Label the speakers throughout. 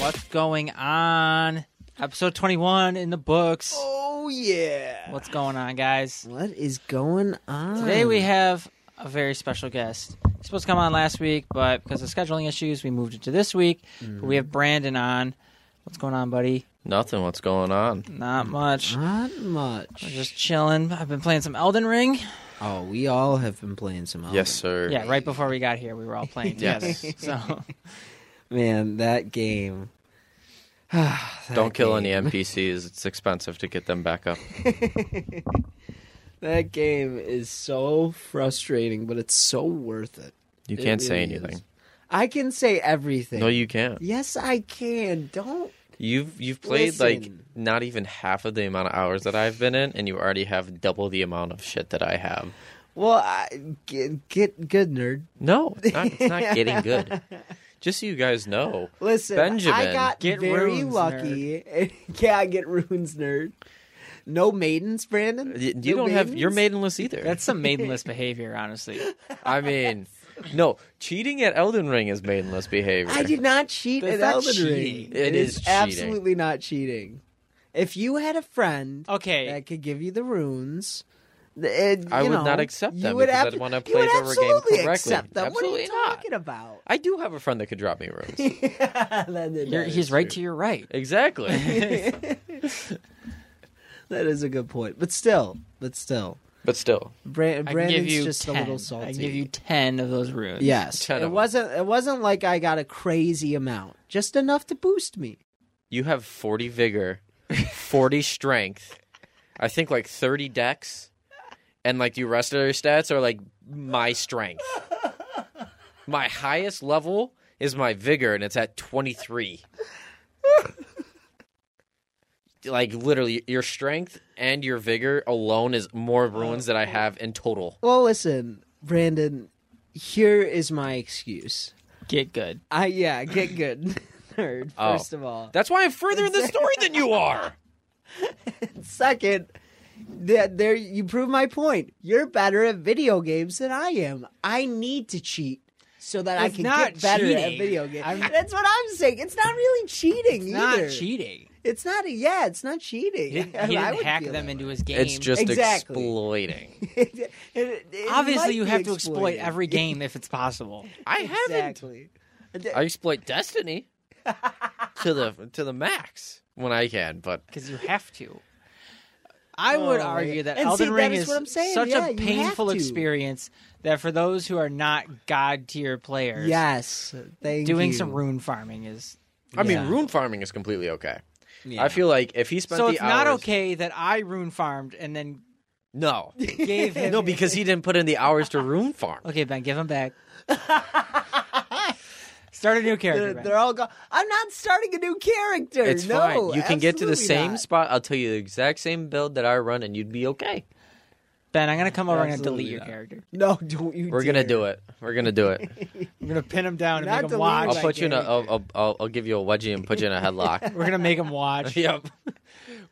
Speaker 1: What's going on? Episode 21 in the books.
Speaker 2: Oh yeah.
Speaker 1: What's going on, guys?
Speaker 2: What is going on?
Speaker 1: Today we have a very special guest. He's supposed to come on last week, but because of scheduling issues, we moved it to this week. But we have Brandon on. What's going on, buddy?
Speaker 3: Nothing. What's going on?
Speaker 1: Not much.
Speaker 2: not much.
Speaker 1: We're just chilling. I've been playing some Elden Ring.
Speaker 2: Oh, we all have been playing some. Elden.
Speaker 3: Yes, sir.
Speaker 1: Yeah, right before we got here, we were all playing together.
Speaker 3: Yes.
Speaker 1: So
Speaker 2: Man, that game. That
Speaker 3: Don't kill
Speaker 2: game.
Speaker 3: any NPCs. It's expensive to get them back up.
Speaker 2: That game is so frustrating, but it's so worth it.
Speaker 3: You
Speaker 2: It
Speaker 3: can't say
Speaker 2: really
Speaker 3: anything.
Speaker 2: is. I can say everything.
Speaker 3: No, you can't.
Speaker 2: Yes, I can. Don't.
Speaker 3: You've you've played like
Speaker 2: Listen.
Speaker 3: not even half of the amount of hours that I've been in, and you already have double the amount of shit that I have.
Speaker 2: Well, I, get get good, nerd.
Speaker 3: No, it's not, it's not getting good. Just so you guys know,
Speaker 2: Listen, I
Speaker 3: Benjamin,
Speaker 2: got
Speaker 1: get
Speaker 2: very
Speaker 1: runes,
Speaker 2: lucky. yeah, I get runes, nerd. No maidens, Brandon.
Speaker 3: y- you
Speaker 2: No
Speaker 3: don't have you're
Speaker 2: maidens?
Speaker 3: maidenless either.
Speaker 1: that's some maidenless behavior, honestly.
Speaker 3: I mean, no, cheating at Elden Ring is maidenless behavior.
Speaker 2: I did not cheat
Speaker 1: That's
Speaker 2: at
Speaker 1: not
Speaker 2: Elden Ring.
Speaker 1: cheating.
Speaker 3: It is cheating.
Speaker 2: absolutely not cheating. If you had a friend
Speaker 1: Okay.
Speaker 2: that could give you the runes, th- it-
Speaker 3: I
Speaker 2: you
Speaker 3: would
Speaker 2: know,
Speaker 3: not accept
Speaker 2: you
Speaker 3: them
Speaker 2: would
Speaker 3: because
Speaker 2: ab-
Speaker 3: I'd wanna
Speaker 2: you
Speaker 3: play
Speaker 2: would
Speaker 3: the game
Speaker 2: absolutely
Speaker 3: correctly.
Speaker 2: Accept them. what are
Speaker 3: Absolutely
Speaker 2: you
Speaker 3: not.
Speaker 2: talking about?
Speaker 3: I do have a friend that could drop me rooms.
Speaker 2: That- that
Speaker 1: You're,
Speaker 2: is
Speaker 1: he's right
Speaker 2: true.
Speaker 1: to your right.
Speaker 3: exactly.
Speaker 2: That is a good point, but still, but still,
Speaker 3: But still,
Speaker 2: Bra-
Speaker 1: I can give
Speaker 2: Brandon's
Speaker 1: you
Speaker 2: just
Speaker 1: 10.
Speaker 2: a little salty.
Speaker 1: I can give you 10 of those runes.
Speaker 2: yes,
Speaker 3: Ten of
Speaker 2: it
Speaker 3: them.
Speaker 2: wasn't. It wasn't like I got a crazy amount, just enough to boost me.
Speaker 3: You have 40 vigor, 40 strength, I think like 30 dex, and like your rest of your stats are like my strength. My highest level is my vigor, and it's at 23. like literally, your strength and your vigor alone is more runes that I have in total.
Speaker 2: Well, listen, Brandon. Here is my excuse.
Speaker 1: Get good.
Speaker 2: I yeah, get good, nerd.
Speaker 3: Oh.
Speaker 2: First of all,
Speaker 3: That's why I'm further in the story than you are.
Speaker 2: second, that there you prove my point. You're better at video games than I am. I need to cheat so that I
Speaker 1: It's
Speaker 2: can
Speaker 1: not
Speaker 2: get better at
Speaker 1: cheating.
Speaker 2: video games.
Speaker 1: I'm-
Speaker 2: That's what I'm saying. It's not really cheating
Speaker 1: It's
Speaker 2: either.
Speaker 1: not cheating.
Speaker 2: It's not. A, yeah, it's not cheating.
Speaker 1: He didn't,
Speaker 2: I
Speaker 1: he didn't
Speaker 2: would
Speaker 1: hack
Speaker 2: feel
Speaker 1: them
Speaker 2: that
Speaker 1: into his game.
Speaker 3: It's just
Speaker 2: Exactly.
Speaker 3: exploiting.
Speaker 2: way. It- it- it might
Speaker 1: obviously you
Speaker 2: be
Speaker 1: have to exploit
Speaker 2: exploited.
Speaker 1: every game if it's possible.
Speaker 3: I haven't.
Speaker 2: Exactly.
Speaker 3: I exploit Destiny to the to the max when I can, but
Speaker 1: because you have to. I would
Speaker 2: Oh, my
Speaker 1: argue
Speaker 2: God.
Speaker 1: that
Speaker 2: And see,
Speaker 1: Elden
Speaker 2: that
Speaker 1: Ring
Speaker 2: is
Speaker 1: is
Speaker 2: what I'm saying.
Speaker 1: such
Speaker 2: Yeah,
Speaker 1: a
Speaker 2: you have
Speaker 1: painful
Speaker 2: to.
Speaker 1: experience that for those who are not god tier players,
Speaker 2: Yes. Thank
Speaker 1: doing
Speaker 2: you.
Speaker 1: some rune farming is.
Speaker 3: I mean,
Speaker 2: Yeah.
Speaker 3: rune farming is completely okay.
Speaker 2: Yeah.
Speaker 3: I feel like if he spent
Speaker 1: so
Speaker 3: the
Speaker 1: it's not
Speaker 3: hours-
Speaker 1: okay that I rune farmed and then
Speaker 3: No,
Speaker 1: gave him.
Speaker 3: no, because he didn't put in the hours to rune farm.
Speaker 1: okay, Ben, give him back. Start a new character.
Speaker 2: They're,
Speaker 1: Ben.
Speaker 2: they're all gone. I'm not starting a new character.
Speaker 3: It's
Speaker 2: no,
Speaker 3: fine. You can get to the
Speaker 2: absolutely
Speaker 3: same
Speaker 2: not.
Speaker 3: spot. I'll tell you the exact same build that I run, and you'd be okay.
Speaker 1: ben, I'm gonna come over and I'm gonna
Speaker 2: Absolutely
Speaker 1: delete your
Speaker 2: not.
Speaker 1: character.
Speaker 2: No, don't you.
Speaker 3: We're gonna do it. We're gonna do it.
Speaker 1: I'm gonna pin him down and
Speaker 2: Not
Speaker 1: make him
Speaker 2: delete
Speaker 1: watch.
Speaker 3: I'll
Speaker 2: Like
Speaker 3: put you in a. I'll, I'll, I'll, I'll give you a wedgie and put you in a headlock.
Speaker 1: We're gonna make him watch.
Speaker 3: yep.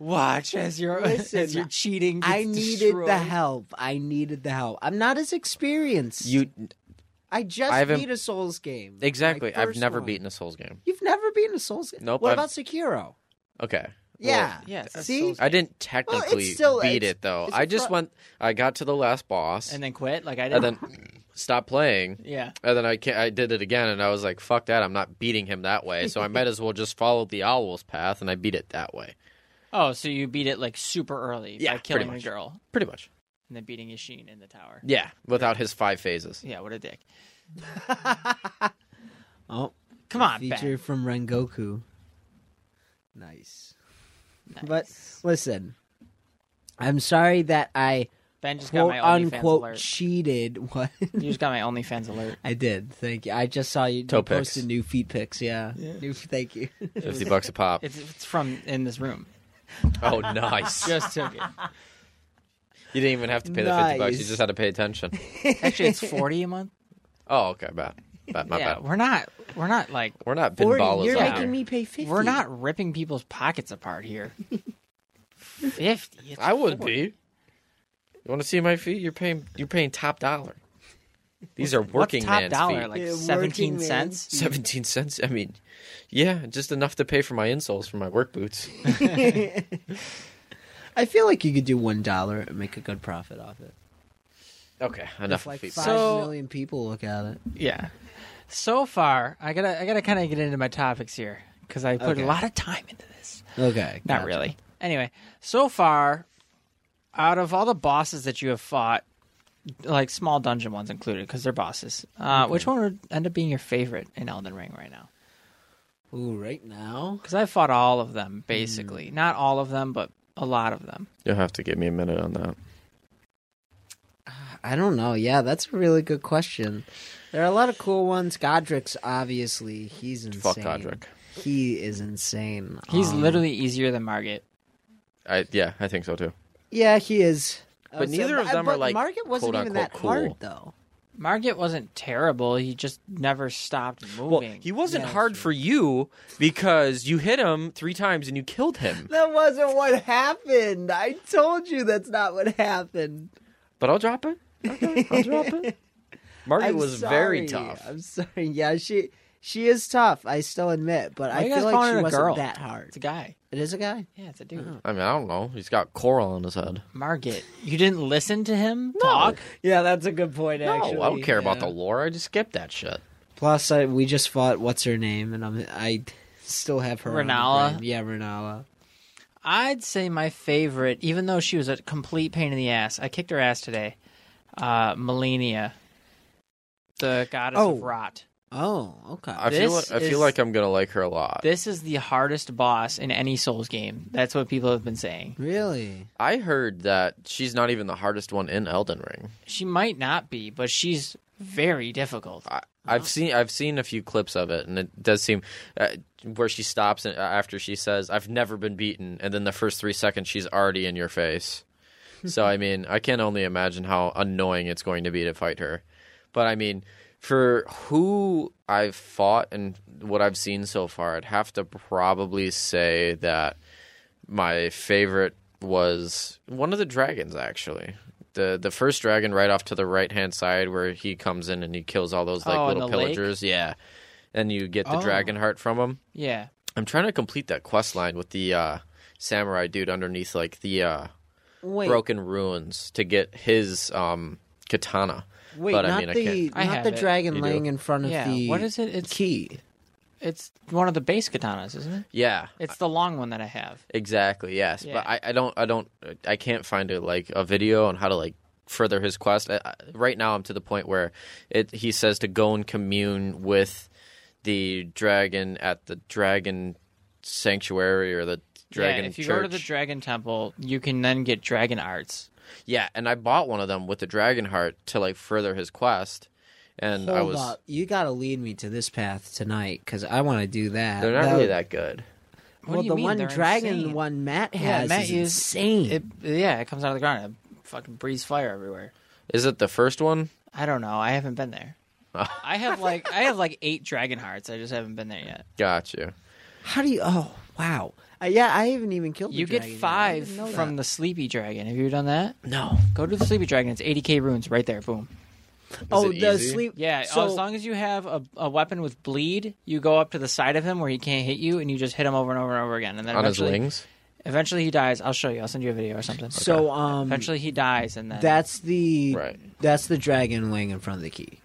Speaker 1: Watch as you're
Speaker 2: Listen,
Speaker 1: as you're cheating. Gets
Speaker 2: I needed
Speaker 1: destroyed.
Speaker 2: the help. I needed the help. I'm not as experienced.
Speaker 3: You
Speaker 2: I just
Speaker 3: I haven't-
Speaker 2: beat a Souls game.
Speaker 3: exactly.
Speaker 2: My
Speaker 3: I've
Speaker 2: first
Speaker 3: never
Speaker 2: one.
Speaker 3: beaten a Souls game.
Speaker 2: You've never beaten a Souls game.
Speaker 3: Nope,
Speaker 2: What
Speaker 3: I've-
Speaker 2: about Sekiro?
Speaker 3: Okay.
Speaker 2: yeah.
Speaker 1: yeah, it's a
Speaker 2: See,
Speaker 1: Souls-
Speaker 3: I didn't technically
Speaker 2: still-
Speaker 3: beat
Speaker 2: it's-
Speaker 3: it though.
Speaker 2: it's a
Speaker 3: I just
Speaker 2: fr-
Speaker 3: went. I got to the last boss,
Speaker 1: and then quit. Like I did.
Speaker 3: and then stopped playing.
Speaker 1: yeah,
Speaker 3: And then I can I did it again, and I was like, "Fuck that! I'm not beating him that way." So I might as well just follow the owl's path, and I beat it that way,
Speaker 1: Oh, so you beat it like super early
Speaker 3: Yeah,
Speaker 1: by
Speaker 3: pretty
Speaker 1: killing a
Speaker 3: much.
Speaker 1: girl
Speaker 3: pretty much.
Speaker 1: and then beating Yashin in the tower.
Speaker 3: Yeah, without his five phases.
Speaker 1: Yeah, what a dick.
Speaker 2: oh,
Speaker 1: Come on, Ben.
Speaker 2: feature from Rengoku. Nice. But listen, I'm sorry that I
Speaker 1: Ben just got
Speaker 2: quote
Speaker 1: my OnlyFans
Speaker 2: unquote
Speaker 1: alert.
Speaker 2: cheated. What?
Speaker 1: You just got my OnlyFans alert.
Speaker 2: I did. Thank you. I just saw you, you
Speaker 3: Toe pics.
Speaker 2: posted new feet pics. Yeah. New, thank you.
Speaker 3: Fifty bucks a pop.
Speaker 1: It's, it's from in this room.
Speaker 3: Oh, nice. You
Speaker 1: Just took it.
Speaker 3: didn't even have to pay the fifty bucks. You
Speaker 2: Nice.
Speaker 3: just had to pay attention.
Speaker 1: Actually, it's forty a month.
Speaker 3: Oh, okay, bad. Bad, my
Speaker 1: yeah,
Speaker 3: bad.
Speaker 1: we're not. We're not like.
Speaker 3: We're not
Speaker 2: Forty.
Speaker 3: pinballers
Speaker 2: You're
Speaker 3: out
Speaker 2: making
Speaker 3: here.
Speaker 2: me pay fifty.
Speaker 1: We're not ripping people's pockets apart here. Fifty. It's
Speaker 3: I would be. You want to see my feet? You're paying. You're paying top dollar. These are
Speaker 1: What's
Speaker 3: working
Speaker 1: top
Speaker 3: man's
Speaker 1: dollar?
Speaker 3: feet.
Speaker 1: Like
Speaker 2: Yeah, working
Speaker 1: seventeen
Speaker 2: man's
Speaker 1: cents.
Speaker 3: Seventeen cents. I mean, yeah, just enough to pay for my insoles for my work boots.
Speaker 2: I feel like you could do one dollar and make a good profit off it.
Speaker 3: Okay,
Speaker 2: If
Speaker 3: enough
Speaker 2: like
Speaker 3: feet.
Speaker 2: five million
Speaker 1: So-
Speaker 2: people look at it.
Speaker 1: Yeah. So far, I gotta I gotta kind of get into my topics here because I put
Speaker 2: Okay.
Speaker 1: a lot of time into this.
Speaker 2: Okay.
Speaker 1: Not
Speaker 2: gotcha.
Speaker 1: really. Anyway, so far, out of all the bosses that you have fought, like small dungeon ones included, because they're bosses, uh, which one would end up being your favorite in Elden Ring right now?
Speaker 2: Ooh, right now.
Speaker 1: Because I fought all of them basically,
Speaker 3: Mm.
Speaker 1: not all of them, but a lot of them.
Speaker 3: You'll have to give me a minute on that.
Speaker 2: I don't know. Yeah, that's a really good question. There are a lot of cool ones. Godric's obviously he's insane.
Speaker 3: Fuck Godric.
Speaker 2: He is insane.
Speaker 1: He's
Speaker 2: Um,
Speaker 1: literally easier than Margit.
Speaker 3: I yeah, I think so too.
Speaker 2: Yeah, he is. Oh, I
Speaker 3: But
Speaker 2: would say-
Speaker 3: neither of them
Speaker 2: but
Speaker 3: are, like,
Speaker 2: Market wasn't
Speaker 3: quote,
Speaker 2: even
Speaker 3: unquote,
Speaker 2: that hard
Speaker 3: cool.
Speaker 2: though.
Speaker 1: Margit wasn't terrible. He just never stopped moving.
Speaker 3: Well, he wasn't hard for you because you hit him three times and you killed him.
Speaker 2: That wasn't what happened. I told you that's not what happened.
Speaker 3: But I'll drop it. Okay, I'll drop it. Margaret
Speaker 2: I'm
Speaker 3: was
Speaker 2: sorry.
Speaker 3: very tough.
Speaker 2: I'm sorry. Yeah, she she is tough. I still admit, but
Speaker 1: Why you
Speaker 2: I
Speaker 1: guys
Speaker 2: feel
Speaker 1: calling
Speaker 2: like
Speaker 1: it
Speaker 2: she
Speaker 1: a
Speaker 2: wasn't
Speaker 1: girl?
Speaker 2: that hard.
Speaker 1: It's a guy.
Speaker 2: It is a guy.
Speaker 1: Yeah, it's a dude.
Speaker 3: I mean, I don't know. He's got coral on his head.
Speaker 1: Margit, you didn't listen to him talk.
Speaker 2: Yeah, that's a good point.
Speaker 3: no, Oh, I don't care about the lore. I just skip that shit.
Speaker 2: Plus, I, we just fought what's her name, and I'm I still have her. on the
Speaker 1: Rennala?
Speaker 2: brain. Yeah, Renala.
Speaker 1: I'd say my favorite, even though she was a complete pain in the ass. I kicked her ass today. Uh, Melania, the goddess
Speaker 2: Oh.
Speaker 1: of rot.
Speaker 2: Oh, okay.
Speaker 3: I feel
Speaker 1: This
Speaker 3: like, I
Speaker 1: is-
Speaker 3: feel like I'm gonna like her a lot.
Speaker 1: This is the hardest boss in any Souls game. That's what people have been saying.
Speaker 2: really?
Speaker 3: I heard that she's not even the hardest one in Elden Ring.
Speaker 1: She might not be, but she's very difficult.
Speaker 3: I, I've seen I've seen a few clips of it, and it does seem uh, where she stops and, uh, after she says, "I've never been beaten," and then the first three seconds she's already in your face. so I mean, I can only imagine how annoying it's going to be to fight her. But I mean, for who I've fought and what I've seen so far, I'd have to probably say that my favorite was one of the dragons actually. The the first dragon right off to the right hand side where he comes in and he kills all those like
Speaker 1: Oh, in
Speaker 3: little
Speaker 1: the lake?
Speaker 3: pillagers. Yeah. And you get the
Speaker 2: Oh.
Speaker 3: dragon heart from him.
Speaker 1: Yeah,
Speaker 3: I'm trying to complete that quest line with the uh, samurai dude underneath like the uh,
Speaker 2: Wait,
Speaker 3: broken ruins to get his um, katana.
Speaker 2: wait,
Speaker 3: but I
Speaker 2: not
Speaker 3: mean I
Speaker 2: the
Speaker 3: can't
Speaker 1: I
Speaker 2: not
Speaker 1: have
Speaker 2: the
Speaker 1: it.
Speaker 2: dragon
Speaker 3: You do?
Speaker 2: laying in front of
Speaker 1: yeah.
Speaker 2: the
Speaker 1: What is it? It's
Speaker 2: key.
Speaker 1: it's one of the base katanas, isn't it?
Speaker 3: Yeah.
Speaker 1: It's the long one that I have.
Speaker 3: Exactly. Yes,
Speaker 1: Yeah.
Speaker 3: but I, I don't. I don't. I can't find a, like a video on how to like further his quest. I, I, right now, I'm to the point where it. He says to go and commune with the dragon at the dragon sanctuary or the dragon
Speaker 1: yeah, if you
Speaker 3: church.
Speaker 1: go to the Dragon Temple, you can then get Dragon Arts.
Speaker 3: yeah, and I bought one of them with the dragon heart to like further his quest, and I
Speaker 2: Hold
Speaker 3: was.
Speaker 2: up, you got to lead me to this path tonight because I want to do that.
Speaker 3: They're not really that good.
Speaker 1: What
Speaker 2: well,
Speaker 1: do you
Speaker 2: the
Speaker 1: mean?
Speaker 2: one
Speaker 1: They're
Speaker 2: dragon
Speaker 1: insane.
Speaker 2: one Matt
Speaker 1: Yeah,
Speaker 2: has
Speaker 1: Matt
Speaker 2: is
Speaker 1: used-
Speaker 2: insane.
Speaker 1: It, yeah, it comes out of the ground. It fucking breathes fire everywhere.
Speaker 3: Is it the first one?
Speaker 1: I don't know. I haven't been there. I have like I have like eight dragon hearts. I just haven't been there yet.
Speaker 3: Got you.
Speaker 2: How do you? Oh wow. Uh, yeah, I haven't even killed. the
Speaker 1: You get
Speaker 2: dragon yet. I
Speaker 1: five
Speaker 2: didn't know
Speaker 1: from the sleepy dragon. Have you done that?
Speaker 3: No.
Speaker 1: Go to the sleepy dragon. It's 80k runes right there. Boom.
Speaker 2: that. Oh,
Speaker 3: it
Speaker 2: the
Speaker 3: easy?
Speaker 2: sleep.
Speaker 1: Yeah. uh,
Speaker 2: So
Speaker 1: as long as you have a, a weapon with bleed, you go up to the side of him where he can't hit you, and you just hit him over and over and over again. And then
Speaker 3: On his
Speaker 1: eventually,
Speaker 3: wings.
Speaker 1: eventually he dies. I'll show you. I'll send you a video or something.
Speaker 2: so um.
Speaker 1: eventually he dies, and then
Speaker 2: That's the
Speaker 3: Right.
Speaker 2: That's the dragon laying in front of the key.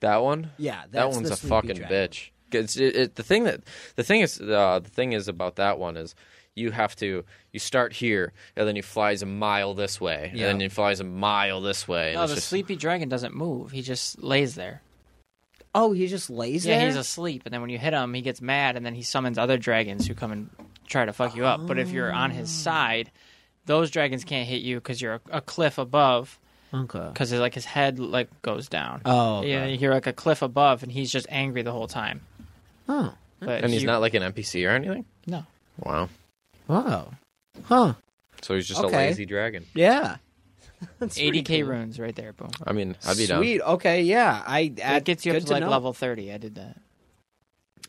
Speaker 3: That one.
Speaker 2: Yeah,
Speaker 3: that
Speaker 2: that's
Speaker 3: one's
Speaker 2: the
Speaker 3: a
Speaker 2: sleepy
Speaker 3: fucking
Speaker 2: dragon.
Speaker 3: bitch. 'Cause it- it- the thing that the thing is uh, the thing is about that one is you have to you start here and then he flies a mile this way and then
Speaker 2: Yeah.
Speaker 3: he flies a mile this way. and
Speaker 1: No,
Speaker 3: it's
Speaker 1: the
Speaker 3: just-
Speaker 1: sleepy dragon doesn't move. He just lays there.
Speaker 2: Oh, he just lays
Speaker 1: yeah,
Speaker 2: there.
Speaker 1: he's asleep, and then when you hit him, he gets mad, and then he summons other dragons who come and try to fuck you up. But if you're on his side, those dragons can't hit you because you're a, a cliff above.
Speaker 2: Okay.
Speaker 1: Because like his head like goes down.
Speaker 2: Oh, okay.
Speaker 1: yeah, you're like a cliff above, and he's just angry the whole time.
Speaker 2: Huh.
Speaker 1: But
Speaker 3: And he's
Speaker 1: you-
Speaker 3: not like an NPC or anything.
Speaker 1: No.
Speaker 3: Wow.
Speaker 2: Wow. Huh.
Speaker 3: So he's just
Speaker 2: Okay.
Speaker 3: a lazy dragon.
Speaker 2: Yeah. That's pretty
Speaker 1: Eighty k
Speaker 2: cool.
Speaker 1: runes right there. Boom.
Speaker 3: I mean, I'd be down.
Speaker 2: Sweet. Okay. Yeah. I.
Speaker 1: That gets you up
Speaker 2: good
Speaker 1: to like
Speaker 2: know.
Speaker 1: level thirty. I did that.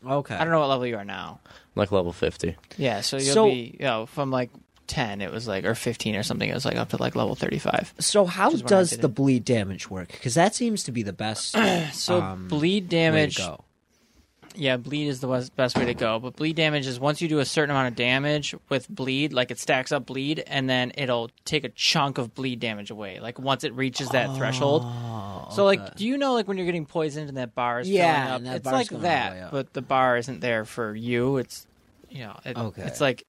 Speaker 2: Okay.
Speaker 1: I don't know what level you are now.
Speaker 3: Like level fifty.
Speaker 1: Yeah, so you'll
Speaker 2: So-
Speaker 1: be you know, from like ten, it was like or fifteen or something. It was like up to like level thirty five.
Speaker 2: So how
Speaker 1: is when I
Speaker 2: does
Speaker 1: did
Speaker 2: the
Speaker 1: it.
Speaker 2: bleed damage work? Because that seems to be the best way
Speaker 1: So
Speaker 2: Um,
Speaker 1: bleed
Speaker 2: to
Speaker 1: damage.
Speaker 2: go.
Speaker 1: Yeah, bleed is the wes- best way to go. But bleed damage is once you do a certain amount of damage with bleed, like it stacks up bleed, and then it'll take a chunk of bleed damage away. Like once it reaches that threshold.
Speaker 2: Oh,
Speaker 1: So like, do you know like when you're getting poisoned and that bar is filling
Speaker 2: Yeah,
Speaker 1: up?
Speaker 2: and that
Speaker 1: it's
Speaker 2: bar's
Speaker 1: like
Speaker 2: going all the way
Speaker 1: that,
Speaker 2: up.
Speaker 1: but the bar isn't there for you. It's you know, it,
Speaker 2: Okay.
Speaker 1: it's like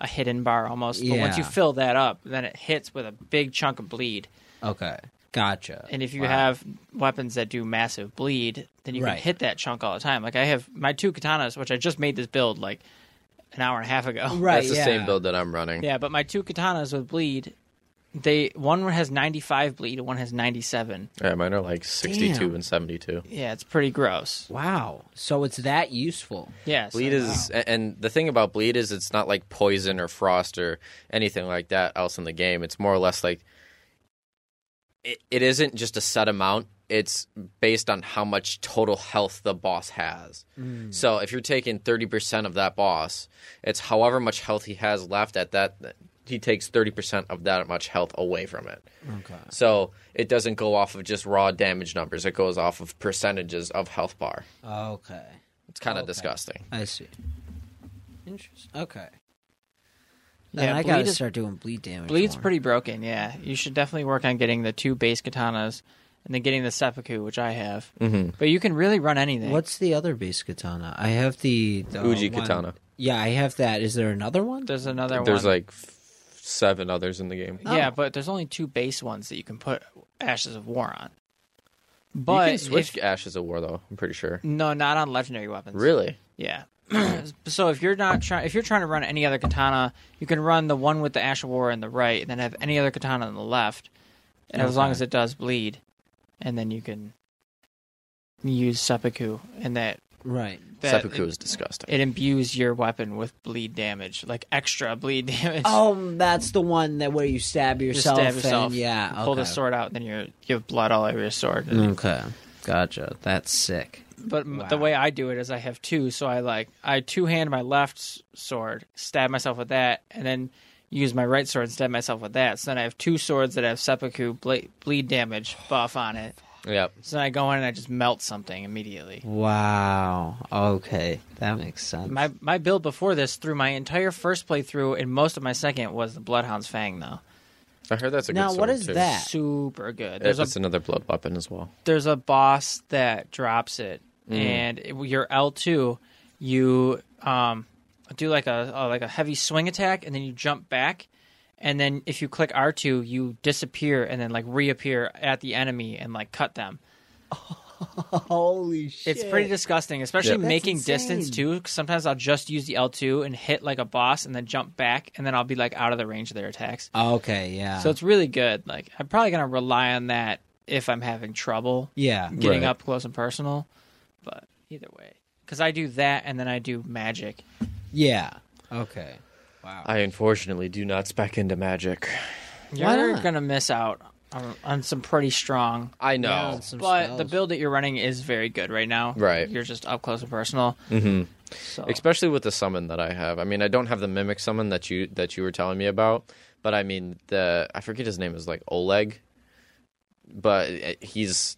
Speaker 1: a hidden bar almost. But once you
Speaker 2: Yeah.
Speaker 1: fill that up, then it hits with a big chunk of bleed.
Speaker 2: Okay. Gotcha.
Speaker 1: And if you
Speaker 2: Wow.
Speaker 1: have weapons that do massive bleed, then you
Speaker 2: Right.
Speaker 1: can hit that chunk all the time. Like I have my two katanas, which I just made this build like an hour and a half ago.
Speaker 2: right,
Speaker 3: That's the
Speaker 2: yeah.
Speaker 3: same build that I'm running.
Speaker 1: Yeah, but my two katanas with bleed, they one has ninety five bleed, and one has ninety seven.
Speaker 3: Yeah, mine are like sixty-two
Speaker 2: Damn.
Speaker 3: and seventy-two.
Speaker 1: Yeah, it's pretty gross.
Speaker 2: Wow. So it's that useful.
Speaker 1: Yeah, so-
Speaker 3: Bleed is, a- and the thing about bleed is, it's not like poison or frost or anything like that else in the game. It's more or less like it, it isn't just a set amount. It's based on how much total health the boss has.
Speaker 2: Mm.
Speaker 3: So if you're taking thirty percent of that boss, it's however much health he has left at that. He takes thirty percent of that much health away from it.
Speaker 2: Okay.
Speaker 3: So it doesn't go off of just raw damage numbers. It goes off of percentages of health bar.
Speaker 2: Okay.
Speaker 3: It's kind of
Speaker 2: Okay.
Speaker 3: disgusting.
Speaker 2: I see. Interesting. Okay.
Speaker 1: Yeah,
Speaker 2: Then I
Speaker 1: bleed
Speaker 2: gotta
Speaker 1: is-
Speaker 2: start doing bleed damage.
Speaker 1: Bleed's
Speaker 2: more.
Speaker 1: pretty broken, yeah. You should definitely work on getting the two base katanas and then getting the seppuku, which I have. Mm-hmm. But you can really run anything.
Speaker 2: What's the other base katana? I have the, the
Speaker 3: Uji
Speaker 2: one-
Speaker 3: katana.
Speaker 2: Yeah, I have that. Is there another one?
Speaker 1: There's another
Speaker 3: There's
Speaker 1: one.
Speaker 3: like f- seven others in the game.
Speaker 1: Yeah,
Speaker 2: Oh.
Speaker 1: but there's only two base ones that you can put Ashes of War on. But
Speaker 3: you can switch
Speaker 1: if-
Speaker 3: Ashes of War though. I'm pretty sure.
Speaker 1: no, not on legendary weapons.
Speaker 3: Really?
Speaker 1: Yeah. so if you're not trying, if you're trying to run any other katana, you can run the one with the Ash of War on the right, and then have any other katana on the left, and as long as it does bleed, and then you can use seppuku, and that
Speaker 2: Right.
Speaker 1: that
Speaker 3: Seppuku
Speaker 1: it,
Speaker 3: is disgusting.
Speaker 1: it imbues your weapon with bleed damage, like extra bleed damage.
Speaker 2: Oh, that's the one that where you stab
Speaker 1: You
Speaker 2: yourself.
Speaker 1: stab yourself.
Speaker 2: And, yeah.
Speaker 1: Pull the
Speaker 2: okay.
Speaker 1: sword out, and then you're, you have blood all over your sword.
Speaker 2: Okay. Gotcha. That's sick.
Speaker 1: But m the
Speaker 2: Wow.
Speaker 1: way I do it is I have two, so I like I two hand my left s- sword, stab myself with that, and then use my right sword and stab myself with that. So then I have two swords that have seppuku ble- bleed damage buff on it.
Speaker 3: Yep.
Speaker 1: So then I go in and I just melt something immediately.
Speaker 2: Wow. Okay. That makes sense.
Speaker 1: My my build before this through my entire first playthrough and most of my second was the Bloodhound's Fang though.
Speaker 3: I heard that's a
Speaker 2: Now,
Speaker 3: good
Speaker 2: what
Speaker 3: sword,
Speaker 2: is
Speaker 3: too.
Speaker 2: that?
Speaker 1: Super good.
Speaker 3: Yeah,
Speaker 1: There's a
Speaker 3: that's another blood weapon as well.
Speaker 1: there's a boss that drops it, and it, your L two, you um, do like a, a like a heavy swing attack, and then you jump back, and then if you click R two, you disappear and then like reappear at the enemy and like cut them.
Speaker 2: Holy shit.
Speaker 1: It's pretty disgusting, especially
Speaker 3: That's
Speaker 1: making distance
Speaker 2: insane.
Speaker 1: too. 'cause sometimes I'll just use the L two and hit like a boss, and then jump back, and then I'll be like out of the range of their attacks.
Speaker 2: Okay. Yeah.
Speaker 1: So it's really good. Like I'm probably gonna rely on that if I'm having trouble.
Speaker 2: yeah.
Speaker 1: getting
Speaker 3: Right.
Speaker 1: up close and personal. But either way, because I do that and then I do magic.
Speaker 2: Yeah. Okay. Wow.
Speaker 3: I unfortunately do not spec into magic.
Speaker 2: Why
Speaker 1: You're
Speaker 2: not?
Speaker 1: gonna miss out on, on some pretty strong.
Speaker 3: I know.
Speaker 2: Yeah, some
Speaker 1: But the
Speaker 2: spells.
Speaker 1: build that you're running is very good right now.
Speaker 3: Right.
Speaker 1: you're just up close and personal. Mm-hmm. So
Speaker 3: Especially with the summon that I have. I mean, I don't have the mimic summon that you that you were telling me about, but I mean the I forget his name is like Oleg, but eh, he's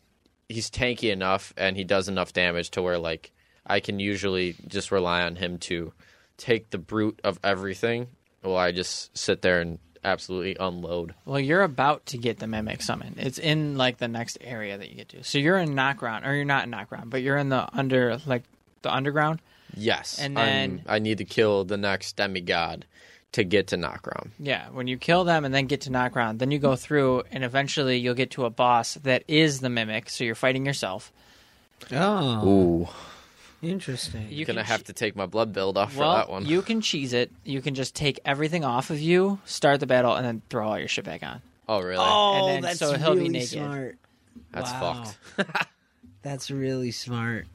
Speaker 3: he's tanky enough and he does enough damage to where like I can usually just rely on him to take the brute of everything while I just sit there and absolutely unload.
Speaker 1: well, you're about to get the mimic summon. It's in like the next area that you get to. So you're in knockground, or you're not in knockground, but you're in the under like the underground.
Speaker 3: Yes,
Speaker 1: And
Speaker 3: I'm-
Speaker 1: then-
Speaker 3: I need to kill the next demigod to get to Nokrom.
Speaker 1: Yeah, when you kill them and then get to knock round, then you go through and eventually you'll get to a boss that is the mimic, so you're fighting yourself.
Speaker 2: Oh.
Speaker 3: Ooh,
Speaker 2: Interesting.
Speaker 1: You
Speaker 3: gonna
Speaker 1: can
Speaker 3: have
Speaker 1: che-
Speaker 3: to take my blood build off
Speaker 1: well,
Speaker 3: for that one.
Speaker 1: you can cheese it. You can just take everything off of you, start the battle, and then throw all your shit back on.
Speaker 3: oh really?
Speaker 2: oh,
Speaker 1: and then
Speaker 2: that's
Speaker 1: so he'll be
Speaker 2: really
Speaker 1: naked.
Speaker 2: smart.
Speaker 3: That's
Speaker 2: wow.
Speaker 3: fucked.
Speaker 2: That's really smart.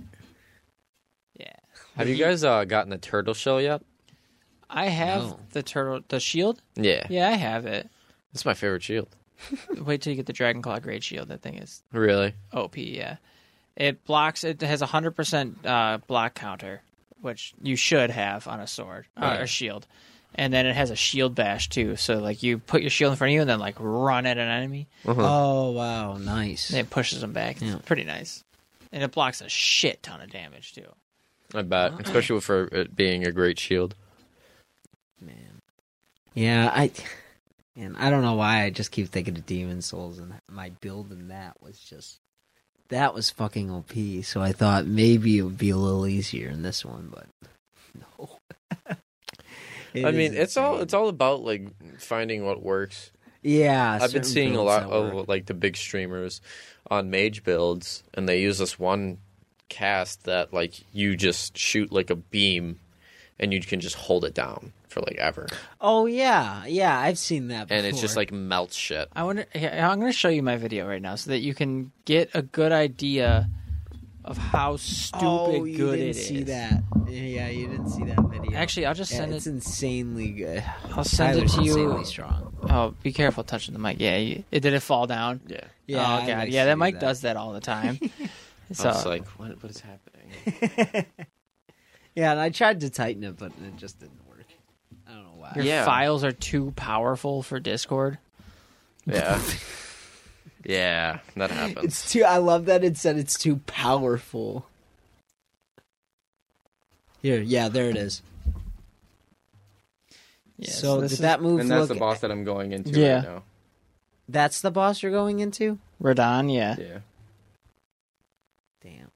Speaker 1: Yeah.
Speaker 3: Have you guys uh, gotten the turtle shell yet?
Speaker 1: I have the turtle, the shield.
Speaker 3: Yeah.
Speaker 1: Yeah, I have it.
Speaker 3: It's my favorite shield.
Speaker 1: Wait till you get the Dragon Claw Great Shield. That thing is
Speaker 3: Really?
Speaker 1: OP. Yeah, it blocks. It has a hundred percent uh, block counter, which you should have on a sword uh,
Speaker 3: Yeah.
Speaker 1: or shield. And then it has a shield bash too. So like you put your shield in front of you and then like run at an enemy,
Speaker 2: Oh wow, nice.
Speaker 1: and it pushes them back.
Speaker 2: Yeah.
Speaker 1: It's pretty nice, and it blocks a shit ton of damage too.
Speaker 3: I bet, especially for it being a great shield.
Speaker 2: Yeah, I and I don't know why I just keep thinking of Demon Souls and my build in that was just that was fucking OP. So I thought maybe it would be a little easier in this one, but no. It
Speaker 3: I
Speaker 2: is
Speaker 3: mean, it's all
Speaker 2: insane.
Speaker 3: it's all about like finding what works.
Speaker 2: yeah.
Speaker 3: I've
Speaker 2: certain
Speaker 3: been seeing a
Speaker 2: builds
Speaker 3: lot
Speaker 2: that
Speaker 3: of
Speaker 2: work.
Speaker 3: like the big streamers on mage builds, and they use this one cast that like you just shoot like a beam, and you can just hold it down for like ever,
Speaker 2: Oh yeah, yeah. I've seen that. Before.
Speaker 3: and it's just like melts shit.
Speaker 1: I wonder. yeah, I'm going to show you my video right now so that you can get a good idea of how stupid
Speaker 2: oh, you
Speaker 1: good
Speaker 2: didn't
Speaker 1: it
Speaker 2: see
Speaker 1: is.
Speaker 2: that. Yeah, you didn't see that video.
Speaker 1: Actually, I'll just
Speaker 2: Yeah,
Speaker 1: send
Speaker 2: it's
Speaker 1: it.
Speaker 2: insanely good.
Speaker 1: I'll send
Speaker 2: Tyler's
Speaker 1: it to you.
Speaker 2: Insanely strong.
Speaker 1: Oh, be careful touching the mic. Yeah, you, it did it fall down.
Speaker 3: Yeah,
Speaker 2: Yeah,
Speaker 1: oh
Speaker 2: I
Speaker 1: god.
Speaker 2: like
Speaker 1: yeah,
Speaker 2: to
Speaker 1: that
Speaker 2: do
Speaker 1: mic
Speaker 2: that.
Speaker 1: does that all the time.
Speaker 3: Oh,
Speaker 1: uh,
Speaker 3: so,
Speaker 1: so
Speaker 2: uh,
Speaker 3: I was like, what what is happening?
Speaker 2: Yeah, and I tried to tighten it, but it just didn't work. I don't know why.
Speaker 1: your
Speaker 3: yeah.
Speaker 1: files are too powerful for Discord.
Speaker 3: yeah, yeah, that happens.
Speaker 2: It's too. I love that it said it's too powerful. Here, yeah, there it is.
Speaker 1: Yeah,
Speaker 2: so
Speaker 1: this
Speaker 2: did
Speaker 1: is
Speaker 2: that move
Speaker 3: and that's
Speaker 2: look?
Speaker 3: the boss that I'm going into
Speaker 1: Yeah.
Speaker 3: right now.
Speaker 2: That's the boss you're going into.
Speaker 1: Radon. Yeah.
Speaker 3: Yeah.
Speaker 2: Damn.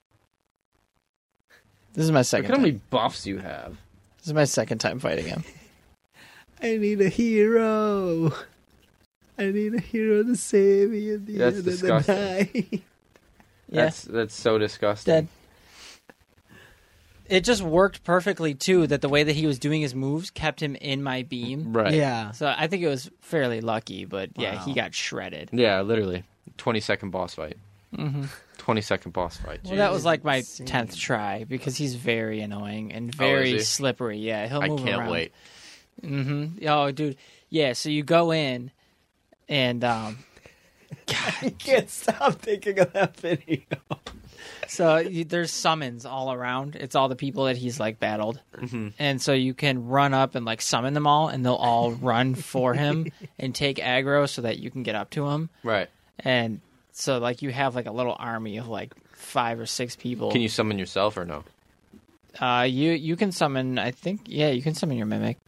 Speaker 1: this is my second.
Speaker 3: Look at how
Speaker 1: Time.
Speaker 3: many buffs you have.
Speaker 1: This is my second time fighting him.
Speaker 2: I need a hero. I need a hero to save me at the
Speaker 3: That's
Speaker 2: end
Speaker 3: disgusting.
Speaker 2: of the night.
Speaker 3: That's that's so disgusting.
Speaker 1: Dead. It just worked perfectly too. That the way that he was doing his moves kept him in my beam.
Speaker 3: Right.
Speaker 2: Yeah.
Speaker 1: So I think it was fairly lucky, but yeah, he
Speaker 2: Wow.
Speaker 1: got shredded.
Speaker 3: Yeah, literally. 20 second boss fight. 20 second boss fight.
Speaker 1: Mm-hmm. Well, that was like my
Speaker 2: Insane.
Speaker 1: tenth try because he's very annoying and very
Speaker 3: Oh, he?
Speaker 1: slippery. Yeah, he'll
Speaker 3: I
Speaker 1: move
Speaker 3: can't
Speaker 1: around.
Speaker 3: wait.
Speaker 1: hmm Oh, dude. Yeah. So you go in, and um,
Speaker 2: I can't stop thinking of that video.
Speaker 1: so you, there's summons all around. It's all the people that he's like battled,
Speaker 3: Mm-hmm.
Speaker 1: and so you can run up and like summon them all, and they'll all run for him and take aggro so that you can get up to him.
Speaker 3: Right.
Speaker 1: And so like you have like a little army of like five or six people.
Speaker 3: Can you summon yourself or no?
Speaker 1: Uh, you you can summon. I think yeah, you can summon your mimic.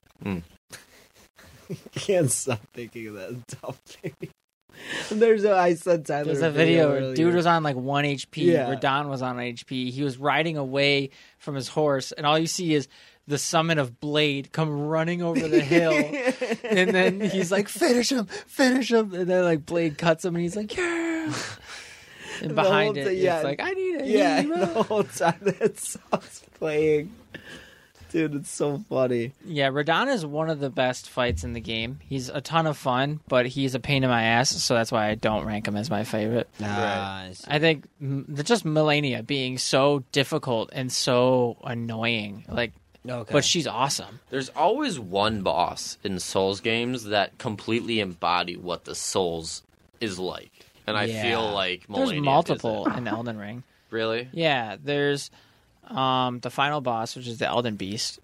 Speaker 2: can't stop thinking of that dumb video. There's a I said Tyler.
Speaker 1: There's a video where
Speaker 2: earlier.
Speaker 1: dude was on like one HP,
Speaker 2: Yeah.
Speaker 1: where Don was on HP. He was riding away from his horse, and all you see is the summon of Blade come running over the hill, and then he's like, "Finish him, finish him!" And then like Blade cuts him, and he's like, "Yeah." And
Speaker 2: The whole
Speaker 1: behind it,
Speaker 2: thing,
Speaker 1: it's
Speaker 2: yeah.
Speaker 1: like, "I need it."
Speaker 2: Yeah, the whole time that song's playing. Dude, it's so funny.
Speaker 1: Yeah, Radon is one of the best fights in the game. He's a ton of fun, but he's a pain in my ass, so that's why I don't rank him as my favorite. I think m- the- just Melania being so difficult and so annoying. Like,
Speaker 2: Okay.
Speaker 1: but she's awesome.
Speaker 3: There's always one boss in Souls games that completely embody what the Souls is like. And I
Speaker 2: Yeah.
Speaker 3: feel like Melania
Speaker 1: there's
Speaker 3: does
Speaker 1: multiple
Speaker 3: it.
Speaker 1: in Elden Ring.
Speaker 3: Really?
Speaker 1: Yeah, there's um, the final boss, which is the Elden Beast.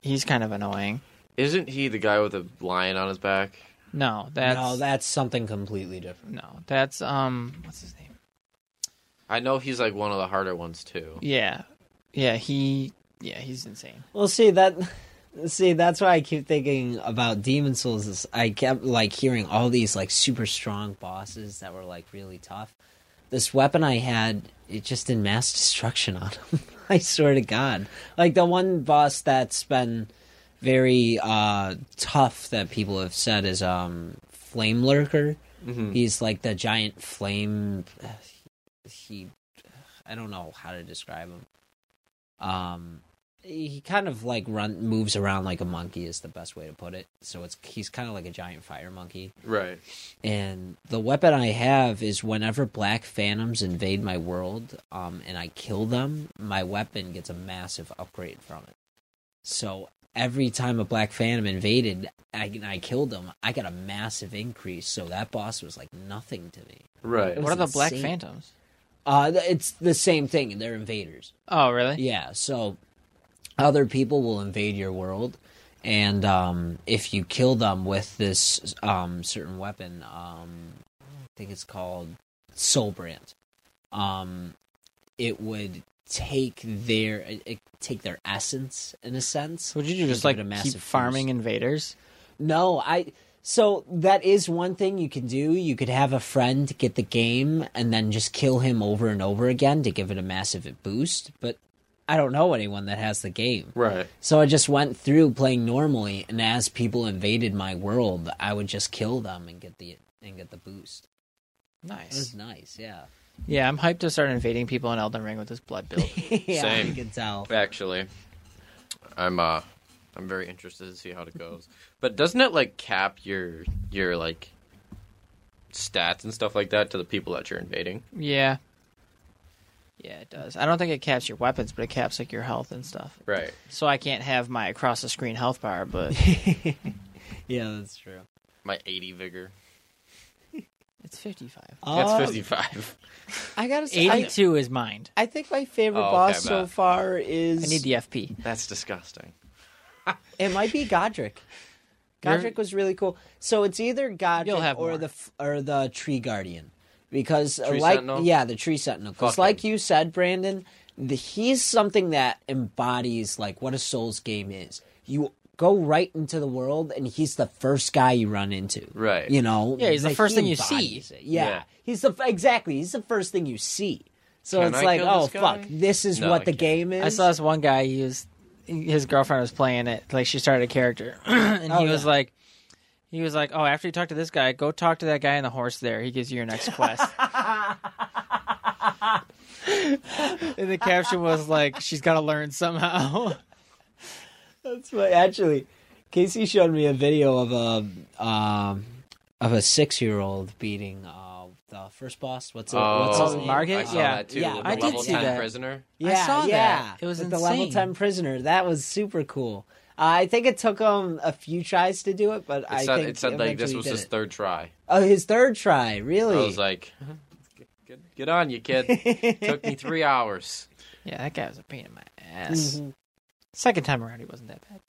Speaker 1: He's kind of annoying.
Speaker 3: Isn't he the guy with the lion on his back?
Speaker 1: No, that's no,
Speaker 2: that's something completely different.
Speaker 1: that's um, what's his name?
Speaker 3: I know he's like one of the harder ones too.
Speaker 1: Yeah, yeah, he, yeah, he's insane.
Speaker 2: Well, see that. See, that's why I keep thinking about Demon Souls. Is I kept like hearing all these like super strong bosses that were like really tough. This weapon I had, it just did mass destruction on him. I swear to God, like the one boss that's been very uh tough that people have said is um Flame Lurker.
Speaker 3: Hmm. Mm-hmm.
Speaker 2: He's like the giant flame. He, I don't know how to describe him. Um, he kind of like run moves around like a monkey is the best way to put it. So it's he's kind of like a giant fire monkey.
Speaker 4: Right.
Speaker 2: And the weapon I have is whenever black phantoms invade my world, um, and I kill them, my weapon gets a massive upgrade from it. So every time a black phantom invaded I, and I killed them, I got a massive increase. So that boss was like nothing to me.
Speaker 4: Right.
Speaker 2: It
Speaker 1: What are
Speaker 2: was
Speaker 1: the Black
Speaker 2: insane.
Speaker 1: Phantoms?
Speaker 2: Uh, th- it's the same thing. They're invaders.
Speaker 1: Oh, really?
Speaker 2: Yeah. So other people will invade your world, and um, if you kill them with this um, certain weapon, um, I think it's called Soul Brand. Um, it would take their it, it take their essence in a sense.
Speaker 1: So would you do?
Speaker 2: and
Speaker 1: Just
Speaker 2: give
Speaker 1: like
Speaker 2: it a
Speaker 1: keep
Speaker 2: massive
Speaker 1: farming
Speaker 2: boost.
Speaker 1: invaders?
Speaker 2: No, I. So that is one thing you can do. You could have a friend get the game and then just kill him over and over again to give it a massive boost. But I don't know anyone that has the game.
Speaker 4: Right.
Speaker 2: So I just went through playing normally, and as people invaded my world, I would just kill them and get the and get the boost. It was
Speaker 1: Nice.
Speaker 2: nice, yeah.
Speaker 1: Yeah, I'm hyped to start invading people in Elden Ring with this blood build.
Speaker 2: yeah,
Speaker 4: Same.
Speaker 2: you can tell.
Speaker 4: Actually, I'm uh, I'm very interested to see how it goes. But doesn't it like cap your your like stats and stuff like that to the people that you're invading?
Speaker 1: yeah. Yeah, it does. I don't think it caps your weapons, but it caps like your health and stuff.
Speaker 4: Right.
Speaker 1: So I can't have my across the screen health bar, but
Speaker 2: Yeah, that's true.
Speaker 4: My 80 vigor.
Speaker 1: it's 55.
Speaker 4: That's
Speaker 2: Um,
Speaker 4: 55.
Speaker 2: I gotta say, I,
Speaker 1: 82 is mined.
Speaker 2: I think my favorite
Speaker 4: Oh, okay,
Speaker 2: boss so
Speaker 4: Matt.
Speaker 2: far is
Speaker 1: I need the FP.
Speaker 4: That's disgusting.
Speaker 2: It might be Godric.
Speaker 1: You're-
Speaker 2: Godric was really cool. So it's either Godric
Speaker 1: You'll have
Speaker 2: or
Speaker 1: more.
Speaker 2: the f- or the Tree Guardian, because uh,
Speaker 4: Tree
Speaker 2: like
Speaker 4: Sentinel?
Speaker 2: yeah, the Tree Sentinel. Because
Speaker 4: Fuck
Speaker 2: like
Speaker 4: him.
Speaker 2: you said, Brandon, the, he's something that embodies like what a Souls game is. You go right into the world, and he's the first guy you run into.
Speaker 4: Right.
Speaker 2: You know.
Speaker 1: Yeah, he's the
Speaker 2: Like,
Speaker 1: first
Speaker 2: he
Speaker 1: thing you see.
Speaker 2: embodies it. Yeah.
Speaker 4: Yeah.
Speaker 2: He's the f- exactly. He's the first thing you see. So
Speaker 4: Can
Speaker 2: it's
Speaker 4: I
Speaker 2: like,
Speaker 4: kill
Speaker 2: oh
Speaker 4: this guy?
Speaker 2: fuck, this is
Speaker 4: No,
Speaker 2: what
Speaker 4: I
Speaker 2: the
Speaker 4: can't.
Speaker 2: game is.
Speaker 1: I saw this one guy. He was his girlfriend was playing it. Like she started a character, and he
Speaker 2: Oh,
Speaker 1: was
Speaker 2: yeah.
Speaker 1: like, he was like, oh, after you talk to this guy, go talk to that guy on the horse there. He gives you your next quest. and the caption was like, she's got to learn somehow.
Speaker 2: That's what actually Casey showed me a video of a um of a six year old beating uh the first boss. What's it? what's his
Speaker 1: Oh,
Speaker 2: name?
Speaker 1: Margaret?
Speaker 4: I saw
Speaker 1: Yeah.
Speaker 4: that too.
Speaker 2: Yeah,
Speaker 4: the
Speaker 2: I did
Speaker 4: level
Speaker 2: see
Speaker 4: 10
Speaker 1: that.
Speaker 4: prisoner.
Speaker 2: Yeah,
Speaker 1: saw that.
Speaker 2: yeah.
Speaker 1: It was
Speaker 2: with the level
Speaker 1: insane.
Speaker 2: ten prisoner. That was super cool. Uh, I think it took him a few tries to do it, but
Speaker 4: It
Speaker 2: I
Speaker 4: said,
Speaker 2: think
Speaker 4: it said like this
Speaker 2: eventually
Speaker 4: was
Speaker 2: did
Speaker 4: his
Speaker 2: it.
Speaker 4: third try.
Speaker 2: Oh, his third try, really?
Speaker 4: I was like, good, good on you, kid. Took me three hours.
Speaker 1: yeah, that guy was a pain in my ass.
Speaker 2: Mm-hmm.
Speaker 1: Second time around, he wasn't that bad.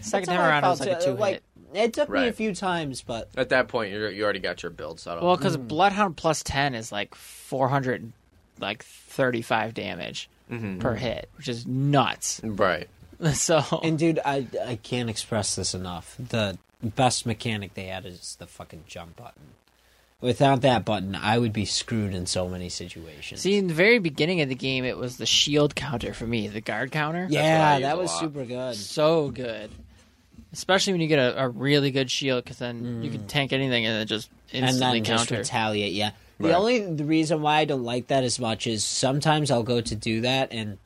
Speaker 1: Second
Speaker 2: That's
Speaker 1: time
Speaker 2: how I
Speaker 1: around, it was
Speaker 2: felt,
Speaker 1: like a
Speaker 2: uh,
Speaker 1: two hit.
Speaker 2: It took me a
Speaker 4: Right.
Speaker 2: few times, but
Speaker 4: At that point, you you already got your build set up.
Speaker 1: Well, because Bloodhound plus ten is like four hundred, like thirty-five damage per hit, which is nuts.
Speaker 4: right.
Speaker 1: So
Speaker 2: And dude, I I can't express this enough. The best mechanic they added is the fucking jump button. Without that button, I would be screwed in so many situations.
Speaker 1: see, in the very beginning of the game, it was the shield counter for me, the guard counter.
Speaker 4: I
Speaker 2: yeah,
Speaker 4: use
Speaker 2: that
Speaker 4: a
Speaker 2: was
Speaker 4: lot.
Speaker 2: super good.
Speaker 1: so good, especially when you get a, a really good shield, because then you can tank anything and then just
Speaker 2: Mm. And
Speaker 1: instantly
Speaker 2: then just
Speaker 1: counter.
Speaker 2: retaliate. Yeah. The
Speaker 4: Right.
Speaker 2: only the reason why I don't like that as much is sometimes I'll go to do that, and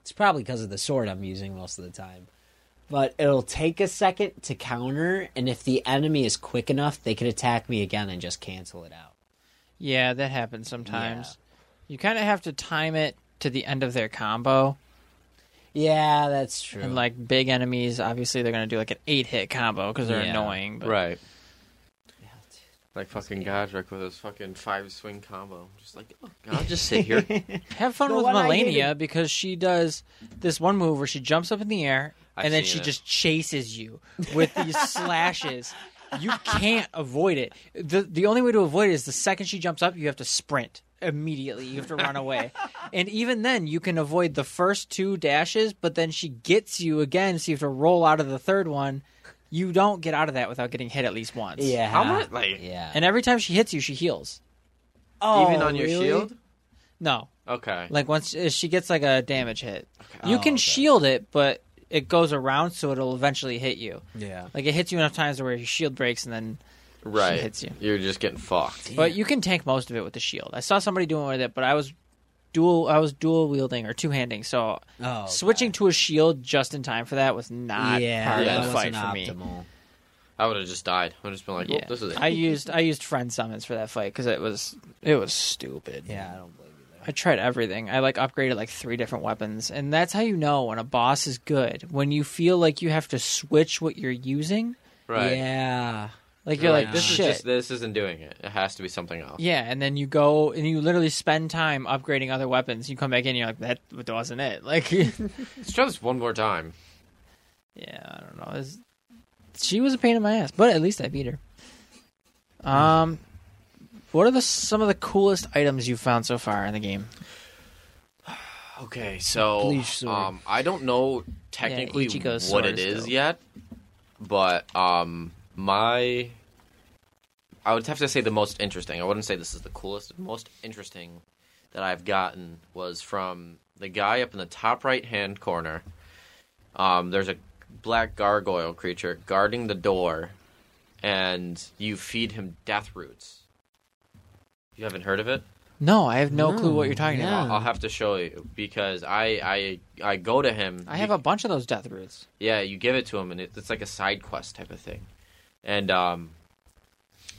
Speaker 2: it's probably because of the sword I'm using most of the time. But it'll take a second to counter, and if the enemy is quick enough, they could attack me again and just cancel it out.
Speaker 1: yeah, that happens sometimes. You kind of have to time it to the end of their combo.
Speaker 2: Yeah, that's true.
Speaker 1: And like big enemies, obviously they're gonna do like an eight-hit combo because they're
Speaker 2: Yeah.
Speaker 1: annoying. But
Speaker 4: Right. Like fucking Godric with his fucking five swing combo. I'm just like, "Oh, I'll just sit here.
Speaker 1: Have fun
Speaker 2: The
Speaker 1: with
Speaker 2: one I
Speaker 1: Melania because she does this one move where she jumps up in the air
Speaker 4: I've
Speaker 1: and then
Speaker 4: seen
Speaker 1: she
Speaker 4: it.
Speaker 1: just chases you with these slashes. You can't avoid it. The the only way to avoid it is the second she jumps up, you have to sprint immediately. You have to run away. and even then you can avoid the first two dashes, but then she gets you again, so you have to roll out of the third one. You don't get out of that without getting hit at least once.
Speaker 2: Yeah.
Speaker 4: How much? Like,
Speaker 2: Yeah.
Speaker 1: And every time she hits you, she heals.
Speaker 2: oh,
Speaker 4: even on your shield?
Speaker 1: No.
Speaker 4: Okay.
Speaker 1: Like once uh, she gets like a damage hit,
Speaker 2: Oh,
Speaker 1: you can shield it, but it goes around, so it'll eventually hit you.
Speaker 2: Yeah.
Speaker 1: Like it hits you enough times to where your shield breaks, and then
Speaker 4: right.
Speaker 1: hits you.
Speaker 4: You're just getting fucked.
Speaker 1: but you can tank most of it with the shield. I saw somebody doing it with it, but I was dual I was dual wielding or two handing, so
Speaker 2: Oh,
Speaker 1: switching to a shield just in time for that was not
Speaker 2: yeah,
Speaker 1: part
Speaker 3: yeah,
Speaker 1: of
Speaker 2: that
Speaker 1: the
Speaker 2: wasn't
Speaker 1: fight for me.
Speaker 2: optimal.
Speaker 3: I would have just died. I would have just been like,
Speaker 1: Yeah.
Speaker 3: "Oh, this is it."
Speaker 1: I used I used friend summons for that fight because it was it was stupid.
Speaker 2: Yeah, I don't believe you there.
Speaker 1: I tried everything. I like upgraded like three different weapons, and that's how you know when a boss is good. When you feel like you have to switch what you're using,
Speaker 3: right.
Speaker 2: Yeah.
Speaker 1: like
Speaker 3: You're
Speaker 1: you're,
Speaker 3: like,
Speaker 1: like,
Speaker 3: this
Speaker 1: shit.
Speaker 3: is just this isn't doing it. It has to be something else.
Speaker 1: Yeah, and then you go and you literally spend time upgrading other weapons. You come back in, you're like, that wasn't it. Like, yeah,
Speaker 3: Let's try this one more time.
Speaker 1: I don't know. It's- she was a pain in my ass, but at least I beat her. Um, what are the some of the coolest items you've found so far in the game?
Speaker 3: Okay, so
Speaker 2: Bleach sword.
Speaker 3: um, I don't know technically
Speaker 1: Ichigo's
Speaker 3: what
Speaker 1: sword
Speaker 3: it
Speaker 1: is
Speaker 3: is
Speaker 1: dope.
Speaker 3: yet, but um, my I would have to say the most interesting. I wouldn't say this is the coolest. The most interesting that I've gotten was from the guy up in the top right hand corner. Um, there's a black gargoyle creature guarding the door, and you feed him death roots. You haven't heard of it?
Speaker 1: No, I have no, clue what you're talking
Speaker 2: yeah.
Speaker 1: about.
Speaker 3: I'll, I'll have to show you because I I I go to him.
Speaker 1: I have a bunch of those death roots.
Speaker 3: yeah. You give it to him, and it, it's like a side quest type of thing, and um,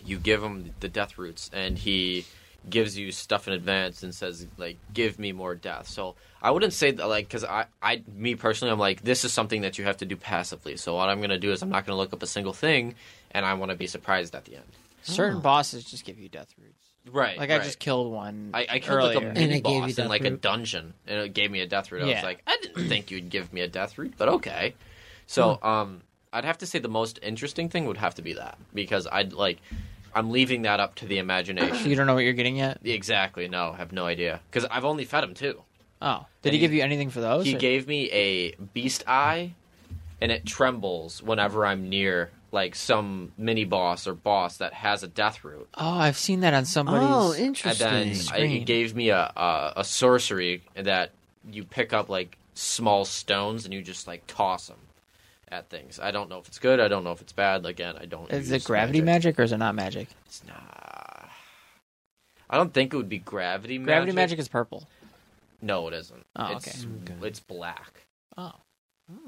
Speaker 3: you give him the death roots, and he gives you stuff in advance and says like, "Give me more death." So I wouldn't say that like because I I me personally I'm like this is something that you have to do passively. So what I'm gonna do is I'm not gonna look up a single thing, and I want to be surprised at the end.
Speaker 1: Certain bosses just give you death roots.
Speaker 3: Oh. Right.
Speaker 1: Like I just killed one.
Speaker 3: I, I killed
Speaker 1: earlier.
Speaker 3: like a
Speaker 2: And
Speaker 3: mini
Speaker 2: it gave you
Speaker 3: boss in
Speaker 2: death
Speaker 3: like a
Speaker 2: root.
Speaker 3: dungeon, and it gave me a death root. I was
Speaker 1: Yeah.
Speaker 3: like, I didn't think you'd give me a death root, but okay. So,
Speaker 2: Hmm.
Speaker 3: um, I'd have to say the most interesting thing would have to be that because I'd like, I'm leaving that up to the imagination.
Speaker 1: you don't know what you're getting yet.
Speaker 3: exactly. No, I have no idea because I've only fed him two.
Speaker 1: Oh, did
Speaker 3: And
Speaker 1: he,
Speaker 3: he-
Speaker 1: give you anything for those?
Speaker 3: He
Speaker 1: or-
Speaker 3: gave me a beast eye, and it trembles whenever I'm near like some mini boss or boss that has a death root.
Speaker 1: Oh, I've seen that on somebody's.
Speaker 2: oh,
Speaker 3: and
Speaker 2: interesting.
Speaker 3: then I,
Speaker 1: Screen.
Speaker 3: it gave me a, a a sorcery that you pick up like small stones and you just like toss them at things. I don't know if it's good. I don't know if it's bad. Again, I don't.
Speaker 1: Is
Speaker 3: use
Speaker 1: it gravity magic. or is it not magic?
Speaker 3: It's not. I don't think it would be gravity magic.
Speaker 1: Gravity magic is purple.
Speaker 3: No, it isn't.
Speaker 1: Oh,
Speaker 3: it's, It's black.
Speaker 1: Oh,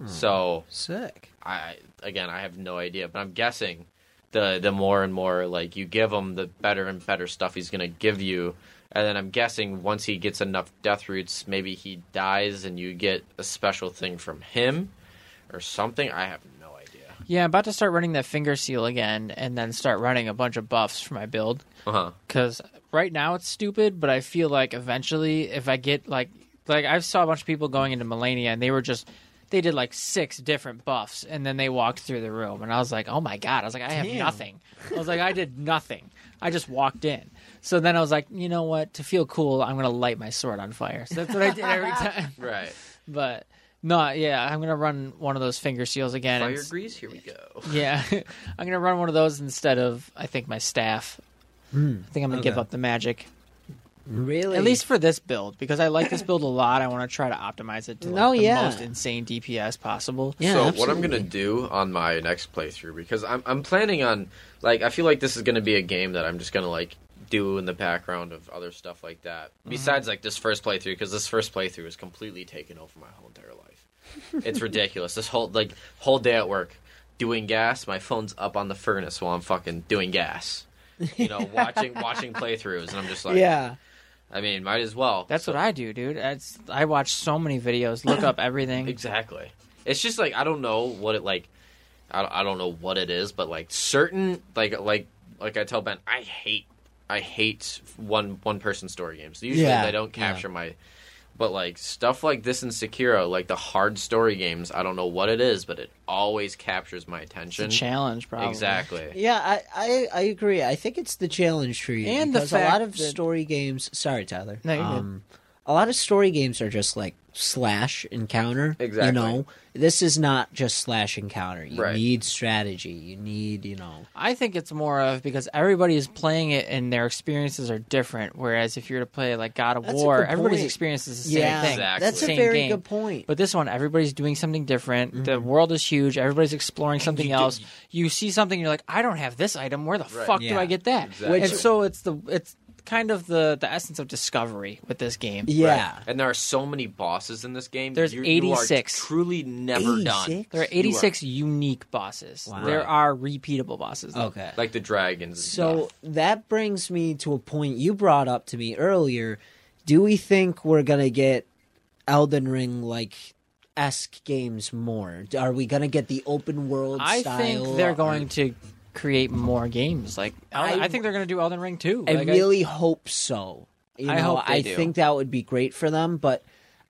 Speaker 3: So
Speaker 2: Sick.
Speaker 3: I again, I have no idea, but I'm guessing the the more and more like you give him, the better and better stuff he's gonna give you. And then I'm guessing once he gets enough death roots, maybe he dies and you get a special thing from him or something. I have no idea.
Speaker 1: yeah. I'm about to start running that finger seal again, and then start running a bunch of buffs for my build.
Speaker 3: Uh huh.
Speaker 1: Because right now it's stupid, but I feel like eventually, if I get like, like I saw a bunch of people going into Millennia, and they were just. They did like six different buffs, and then they walked through the room, and I was like, "Oh my god!" I was like, "I have nothing." I was like, "I did nothing. I just walked in." So then I was like, "You know what? To feel cool, I'm gonna light my sword on fire." So that's what I did every time.
Speaker 3: Right.
Speaker 1: But no, yeah, I'm gonna run one of those finger seals again.
Speaker 3: Fire
Speaker 1: It's-
Speaker 3: grease. Here we go.
Speaker 1: yeah, I'm gonna run one of those instead of I think my staff. I think I'm gonna give
Speaker 2: okay.
Speaker 1: up the magic
Speaker 2: Really?
Speaker 1: at least for this build because I like this build a lot. I want to try to optimize it to like,
Speaker 2: No,
Speaker 1: the
Speaker 2: Oh, yeah.
Speaker 1: most insane DPS possible.
Speaker 2: Yeah,
Speaker 3: so what I'm
Speaker 2: absolutely.
Speaker 3: gonna do on my next playthrough because I'm I'm planning on like I feel like this is gonna be a game that I'm just gonna like do in the background of other stuff like that.
Speaker 2: Mm-hmm.
Speaker 3: Besides like this first playthrough because this first playthrough has completely taken over my whole entire life. It's ridiculous. This whole like whole day at work doing gas. My phone's up on the furnace while I'm fucking doing gas. You know, watching watching playthroughs, and I'm just like,
Speaker 2: Yeah.
Speaker 3: I mean, might as well.
Speaker 1: That's what I do, dude. That's, I watch so many videos, look up everything.
Speaker 3: Exactly. It's just like I don't know what it like. I don't, I don't know what it is, but like certain like like like I tell Ben, I hate I hate one one person story games. Usually
Speaker 2: Yeah,
Speaker 3: they don't
Speaker 2: yeah.
Speaker 3: capture my. But like stuff like this in Sekiro, like the hard story games, I don't know what it is, but it always captures my
Speaker 1: It's a
Speaker 3: attention.
Speaker 1: challenge, probably.
Speaker 3: Exactly.
Speaker 2: Yeah, I, I I agree. I think it's the challenge tree,
Speaker 1: And the
Speaker 2: because
Speaker 1: fact
Speaker 2: a lot of
Speaker 1: that-
Speaker 2: story games. Sorry, Tyler. Um,
Speaker 1: No, you're good.
Speaker 2: a lot of story games are just like slash encounter.
Speaker 3: Exactly.
Speaker 2: You know, this is not just slash encounter. You
Speaker 3: Right.
Speaker 2: need strategy. You need you know.
Speaker 1: I think it's more of because everybody is playing it and their experiences are different. Whereas if you were to play like God of
Speaker 2: That's a
Speaker 1: War,
Speaker 2: good
Speaker 1: everybody's
Speaker 2: point.
Speaker 1: experience is the same
Speaker 2: yeah,
Speaker 1: thing.
Speaker 3: Exactly.
Speaker 2: that's a
Speaker 1: Same
Speaker 2: very
Speaker 1: game.
Speaker 2: good point.
Speaker 1: But this one, everybody's doing something different. The
Speaker 2: Mm-hmm.
Speaker 1: world is huge. Everybody's exploring something else. You see something, you're like, I don't have this item. Where the fuck do
Speaker 2: Yeah.
Speaker 1: I get that?
Speaker 3: Exactly.
Speaker 1: And so it's the it's kind of the the essence of discovery with this game.
Speaker 2: Yeah.
Speaker 3: Right. And there are so many bosses in this game.
Speaker 1: There's
Speaker 3: You- you are
Speaker 1: 86.
Speaker 3: truly never done.
Speaker 2: 86?
Speaker 1: There are 86 unique bosses.
Speaker 2: Wow.
Speaker 1: There
Speaker 3: Right.
Speaker 1: are repeatable bosses. though.
Speaker 2: Okay.
Speaker 3: Like the dragons. and
Speaker 2: So
Speaker 3: stuff.
Speaker 2: that brings me to a point you brought up to me earlier. Do we think we're gonna get Elden Ring like esque games more? Are we gonna get the open world?
Speaker 1: I
Speaker 2: style?
Speaker 1: think they're going
Speaker 2: Or-
Speaker 1: to create more games. Like I,
Speaker 2: I-
Speaker 1: I think they're going to do Elden Ring too.
Speaker 2: I
Speaker 1: Like,
Speaker 2: really hope so. You know,
Speaker 1: I
Speaker 2: I,
Speaker 1: hope they do.
Speaker 2: think that would be great for them, but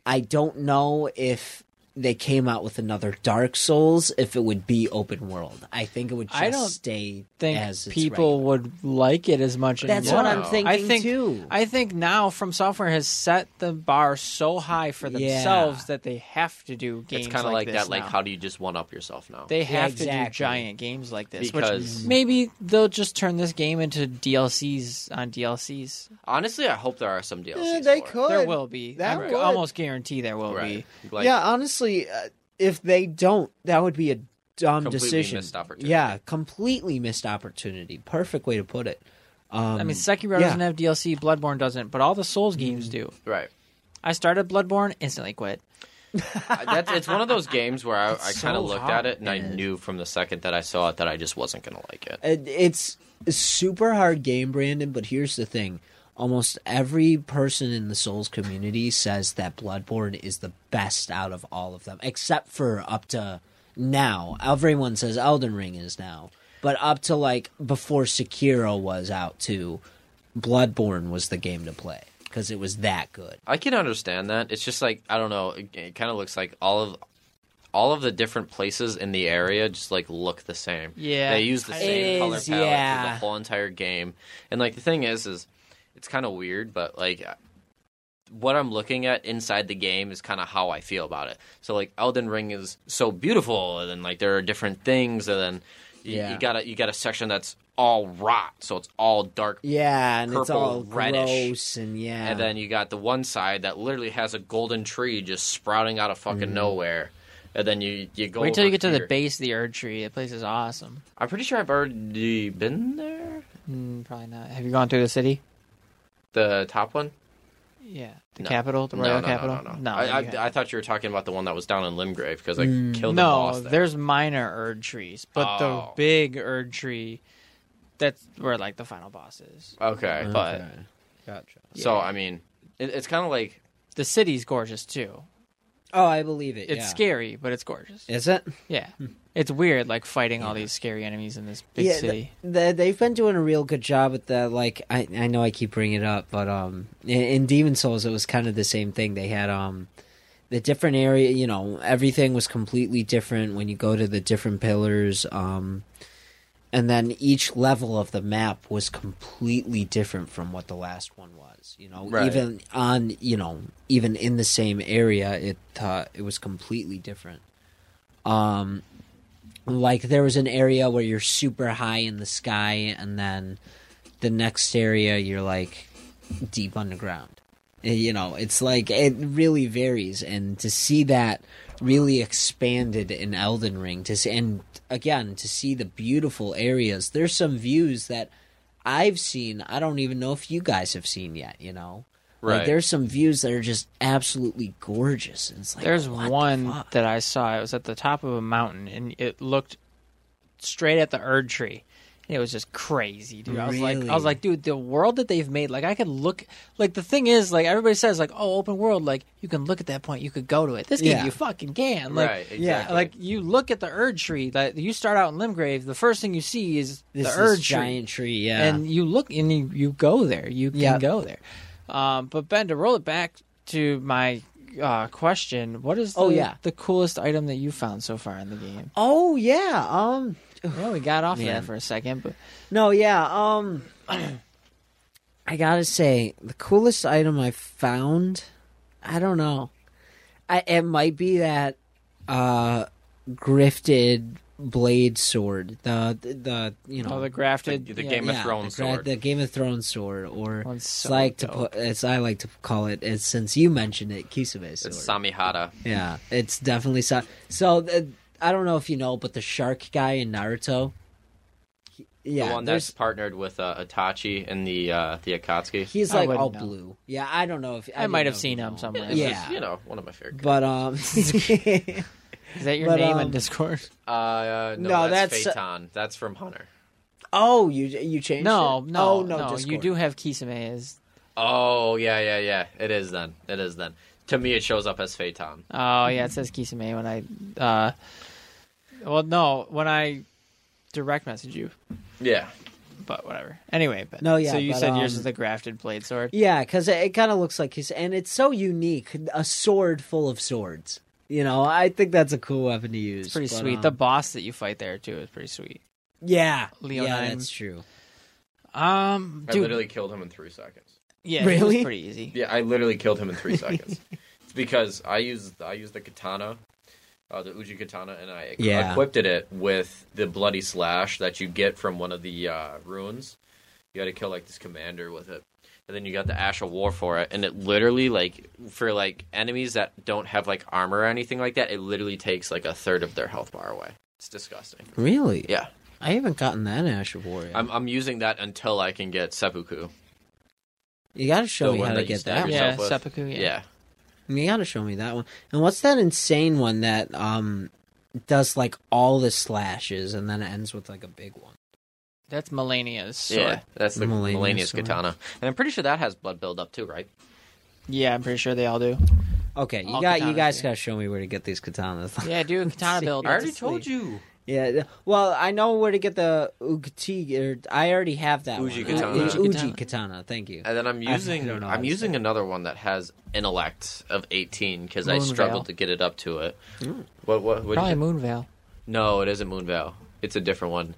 Speaker 2: I don't know if they came out with another Dark Souls if it would be open world. I think it would just
Speaker 1: I don't
Speaker 2: stay
Speaker 1: think
Speaker 2: as it's
Speaker 1: people would like it as much
Speaker 2: That's
Speaker 1: anymore.
Speaker 2: what I'm thinking
Speaker 1: I think,
Speaker 2: too.
Speaker 1: I think now From Software has set the bar so high for
Speaker 2: Yeah.
Speaker 1: themselves that they have to do games
Speaker 3: it's kind of
Speaker 1: like,
Speaker 3: like,
Speaker 1: this
Speaker 3: that. Like,
Speaker 1: now.
Speaker 3: how do you just one up yourself now?
Speaker 1: they have to do
Speaker 2: exactly. Mm-hmm.
Speaker 1: giant games like this,
Speaker 3: Because-
Speaker 1: which maybe they'll just turn this game into DLCs on DLCs.
Speaker 3: Honestly, I hope there are some DLCs.
Speaker 2: Yeah, Eh, they
Speaker 3: for it.
Speaker 2: could.
Speaker 1: There will be.
Speaker 2: That
Speaker 1: I
Speaker 2: would.
Speaker 1: almost guarantee there will
Speaker 3: Right.
Speaker 1: be.
Speaker 3: Like,
Speaker 2: yeah, honestly, uh, if they don't, that would be a dumb
Speaker 3: Completely
Speaker 2: decision.
Speaker 3: missed opportunity.
Speaker 2: Yeah, completely missed opportunity. Perfect way to put it. Um,
Speaker 1: I mean, Sekiro
Speaker 2: yeah. Mm-hmm.
Speaker 1: doesn't have DLC, Bloodborne doesn't, but all the Souls games do.
Speaker 3: Right.
Speaker 1: I started Bloodborne, instantly quit.
Speaker 3: I- That's, it's one of those games where I, I
Speaker 1: It's
Speaker 3: kind of
Speaker 1: so
Speaker 3: looked
Speaker 1: hard.
Speaker 3: at it and I knew from the second that I saw it that I just wasn't going to like it.
Speaker 2: it, it's a super hard game, Brandon. But here's the thing: almost every person in the Souls community says that Bloodborne is the best out of all of them, except for up to now. Everyone says Elden Ring is now, but up to like before Sekiro was out too, Bloodborne was the game to play because it was that good.
Speaker 3: I can understand that. It's just like I don't know. It, it kind of looks like all of all of the different places in the area just like look the same.
Speaker 1: Yeah.
Speaker 3: they use the
Speaker 1: It
Speaker 3: same color
Speaker 2: is,
Speaker 3: palette through
Speaker 2: yeah.
Speaker 3: the whole entire game. And like the thing is, is it's kind of weird, but like uh, what I'm looking at inside the game is kind of how I feel about it. So like Elden Ring is so beautiful, and then like there are different things, and then you,
Speaker 2: Yeah.
Speaker 3: you got a you got a section that's all rot, so it's all dark
Speaker 2: Yeah, and it's
Speaker 3: Purple,
Speaker 2: all
Speaker 3: reddish.
Speaker 2: gross and yeah.
Speaker 3: and then you got the one side that literally has a golden tree just sprouting out of fucking nowhere. And then you you go.
Speaker 1: Wait till
Speaker 3: over
Speaker 1: you get to the
Speaker 3: here.
Speaker 1: base of the Erd Tree. The place is awesome.
Speaker 3: I'm pretty sure I've already been there.
Speaker 1: Mm, probably not. Have you gone through the city?
Speaker 3: The top one.
Speaker 1: Yeah, the
Speaker 3: No.
Speaker 1: capital, the
Speaker 3: No,
Speaker 1: royal
Speaker 3: no, no,
Speaker 1: capital.
Speaker 3: no, no, I,
Speaker 1: you
Speaker 3: I, I thought you were talking about the one that was down in Limgrave because I killed the
Speaker 1: No,
Speaker 3: boss. There.
Speaker 1: there's minor Erd trees, but
Speaker 3: Oh.
Speaker 1: the big Erd tree, that's where like the final boss is.
Speaker 3: Okay, but
Speaker 2: gotcha.
Speaker 3: so I mean, it, it's kind of like
Speaker 1: The city's gorgeous too.
Speaker 2: Oh, I believe it.
Speaker 1: It's
Speaker 2: yeah.
Speaker 1: scary, but it's gorgeous.
Speaker 2: Is it?
Speaker 1: yeah,
Speaker 3: Hmm.
Speaker 1: it's weird like fighting all these scary enemies in this big city.
Speaker 2: th- th- they've been doing a real good job at that. Like, I, I know I keep bringing it up, but um, in, in Demon Souls, it was kind of the same thing. They had um, the different area. You know, everything was completely different when you go to the different pillars. Um, and then each level of the map was completely different from what the last one was. You know,
Speaker 3: Right.
Speaker 2: even on you know, even in the same area, it uh, it was completely different. Um, like there was an area where you're super high in the sky, and then the next area you're like deep underground. Eh, You know, it's like it really varies, and to see that really expanded in Elden Ring, to see, and again to see the beautiful areas. There's some views that I've seen. I don't even know if you guys have seen yet. You know, Like,
Speaker 3: Right.
Speaker 2: there's some views that are just absolutely gorgeous, and it's like
Speaker 1: There's
Speaker 2: what the
Speaker 1: one
Speaker 2: fuck?
Speaker 1: that I saw. It was at the top of a mountain, and it looked straight at the Erd tree. And It was just crazy, dude. I was like, I was
Speaker 2: Really?
Speaker 1: like, dude, the world that they've made. Like, I could look. Like, the thing is, like, everybody says, like, oh, open world. Like, you can look at that point. You could go to it. This game,
Speaker 2: Yeah.
Speaker 1: you fucking can. Like,
Speaker 3: right. Exactly.
Speaker 2: yeah,
Speaker 1: like you look at the Erd tree. Like, you start out in Limgrave. The first thing you see is the
Speaker 2: this,
Speaker 1: Erd
Speaker 2: this
Speaker 1: tree
Speaker 2: giant tree, yeah,
Speaker 1: and you look and you, you go there. You can
Speaker 2: Yeah.
Speaker 1: go there. Um, but Ben, to roll it back to my uh, question, what is the,
Speaker 2: Oh, yeah.
Speaker 1: the coolest item that you found so far in the game?
Speaker 2: oh yeah, um,
Speaker 1: Yeah, we got off of
Speaker 2: Man.
Speaker 1: that for a second, but
Speaker 2: No, yeah. Um, I gotta say, the coolest item I found, I don't know. I it might be that uh, grifted blade sword, the the, the, you know
Speaker 1: oh, the grafted
Speaker 3: The- the
Speaker 1: yeah.
Speaker 3: game- Game of Thrones
Speaker 2: the, gra-
Speaker 3: sword.
Speaker 2: the Game of Thrones sword, or
Speaker 1: One's
Speaker 2: it's
Speaker 1: so
Speaker 2: like to
Speaker 1: dope.
Speaker 2: put, it's I like to call it. It's since you mentioned it, Kisame sword.
Speaker 3: it's Samihara.
Speaker 2: Yeah, it's definitely so. So uh, I don't know if you know, but the shark guy in Naruto, he, Yeah,
Speaker 3: the one
Speaker 2: there's-
Speaker 3: that's partnered with uh, Itachi and the uh, the Akatsuki.
Speaker 2: He's
Speaker 1: I
Speaker 2: like
Speaker 1: wouldn't
Speaker 2: all
Speaker 1: know.
Speaker 2: blue. Yeah, I don't know if
Speaker 1: I
Speaker 2: didn't
Speaker 1: might have
Speaker 2: know if
Speaker 1: seen
Speaker 2: you
Speaker 1: him
Speaker 2: know.
Speaker 1: somewhere.
Speaker 3: It's
Speaker 2: Yeah.
Speaker 3: just, you know, one of my favorite.
Speaker 2: But um,
Speaker 1: Is that your
Speaker 2: But,
Speaker 1: name in
Speaker 2: um,
Speaker 1: Discord?
Speaker 3: Uh, uh, no,
Speaker 2: No, that's-
Speaker 3: that's, Phaeton. That's from Hunter.
Speaker 2: oh, you you changed?
Speaker 1: No,
Speaker 2: it?
Speaker 1: no,
Speaker 2: oh,
Speaker 1: no.
Speaker 2: no.
Speaker 1: you
Speaker 2: Discord.
Speaker 1: do have Kisame as.
Speaker 3: Oh yeah, yeah, yeah. It is then. It is then. To me, it shows up as Phaeton.
Speaker 1: Oh yeah, it says Kisame when I. Uh, well, no, when I direct message you,
Speaker 3: Yeah.
Speaker 1: but whatever. Anyway, but
Speaker 2: No, yeah,
Speaker 1: So you
Speaker 2: but,
Speaker 1: said yours
Speaker 2: um,
Speaker 1: is the grafted blade sword.
Speaker 2: Yeah, because it, it kind of looks like his, and it's so unique. A sword full of swords. You know, I think that's a cool weapon to use.
Speaker 1: It's pretty
Speaker 2: but,
Speaker 1: sweet.
Speaker 2: um,
Speaker 1: the boss that you fight there too is pretty sweet.
Speaker 2: yeah, yeah,
Speaker 1: Leonine.
Speaker 2: that's true.
Speaker 1: Um,
Speaker 3: I
Speaker 1: dude,
Speaker 3: literally killed him in three seconds.
Speaker 1: yeah, it was
Speaker 2: Really?
Speaker 1: pretty easy.
Speaker 3: Yeah, I literally killed him in three seconds. It's because I used I used the katana, uh, the Uji katana, and I equ-
Speaker 2: Yeah.
Speaker 3: equipped it with the bloody slash that you get from one of the uh, runes. You had to kill like this commander with it, and then you got the Ash of War for it, and it literally like for like enemies that don't have like armor or anything like that, it literally takes like a third of their health bar away. It's disgusting.
Speaker 2: Really?
Speaker 3: Yeah,
Speaker 2: I haven't gotten that Ash of War. yet.
Speaker 3: I'm I'm using that until I can get seppuku.
Speaker 2: You got to show
Speaker 3: The
Speaker 2: me
Speaker 3: one
Speaker 2: how to
Speaker 3: that you
Speaker 2: get
Speaker 3: stab
Speaker 2: that.
Speaker 3: yourself
Speaker 1: Yeah,
Speaker 3: with-
Speaker 1: seppuku. Yeah.
Speaker 3: yeah.
Speaker 2: You gotta show me that one. And what's that insane one that um does like all the slashes and then it ends with like a big one?
Speaker 1: that's Melania's sword.
Speaker 3: Yeah,
Speaker 1: Yeah.
Speaker 3: that's the
Speaker 2: Millennium
Speaker 3: Millennius
Speaker 2: Sword.
Speaker 3: Katana. And I'm pretty sure that has blood buildup too, right?
Speaker 1: I'm pretty sure they all do.
Speaker 2: Okay, you
Speaker 1: All
Speaker 2: got you
Speaker 1: katanas,
Speaker 2: guys
Speaker 1: yeah.
Speaker 2: gotta show me where to get these katanas.
Speaker 1: Yeah, dude, katana build.
Speaker 3: I already
Speaker 1: that's-
Speaker 3: told you.
Speaker 2: Yeah. th- Well, I know where to get the Ugti or I already have that
Speaker 3: Uji
Speaker 2: one.
Speaker 3: katana.
Speaker 2: Uji,
Speaker 1: Uji
Speaker 2: Uji
Speaker 1: katana.
Speaker 2: katana. Thank you.
Speaker 1: Uh,
Speaker 3: And then I'm
Speaker 2: I
Speaker 3: using
Speaker 2: don't know how
Speaker 3: I'm
Speaker 2: to
Speaker 3: using
Speaker 2: say it.
Speaker 3: another one that has intellect of 18 because I
Speaker 1: Moon Veil.
Speaker 3: struggled to get it up to it. What what? what
Speaker 1: Probably Moon Veil.
Speaker 3: No, it isn't Moon Veil. It's a different one.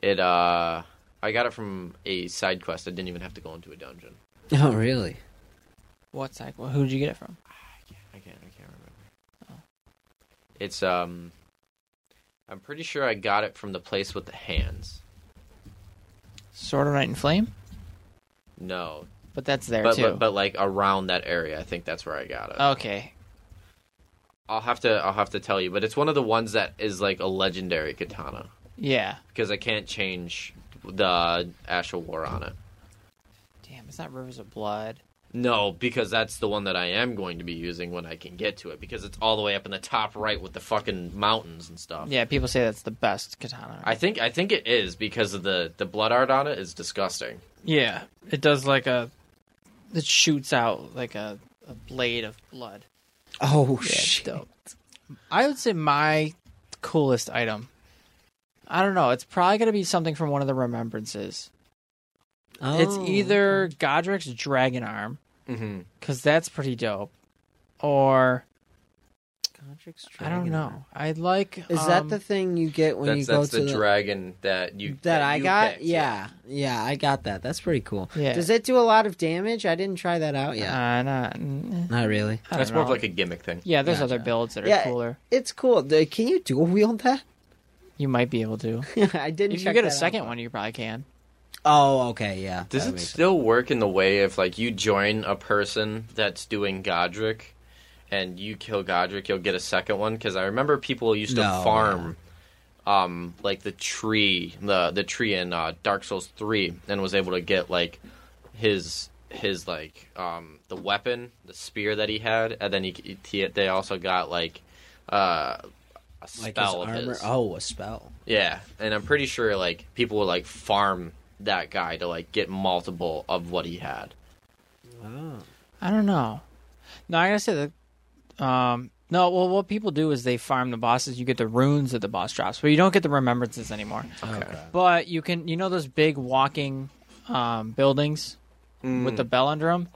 Speaker 3: It uh, I got it from a side quest. I didn't even have to go into a dungeon.
Speaker 2: Oh, really?
Speaker 1: What's that? Well, who did you get it from?
Speaker 3: I can't. I can't remember.
Speaker 1: Oh.
Speaker 3: It's um. I'm pretty sure I got it from the place with the hands.
Speaker 1: Sword of Night and Flame.
Speaker 3: No,
Speaker 1: But that's there
Speaker 3: but,
Speaker 1: too. Oh.
Speaker 3: but but like around that area, I think that's where I got it.
Speaker 1: okay.
Speaker 3: I'll have to I'll have to tell you, but it's one of the ones that is like a legendary katana
Speaker 1: Yeah.
Speaker 3: because I can't change the Ash of War on it.
Speaker 1: Damn, it's not Rivers of Blood.
Speaker 3: No, because that's the one that I am going to be using when I can get to it because it's all the way up in the top right with the fucking mountains and stuff.
Speaker 1: Yeah, people say that's the best katana.
Speaker 3: I think I think it is because of the the blood art on it is disgusting.
Speaker 1: yeah, it does like a. It shoots out like a, a blade of blood.
Speaker 2: Oh
Speaker 1: Yeah, it's
Speaker 2: shit.
Speaker 1: dope. I would say my coolest item. I don't know. It's probably gonna be something from one of the remembrances.
Speaker 2: Oh.
Speaker 1: It's either Godric's dragon arm
Speaker 3: Mm-hmm.
Speaker 1: because that's pretty dope, or
Speaker 2: Godric's
Speaker 1: I don't
Speaker 2: Dragon
Speaker 1: know. I like.
Speaker 2: Is that
Speaker 1: um,
Speaker 2: the thing you get when you
Speaker 3: That's
Speaker 2: go
Speaker 3: that's
Speaker 2: to
Speaker 3: the dragon that you
Speaker 2: that, I
Speaker 3: you
Speaker 2: got?
Speaker 3: picked,
Speaker 2: yeah. yeah, I got that. That's pretty cool.
Speaker 1: Yeah.
Speaker 2: Does it do a lot of damage? I didn't try that out yet.
Speaker 1: Uh, not, mm,
Speaker 2: Not really.
Speaker 1: I
Speaker 3: that's
Speaker 1: don't
Speaker 3: more of
Speaker 1: know.
Speaker 3: like a gimmick thing.
Speaker 1: yeah. There's other
Speaker 2: Gotcha.
Speaker 1: builds that are
Speaker 2: Yeah.
Speaker 1: cooler.
Speaker 2: It's cool. The- Can you dual wield that?
Speaker 1: You might be able to.
Speaker 2: I didn't.
Speaker 1: If you
Speaker 2: check
Speaker 1: get a
Speaker 2: that out.
Speaker 1: second one, you probably can.
Speaker 2: Oh, okay, yeah.
Speaker 3: Does
Speaker 2: that
Speaker 3: it
Speaker 2: makes sense.
Speaker 3: still work in the way if like you join a person that's doing Godric, and you kill Godric, you'll get a second one? Because I remember people used to
Speaker 2: No,
Speaker 3: farm, um, like the tree, the the tree in uh, Dark Souls three, and was able to get like his his like um the weapon, the spear that he had, and then he, he they also got like uh a spell
Speaker 2: like his
Speaker 3: of
Speaker 2: armor?
Speaker 3: his.
Speaker 2: Oh, a spell.
Speaker 3: Yeah, and I'm pretty sure like people would like farm that guy to like get multiple of what he had.
Speaker 2: Oh.
Speaker 1: I don't know. No, I gotta say that. Um, no, well, what people do is they farm the bosses. You get the runes that the boss drops, but you don't get the remembrances anymore.
Speaker 3: Okay.
Speaker 1: But you can, you know, those big walking um, buildings with the bell under them.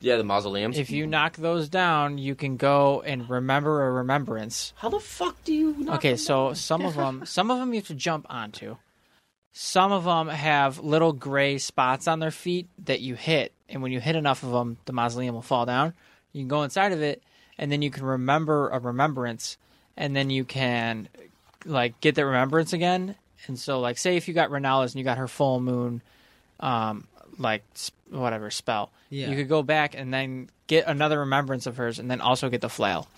Speaker 3: Yeah, the mausoleums.
Speaker 1: If you knock those down, you can go and remember a remembrance.
Speaker 3: How the fuck do you? Not
Speaker 1: Okay, so some of them, some of them you have to jump onto. Some of them have little gray spots on their feet that you hit, and when you hit enough of them, the mausoleum will fall down. You can go inside of it, and then you can remember a remembrance, and then you can like get that remembrance again. And so, like, say if you got Renala's and you got her full moon, um, like s- whatever spell,
Speaker 2: Yeah.
Speaker 1: you could go back and then get another remembrance of hers, and then also get the flail.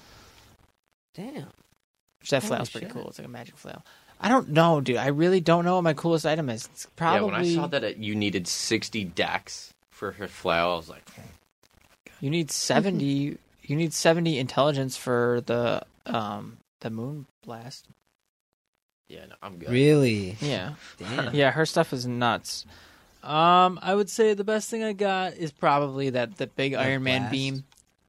Speaker 2: Damn.
Speaker 1: Which that
Speaker 2: Holy
Speaker 1: flail's pretty
Speaker 2: shit.
Speaker 1: cool. It's like a magic flail. I don't know, dude. I really don't know what my coolest item is. It's probably
Speaker 3: Yeah, when I saw that it, you needed 60 decks for her flail, I was like,
Speaker 1: you need seventy. you need seventy intelligence for the um the moon blast.
Speaker 3: yeah, no, I'm good.
Speaker 2: Really?
Speaker 1: Yeah,
Speaker 2: Damn.
Speaker 1: yeah. Her stuff is nuts. Um, I would say the best thing I got is probably that the big Iron Man
Speaker 2: blast.
Speaker 1: beam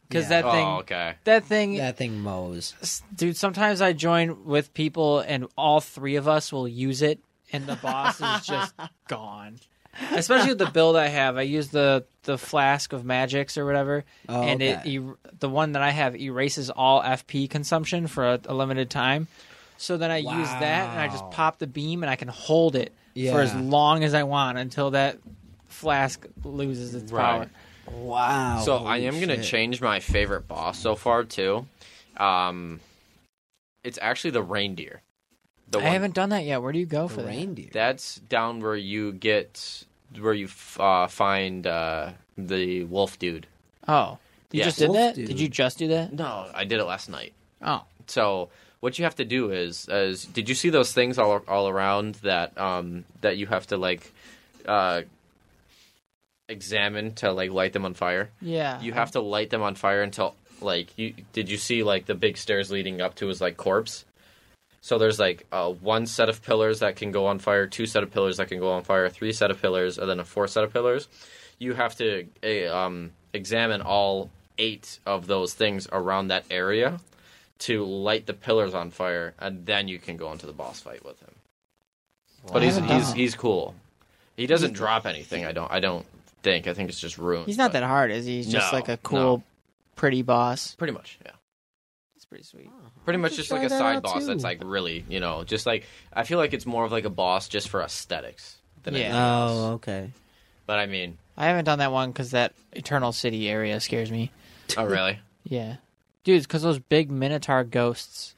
Speaker 1: because
Speaker 2: Yeah.
Speaker 1: that thing.
Speaker 3: Oh, okay.
Speaker 1: That thing
Speaker 2: That thing mows.
Speaker 1: S- dude sometimes i join with people and all three of us will use it and the boss is just gone especially with the build i have i use the the flask of magics or whatever
Speaker 2: Oh,
Speaker 1: and
Speaker 2: okay.
Speaker 1: it er- the one that i have erases all fp consumption for a, a limited time so then i use that and i just
Speaker 2: Wow.
Speaker 1: pop the beam and i can hold it for as
Speaker 2: Yeah.
Speaker 1: long as i want until that flask loses its
Speaker 3: Right.
Speaker 1: power
Speaker 2: Wow.
Speaker 1: Oh,
Speaker 3: So I
Speaker 2: holy
Speaker 3: am going to
Speaker 2: shit.
Speaker 3: change my favorite boss so far, too. Um, it's actually the reindeer. The
Speaker 1: i haven't done that yet where do you go for
Speaker 2: The
Speaker 1: that?
Speaker 2: reindeer.
Speaker 3: That's down where you get, where you f- uh, find uh, the wolf dude.
Speaker 1: oh you
Speaker 3: Yeah.
Speaker 1: just did
Speaker 2: Wolf
Speaker 1: that
Speaker 2: dude.
Speaker 1: did you just do that
Speaker 3: No, I did it last night.
Speaker 1: oh
Speaker 3: So what you have to do is, is did you see those things all all around that um that you have to like uh examine to like light them on fire?
Speaker 1: Yeah.
Speaker 3: You have to light them on fire until like you did you see like the big stairs leading up to his like corpse? So there's like uh, one set of pillars that can go on fire, two set of pillars that can go on fire, three set of pillars, and then a fourth set of pillars. You have to eh, um, examine all eight of those things around that area to light the pillars on fire, and then you can go into the boss fight with him. But he's
Speaker 1: haven't done
Speaker 3: he's
Speaker 1: that.
Speaker 3: he's cool. He doesn't drop anything. I don't I don't think. I think it's just ruined.
Speaker 1: He's not
Speaker 3: but-
Speaker 1: that hard, is he? He's just
Speaker 3: No,
Speaker 1: like a cool, pretty boss.
Speaker 3: Pretty much, yeah.
Speaker 1: That's pretty sweet.
Speaker 3: Pretty much
Speaker 2: should
Speaker 3: just
Speaker 2: try
Speaker 3: like a
Speaker 2: that
Speaker 3: side
Speaker 2: out,
Speaker 3: boss
Speaker 2: too.
Speaker 3: that's like really, you know, just like I feel like it's more of like a boss just for aesthetics than
Speaker 1: Yeah.
Speaker 3: anything else.
Speaker 2: Oh, okay.
Speaker 3: But I mean,
Speaker 1: I haven't done that one because that Eternal City area scares me.
Speaker 3: oh really?
Speaker 1: Yeah. Dude, because those big Minotaur ghosts.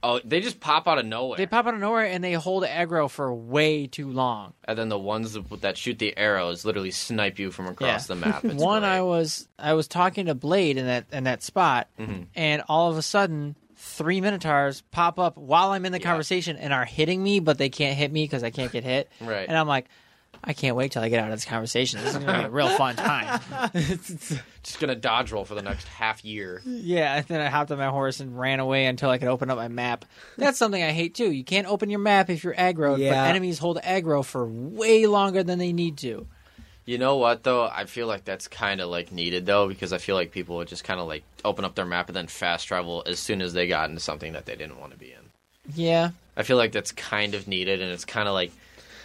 Speaker 3: Oh, they just pop out of nowhere.
Speaker 1: They pop out of nowhere and they hold aggro for way too long.
Speaker 3: and then the ones that shoot the arrows literally snipe you from across
Speaker 1: Yeah.
Speaker 3: the map. It's
Speaker 1: One,
Speaker 3: great.
Speaker 1: I was I was talking to Blade in that in that spot,
Speaker 3: Mm-hmm.
Speaker 1: and all of a sudden, three Minotaurs pop up while I'm in the conversation and are hitting me, but they can't hit me because I can't get hit.
Speaker 3: Right.
Speaker 1: And I'm like, I can't wait till I get out of this conversation. This is gonna be a real fun time.
Speaker 3: just gonna dodge roll for the next half year.
Speaker 1: Yeah, and then I hopped on my horse and ran away until I could open up my map. That's something I hate too. You can't open your map if you're aggro,
Speaker 2: Yeah.
Speaker 1: but enemies hold aggro for way longer than they need to.
Speaker 3: You know what though? I feel like that's kind of like needed though because I feel like people would just kind of like open up their map and then fast travel as soon as they got into something that they didn't want to be in.
Speaker 1: Yeah.
Speaker 3: I feel like that's kind of needed, and it's kind of like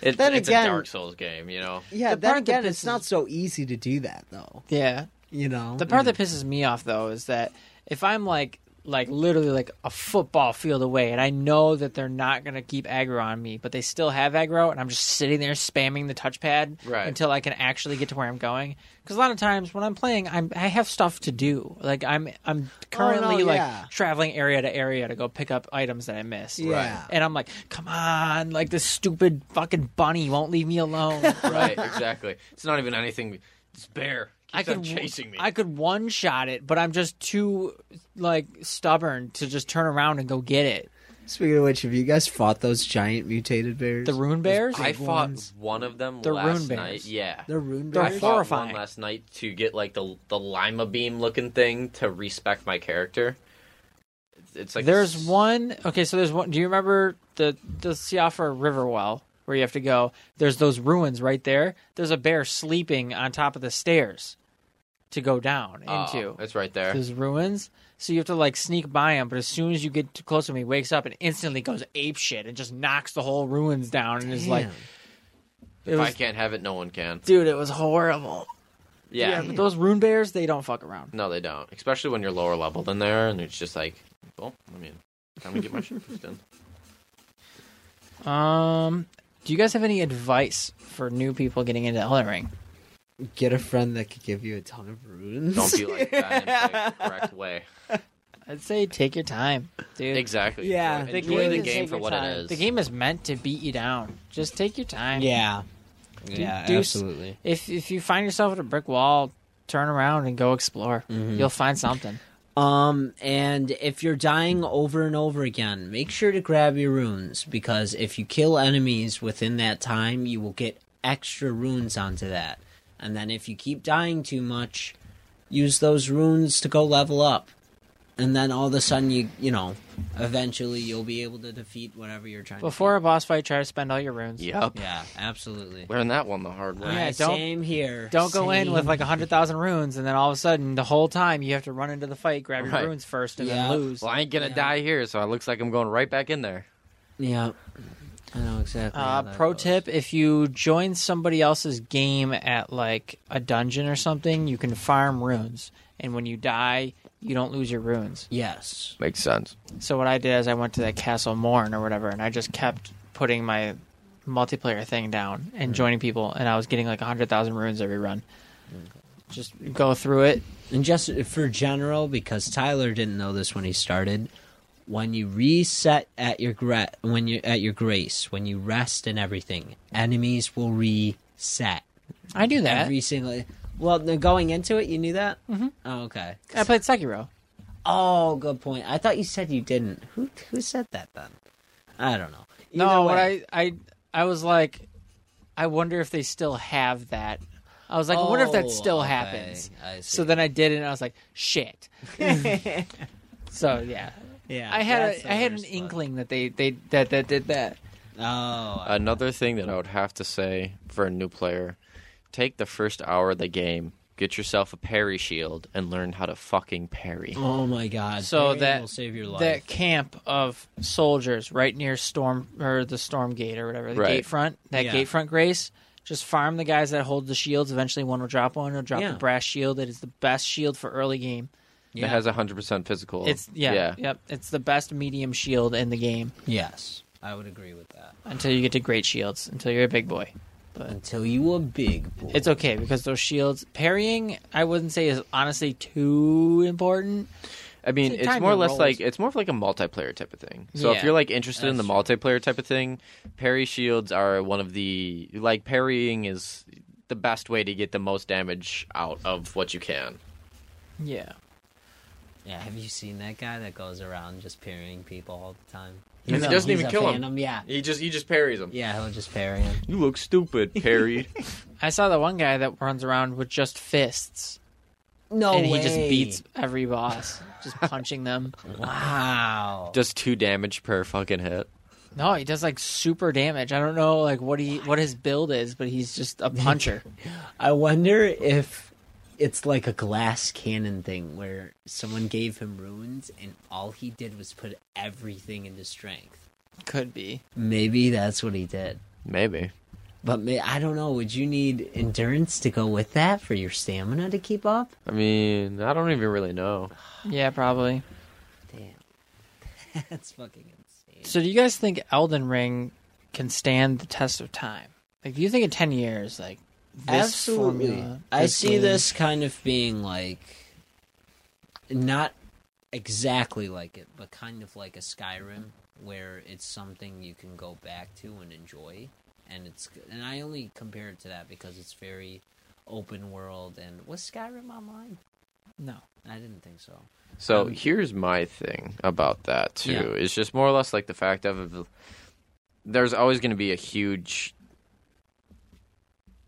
Speaker 3: it,
Speaker 2: Then
Speaker 3: it's
Speaker 2: again-
Speaker 3: a Dark Souls game, you know.
Speaker 2: Yeah,
Speaker 1: The
Speaker 2: then
Speaker 1: part that
Speaker 2: again, it's
Speaker 1: pisses-
Speaker 2: not so easy to do that, though.
Speaker 1: Yeah.
Speaker 2: You know?
Speaker 1: The part that pisses me off though is that if I'm like like literally like a football field away and I know that they're not gonna keep aggro on me, but they still have aggro and I'm just sitting there spamming the touchpad
Speaker 3: Right.
Speaker 1: until I can actually get to where I'm going. Because a lot of times when I'm playing, I'm I have stuff to do. Like I'm I'm currently like
Speaker 2: Oh, yeah.
Speaker 1: traveling area to area to go pick up items that I missed.
Speaker 2: Yeah.
Speaker 1: And I'm like, come on, like this stupid fucking bunny won't leave me alone.
Speaker 3: Right, exactly. It's not even anything. It's bear.
Speaker 1: I
Speaker 3: Keeps on
Speaker 1: could
Speaker 3: chasing me.
Speaker 1: I could one shot it, but I'm just too like stubborn to just turn around and go get it.
Speaker 2: Speaking of which, have you guys fought those giant mutated bears?
Speaker 1: The rune bears.
Speaker 3: I fought
Speaker 2: ones.
Speaker 3: one of them
Speaker 1: The
Speaker 3: last
Speaker 1: rune bears.
Speaker 3: night. Yeah,
Speaker 2: the rune
Speaker 1: They're
Speaker 3: I
Speaker 2: bears?
Speaker 3: fought
Speaker 1: horrifying.
Speaker 3: one last night to get like the the lima beam looking thing to respec my character. It's like
Speaker 1: there's one. Okay, so there's one. Do you remember the the Siafra River well where you have to go? There's those ruins right there. There's a bear sleeping on top of the stairs to go down
Speaker 3: Oh,
Speaker 1: into.
Speaker 3: It's right there.
Speaker 1: There's ruins. So you have to like sneak by him, but as soon as you get too close to him, he wakes up and instantly goes ape shit and just knocks the whole ruins down and is like,
Speaker 2: Damn.
Speaker 1: it
Speaker 3: if
Speaker 1: was
Speaker 3: I can't have it, no one can.
Speaker 1: dude, it was horrible.
Speaker 3: Yeah.
Speaker 1: but those rune bears, they don't fuck around.
Speaker 3: No, they don't. Especially when you're lower level than they are, and it's just like, well, I mean, time to get my shivers done.
Speaker 1: Um, do you guys have any advice for new people getting into Elden Ring?
Speaker 2: Get a friend that could give you a ton of runes.
Speaker 3: Don't be like that and play it the correct way.
Speaker 1: I'd say take your time, dude.
Speaker 3: Exactly.
Speaker 2: Yeah,
Speaker 3: Enjoy
Speaker 2: the
Speaker 3: enjoy
Speaker 2: game
Speaker 3: the
Speaker 2: is-
Speaker 3: game
Speaker 2: take
Speaker 3: for
Speaker 2: your
Speaker 3: what
Speaker 2: time.
Speaker 3: it is.
Speaker 1: The game is meant to beat you down. Just take your time.
Speaker 2: yeah. Yeah,
Speaker 1: do s-
Speaker 2: absolutely.
Speaker 3: Mm-hmm.
Speaker 1: If if you find yourself at a brick wall, turn around and go explore. You'll find something.
Speaker 2: Um, and if you're dying over and over again, make sure to grab your runes because if you kill enemies within that time, you will get extra runes onto that. And then if you keep dying too much, use those runes to go level up. And then all of a sudden, you you know, eventually you'll be able to defeat whatever you're trying
Speaker 1: Before
Speaker 2: to.
Speaker 1: a boss fight, try to spend all your runes.
Speaker 2: Before,
Speaker 3: Yep.
Speaker 2: yeah, absolutely.
Speaker 3: Learn that one the hard way.
Speaker 1: Yeah,
Speaker 2: Uh,
Speaker 1: don't-
Speaker 2: same here.
Speaker 1: Don't go in with
Speaker 2: Same
Speaker 1: like a hundred thousand runes, and then all of a sudden, the whole time you have to run into the fight, grab your
Speaker 3: Right.
Speaker 1: runes first, and
Speaker 2: Yeah.
Speaker 1: then lose.
Speaker 3: Well, I ain't gonna die here, so it looks like I'm going right back in there.
Speaker 2: Yeah. I know exactly. how
Speaker 1: Uh,
Speaker 2: that
Speaker 1: pro
Speaker 2: goes.
Speaker 1: tip: If you join somebody else's game at like a dungeon or something, you can farm runes, and when you die, you don't lose your runes.
Speaker 2: Yes.
Speaker 3: Makes sense.
Speaker 1: So what I did is I went to that Castle Morn or whatever, and I just kept putting my multiplayer thing down
Speaker 2: Hmm.
Speaker 1: and joining people, and I was getting like hundred thousand runes every run. Just go through it.
Speaker 2: And just for general, because Tyler didn't know this when he started, when you reset at your gra- when you at your grace, when you rest and everything, enemies will reset
Speaker 1: I do that.
Speaker 2: every single. Well, no, going into it, you knew that. Mm-hmm. Oh, okay.
Speaker 1: I played Sekiro.
Speaker 2: Oh, good point. I thought you said you didn't. Who who said that then? I don't know.
Speaker 1: no,
Speaker 2: Either
Speaker 1: what
Speaker 2: way.
Speaker 1: I I I was like, I wonder if they still have that. I was like, I wonder if
Speaker 2: Oh,
Speaker 1: that still
Speaker 2: okay.
Speaker 1: happens.
Speaker 2: I
Speaker 1: So
Speaker 2: see.
Speaker 1: then I did it, and I was like, shit. so yeah,
Speaker 2: yeah,
Speaker 1: I had
Speaker 2: that's
Speaker 1: a,
Speaker 2: the
Speaker 1: I had an
Speaker 2: worst one.
Speaker 1: inkling that they they that that did that.
Speaker 2: Oh, I-
Speaker 3: Another thing that I would have to say for a new player take the first hour of the game, get yourself a parry shield, and learn how to fucking parry.
Speaker 1: Mm,
Speaker 2: oh my God!
Speaker 1: So
Speaker 2: Parrying
Speaker 1: that
Speaker 2: will save your life.
Speaker 1: that camp of soldiers right near storm or the storm gate or whatever the
Speaker 3: Right.
Speaker 1: gate front that
Speaker 2: Yeah.
Speaker 1: gate front grace. Just farm the guys that hold the shields. Eventually, one will drop one. It'll drop
Speaker 2: Yeah.
Speaker 1: the brass shield. It is the best shield for early game.
Speaker 2: Yeah.
Speaker 3: It has 100% physical.
Speaker 1: It's yeah, yep. It's the best medium shield in the game
Speaker 2: Yes, I would agree with that.
Speaker 1: until you get to great shields. Until you're a big boy,
Speaker 2: Until you a big boy.
Speaker 1: it's okay because those shields parrying. I wouldn't say is honestly too important.
Speaker 3: I mean,
Speaker 1: Take
Speaker 3: it's
Speaker 1: time
Speaker 3: more or
Speaker 1: to
Speaker 3: less
Speaker 1: roll.
Speaker 3: like it's more of like a multiplayer type of thing. So if
Speaker 1: Yeah,
Speaker 3: you're like interested in the
Speaker 2: that's
Speaker 3: multiplayer type of thing, parry shields are one of the like parrying is the best way to get the most damage out of what you can.
Speaker 1: Yeah,
Speaker 2: yeah, have you seen that guy that goes around just parrying people all the time?
Speaker 3: And he doesn't
Speaker 2: he's
Speaker 3: even
Speaker 2: a
Speaker 3: kill 'em.
Speaker 2: phantom, Yeah,
Speaker 5: He just he just parries them.
Speaker 2: yeah, he'll just parry him.
Speaker 3: You look stupid, parried.
Speaker 1: I saw the one guy that runs around with just fists,
Speaker 2: No
Speaker 1: and
Speaker 2: way.
Speaker 1: he just beats every boss, just punching them.
Speaker 2: Wow.
Speaker 3: Does two damage per fucking hit.
Speaker 1: No, he does like super damage. I don't know like what he what his build is, but he's just a puncher.
Speaker 2: I wonder if it's like a glass cannon thing where someone gave him runes and all he did was put everything into strength.
Speaker 1: Could be.
Speaker 2: Maybe that's what he did.
Speaker 3: Maybe.
Speaker 2: But may, I don't know. Would you need endurance to go with that for your stamina to keep up?
Speaker 3: I mean, I don't even really know.
Speaker 1: Yeah, probably.
Speaker 2: Damn. That's fucking insane.
Speaker 1: So, do you guys think Elden Ring can stand the test of time? Like, do you think in ten years, like this formula,
Speaker 2: I
Speaker 1: this
Speaker 2: see
Speaker 1: game-
Speaker 2: this kind of being like not exactly like it, but kind of like a Skyrim where it's something you can go back to and enjoy and it's and I only compare it to that because it's very open world and was Skyrim online?
Speaker 1: No,
Speaker 2: I didn't think so.
Speaker 3: So
Speaker 2: Um,
Speaker 3: here's my thing about that too.
Speaker 2: Yeah.
Speaker 3: It's just more or less like the fact of there's always going to be a huge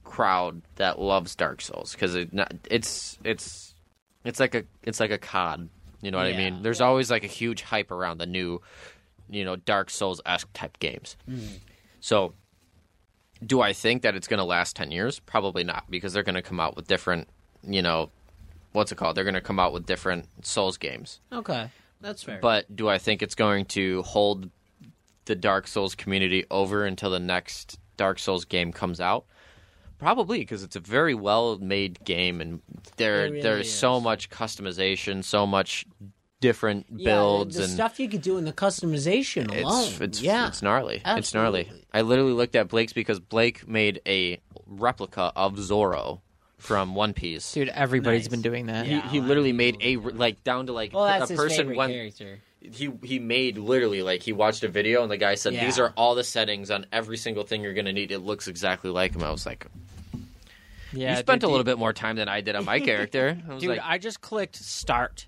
Speaker 3: crowd that loves Dark Souls because it not, it's it's it's like a it's like a cod. You know what I
Speaker 2: Yeah.
Speaker 3: mean? There's always like a huge hype around the new, you know, Dark Souls esque type games.
Speaker 2: Mm.
Speaker 3: So, do I think that it's going to last ten years? Probably not, because they're going to come out with different, you know, what's it called? They're going to come out with different Souls games.
Speaker 2: Okay. That's fair.
Speaker 3: But do I think it's going to hold the Dark Souls community over until the next Dark Souls game comes out? Probably because it's a very well-made game, and there
Speaker 2: It really
Speaker 3: there's so
Speaker 2: is.
Speaker 3: much customization, so much different
Speaker 2: Yeah,
Speaker 3: builds,
Speaker 2: the
Speaker 3: and
Speaker 2: stuff you could do in the customization alone.
Speaker 3: it's it's
Speaker 2: yeah.
Speaker 3: it's gnarly. It's gnarly.
Speaker 2: absolutely.
Speaker 3: I literally looked at Blake's because Blake made a replica of Zoro from One Piece.
Speaker 1: dude, everybody's
Speaker 2: Nice.
Speaker 1: been doing that.
Speaker 2: Yeah.
Speaker 3: he, he
Speaker 2: I
Speaker 3: literally made a re- like down to like
Speaker 2: well, that's
Speaker 3: a
Speaker 2: his
Speaker 3: person
Speaker 2: favorite
Speaker 3: went
Speaker 2: character.
Speaker 3: he he made literally like he watched a video and the guy said
Speaker 2: Yeah.
Speaker 3: these are all the settings on every single thing you're gonna need. It looks exactly like him. I was like,
Speaker 1: yeah
Speaker 3: you spent a little bit more time than I did on my character. I was
Speaker 1: Dude,
Speaker 3: like,
Speaker 1: I just clicked start,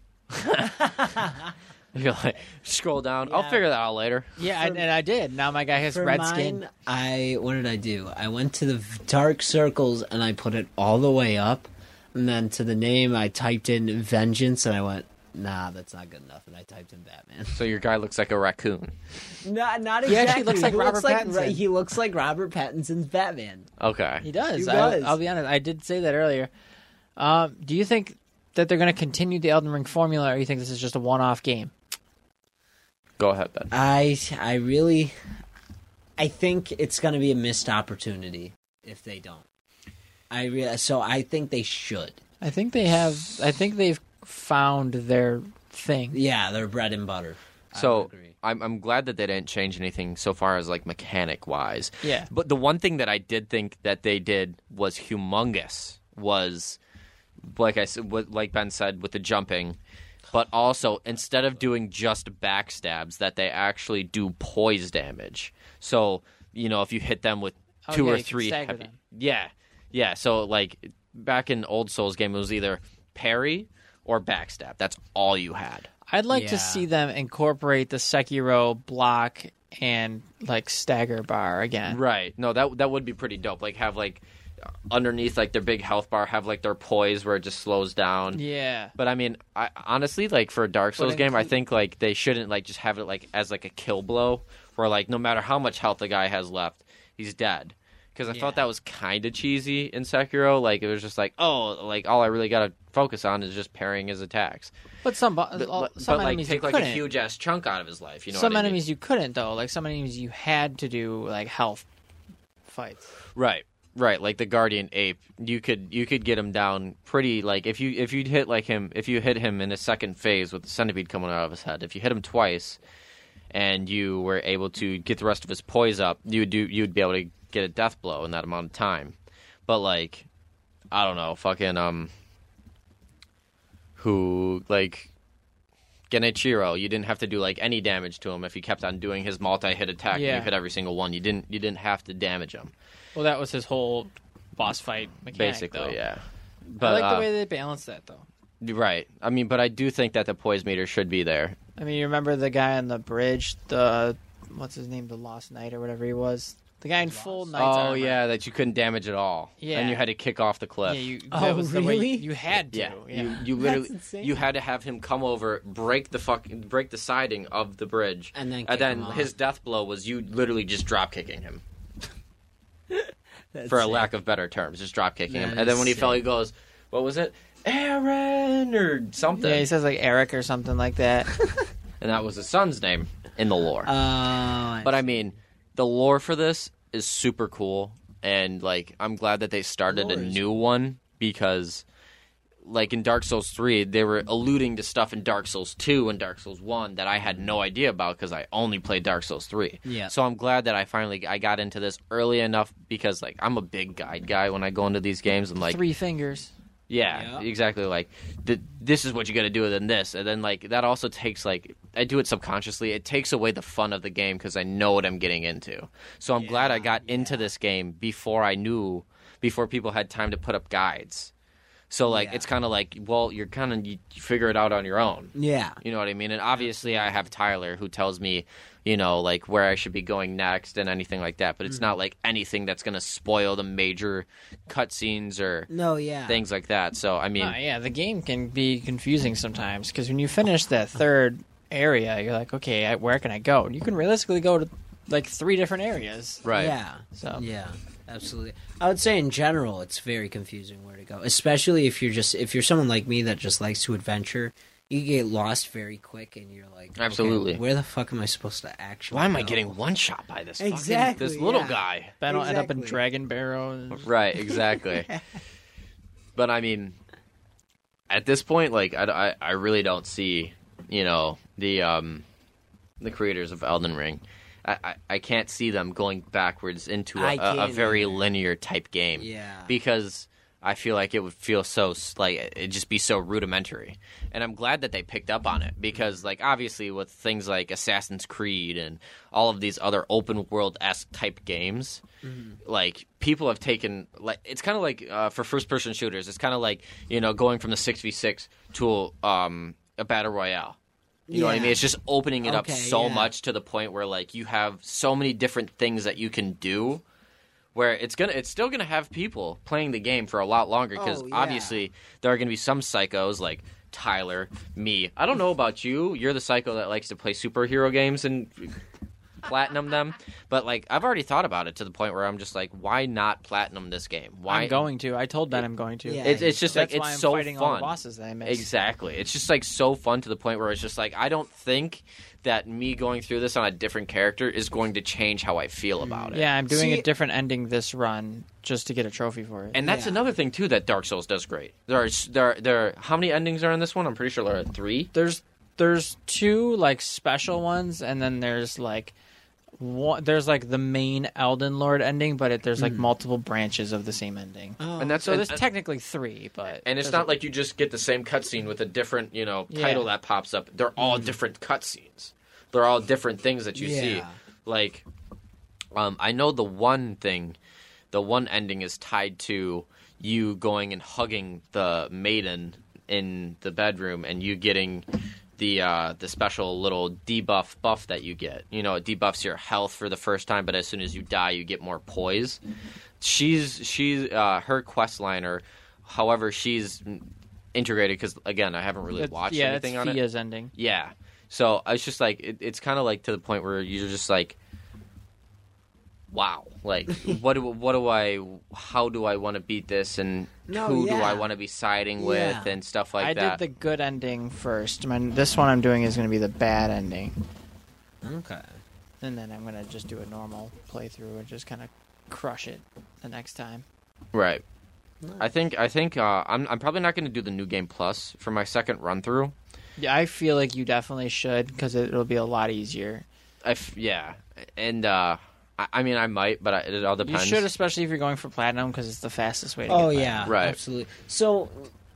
Speaker 3: You're like, scroll down.
Speaker 2: Yeah.
Speaker 3: I'll figure that out later.
Speaker 1: Yeah, and, and I did. Now my guy has
Speaker 2: For
Speaker 1: red
Speaker 2: mine,
Speaker 1: skin.
Speaker 2: I what did I do? I went to the v- dark circles and I put it all the way up, and then to the name I typed in vengeance and I went, nah, that's not good enough. And I typed in Batman.
Speaker 3: So your guy looks like a raccoon.
Speaker 2: No, not exactly.
Speaker 1: He actually looks like Robert Pattinson.
Speaker 2: Ra- he looks like Robert Pattinson's Batman.
Speaker 1: He
Speaker 3: Okay.
Speaker 1: does.
Speaker 2: He
Speaker 1: I,
Speaker 2: does.
Speaker 1: I'll be honest. I did say that earlier. Um, do you think that they're going to continue the Elden Ring formula, or you think this is just a one-off game?
Speaker 3: Go ahead, Ben.
Speaker 2: I I really, I think it's going to be a missed opportunity if they don't. I re- so I think they should.
Speaker 1: I think they have. I think they've found their thing.
Speaker 2: Yeah, they're bread and butter. I would
Speaker 3: So
Speaker 2: agree.
Speaker 3: I'm, I'm glad that they didn't change anything so far as like mechanic wise.
Speaker 1: Yeah.
Speaker 3: But the one thing that I did think that they did was humongous was like I said, what- like Ben said with the jumping, but also instead of doing just backstabs, that they actually do poise damage. So you know if you hit them with
Speaker 1: Oh,
Speaker 3: two
Speaker 1: yeah, you
Speaker 3: or
Speaker 1: can
Speaker 3: three
Speaker 1: stagger
Speaker 3: heavy,
Speaker 1: them.
Speaker 3: yeah, yeah. So like back in old Souls game, it was either parry or backstab. That's all you had.
Speaker 1: I'd like
Speaker 2: Yeah.
Speaker 1: to see them incorporate the Sekiro block and like stagger bar again.
Speaker 3: Right. No, that that would be pretty dope. Like have like underneath like their big health bar have like their poise where it just slows down.
Speaker 1: Yeah.
Speaker 3: But I mean, I honestly like for a Dark Souls game, I think like they shouldn't like just have it like as like a kill blow where like no matter how much health the guy has left, he's dead. Because I felt that was kind of cheesy in Sekiro. Like it was just like, oh, like all I really gotta focus on is just parrying his attacks.
Speaker 1: But some bo-
Speaker 3: But,
Speaker 1: all-
Speaker 3: but,
Speaker 1: some
Speaker 3: like
Speaker 1: enemies you
Speaker 3: take like a
Speaker 1: couldn't.
Speaker 3: huge ass chunk out of his life. You know,
Speaker 1: some
Speaker 3: what I mean?
Speaker 1: enemies you couldn't though. Like some enemies you had to do like health fights.
Speaker 3: Right. Right, like the guardian ape, you could you could get him down pretty like if you if you hit like him if you hit him in his second phase with the centipede coming out of his head. If you hit him twice, and you were able to get the rest of his poise up, you would do you'd be able to get a death blow in that amount of time. But like, I don't know, fucking um, who like Genichiro, you didn't have to do like any damage to him if he kept on doing his multi-hit attack. And
Speaker 1: Yeah.
Speaker 3: you hit every single one. You didn't you didn't have to damage him
Speaker 1: Well, that was his whole boss fight mechanic.
Speaker 3: basically
Speaker 1: though.
Speaker 3: yeah but
Speaker 1: I like the
Speaker 3: uh,
Speaker 1: way they balance that though.
Speaker 3: right i mean but i do think that the poise meter should be there
Speaker 1: I mean, you remember the guy on the bridge, the what's his name, the Lost Knight or whatever he was, the guy in full knight's
Speaker 3: oh
Speaker 1: armor.
Speaker 3: yeah that you couldn't damage at all
Speaker 1: Yeah.
Speaker 3: and you had to kick off the
Speaker 1: yeah.
Speaker 3: cliff
Speaker 1: You,
Speaker 2: Oh,
Speaker 1: that was the way
Speaker 2: really?
Speaker 1: you, you had to.
Speaker 3: yeah,
Speaker 1: Yeah,
Speaker 3: you, you literally
Speaker 2: insane.
Speaker 3: you had to have him come over, break the fuck, break the siding of the bridge,
Speaker 2: And then kick
Speaker 3: and then
Speaker 2: him off.
Speaker 3: his death blow was you literally just drop kicking him
Speaker 2: That's
Speaker 3: for a
Speaker 2: it.
Speaker 3: lack of better terms, just drop kicking him,
Speaker 2: That
Speaker 3: and then
Speaker 2: is
Speaker 3: when he fell,
Speaker 2: sick.
Speaker 3: he goes, "What was it, Aaron or something?"
Speaker 1: Yeah, he says like Eric or something like that.
Speaker 3: and that was his son's name in the lore.
Speaker 2: Oh, I
Speaker 3: But I mean, the lore for this is super cool, and like I'm glad that they started a
Speaker 2: Lore is
Speaker 3: new one because, like in Dark Souls three, they were alluding to stuff in Dark Souls two and Dark Souls one that I had no idea about because I only played Dark Souls three.
Speaker 2: Yeah.
Speaker 3: So I'm glad that I finally I got into this early enough because like I'm a big guide guy when I go into these games. I'm like,
Speaker 1: Three fingers.
Speaker 2: Yeah.
Speaker 3: yeah, exactly. Like, th- this is what you got to do, and then this, and then like that also takes like I do it subconsciously. It takes away the fun of the game because I know what I'm getting into. So I'm glad I got into this game before I knew, before people had time to put up guides. So like
Speaker 2: Yeah.
Speaker 3: it's kind of like well you're kind of you you figure it out on your own.
Speaker 2: yeah.
Speaker 3: You know what I mean? And obviously, I have Tyler who tells me, you know, like where I should be going next and anything like that. But it's not like anything that's going to spoil the major cutscenes or
Speaker 2: No, yeah.
Speaker 3: things like that. So I mean,
Speaker 1: Oh, yeah, the game can be confusing sometimes because when you finish that third area, you're like, okay, I, where can I go? And you can realistically go to like three different areas.
Speaker 3: right?
Speaker 2: Yeah.
Speaker 1: So-
Speaker 2: yeah, absolutely. I would say in general, it's very confusing where to go, especially if you're just if you're someone like me that just likes to adventure. You get lost very quick, and you're like, okay,
Speaker 3: Absolutely.
Speaker 2: where the fuck am I supposed to actually?
Speaker 3: Why am I
Speaker 2: go?
Speaker 3: getting one shot by this fucking-
Speaker 2: Exactly,
Speaker 3: this little
Speaker 2: yeah.
Speaker 3: guy?
Speaker 1: Ben will end up in
Speaker 2: Exactly.
Speaker 1: Dragon Barrow. and-
Speaker 3: Right? Exactly. but I mean, at this point, like I, I, I really don't see, you know, the um, the creators of Elden Ring. I, I, I can't see them going backwards into a,
Speaker 2: I
Speaker 3: a, a
Speaker 2: can't
Speaker 3: very
Speaker 2: either.
Speaker 3: linear type game.
Speaker 2: Yeah.
Speaker 3: Because I feel like it would feel so s- like it'd just be so rudimentary. And I'm glad that they picked up on it because like obviously with things like Assassin's Creed and all of these other open world esque type games,
Speaker 2: Mm-hmm.
Speaker 3: like people have taken like it's kind of like uh, for first person shooters, it's kind of like you know going from the six v six to um a battle royale. You know what I
Speaker 2: Yeah.
Speaker 3: mean? It's just opening it up
Speaker 2: Okay,
Speaker 3: so
Speaker 2: yeah.
Speaker 3: much to the point where like you have so many different things that you can do where it's gonna it's still gonna have people playing the game for a lot longer because
Speaker 2: Oh, yeah.
Speaker 3: obviously there are gonna be some psychos like Tyler, me. I don't know about you. You're the psycho that likes to play superhero games and platinum them. But like I've already thought about it to the point where I'm just like, why not platinum this game? Why
Speaker 1: I'm going to. I told Ben I'm going to.
Speaker 2: Yeah.
Speaker 3: It's, it's just
Speaker 1: That's
Speaker 3: like
Speaker 1: why
Speaker 3: it's
Speaker 1: I'm
Speaker 3: so
Speaker 1: fighting
Speaker 3: fun.
Speaker 1: all the bosses that I missed.
Speaker 3: Exactly. It's just like so fun to the point where it's just like I don't think that me going through this on a different character is going to change how I feel about it.
Speaker 1: Mm, Yeah, I'm doing
Speaker 2: See-
Speaker 1: a different ending this run just to get a trophy for it.
Speaker 3: And that's
Speaker 2: Yeah.
Speaker 3: another thing too that Dark Souls does great. There are s- there are, there are, how many endings are in this one? I'm pretty sure there are 3.
Speaker 1: there's there's two like special ones, and then there's like one, there's like the main Elden Lord ending, but it, there's like multiple branches of the same ending.
Speaker 2: Oh.
Speaker 3: And Hmm. that's
Speaker 1: so
Speaker 3: and,
Speaker 1: there's technically three, but
Speaker 3: and it's
Speaker 1: there's
Speaker 3: not like you just get the same cutscene with a different, you know,
Speaker 1: Yeah.
Speaker 3: title that pops up. They're all different cutscenes. They're all different things that you see.
Speaker 2: Yeah.
Speaker 3: Like, um, I know the one thing, the one ending is tied to you going and hugging the maiden in the bedroom, and you getting the uh, the special little debuff buff that you get. You know, it debuffs your health for the first time, but as soon as you die, you get more poise she's she's uh, her quest line or however she's integrated because again I haven't really
Speaker 1: That's-
Speaker 3: watched
Speaker 1: yeah, that's
Speaker 3: anything on it.
Speaker 1: Fia's ending.
Speaker 3: Yeah, so it's just like it, it's kind of like to the point where you're just like, wow, like what do what do I how do I want to beat this and
Speaker 2: No,
Speaker 3: who do
Speaker 2: yeah.
Speaker 3: I want to be siding with
Speaker 2: Yeah.
Speaker 3: and stuff like
Speaker 1: I
Speaker 3: that.
Speaker 1: did the good ending first. My, this one I'm doing is going to be the bad ending,
Speaker 2: okay.
Speaker 1: and then I'm going to just do a normal playthrough and just kind of crush it the next time.
Speaker 3: Right. I think I think uh, I'm I'm probably not going to do the new game plus for my second run through.
Speaker 1: Yeah, I feel like you definitely should because it, it'll be a lot easier.
Speaker 3: I f- yeah, and uh, I, I mean I might, but I, it all
Speaker 1: You
Speaker 3: depends.
Speaker 1: should, especially if you're going for platinum, because it's the fastest way to.
Speaker 2: Oh
Speaker 1: get
Speaker 2: yeah,
Speaker 3: Right.
Speaker 2: Absolutely. So,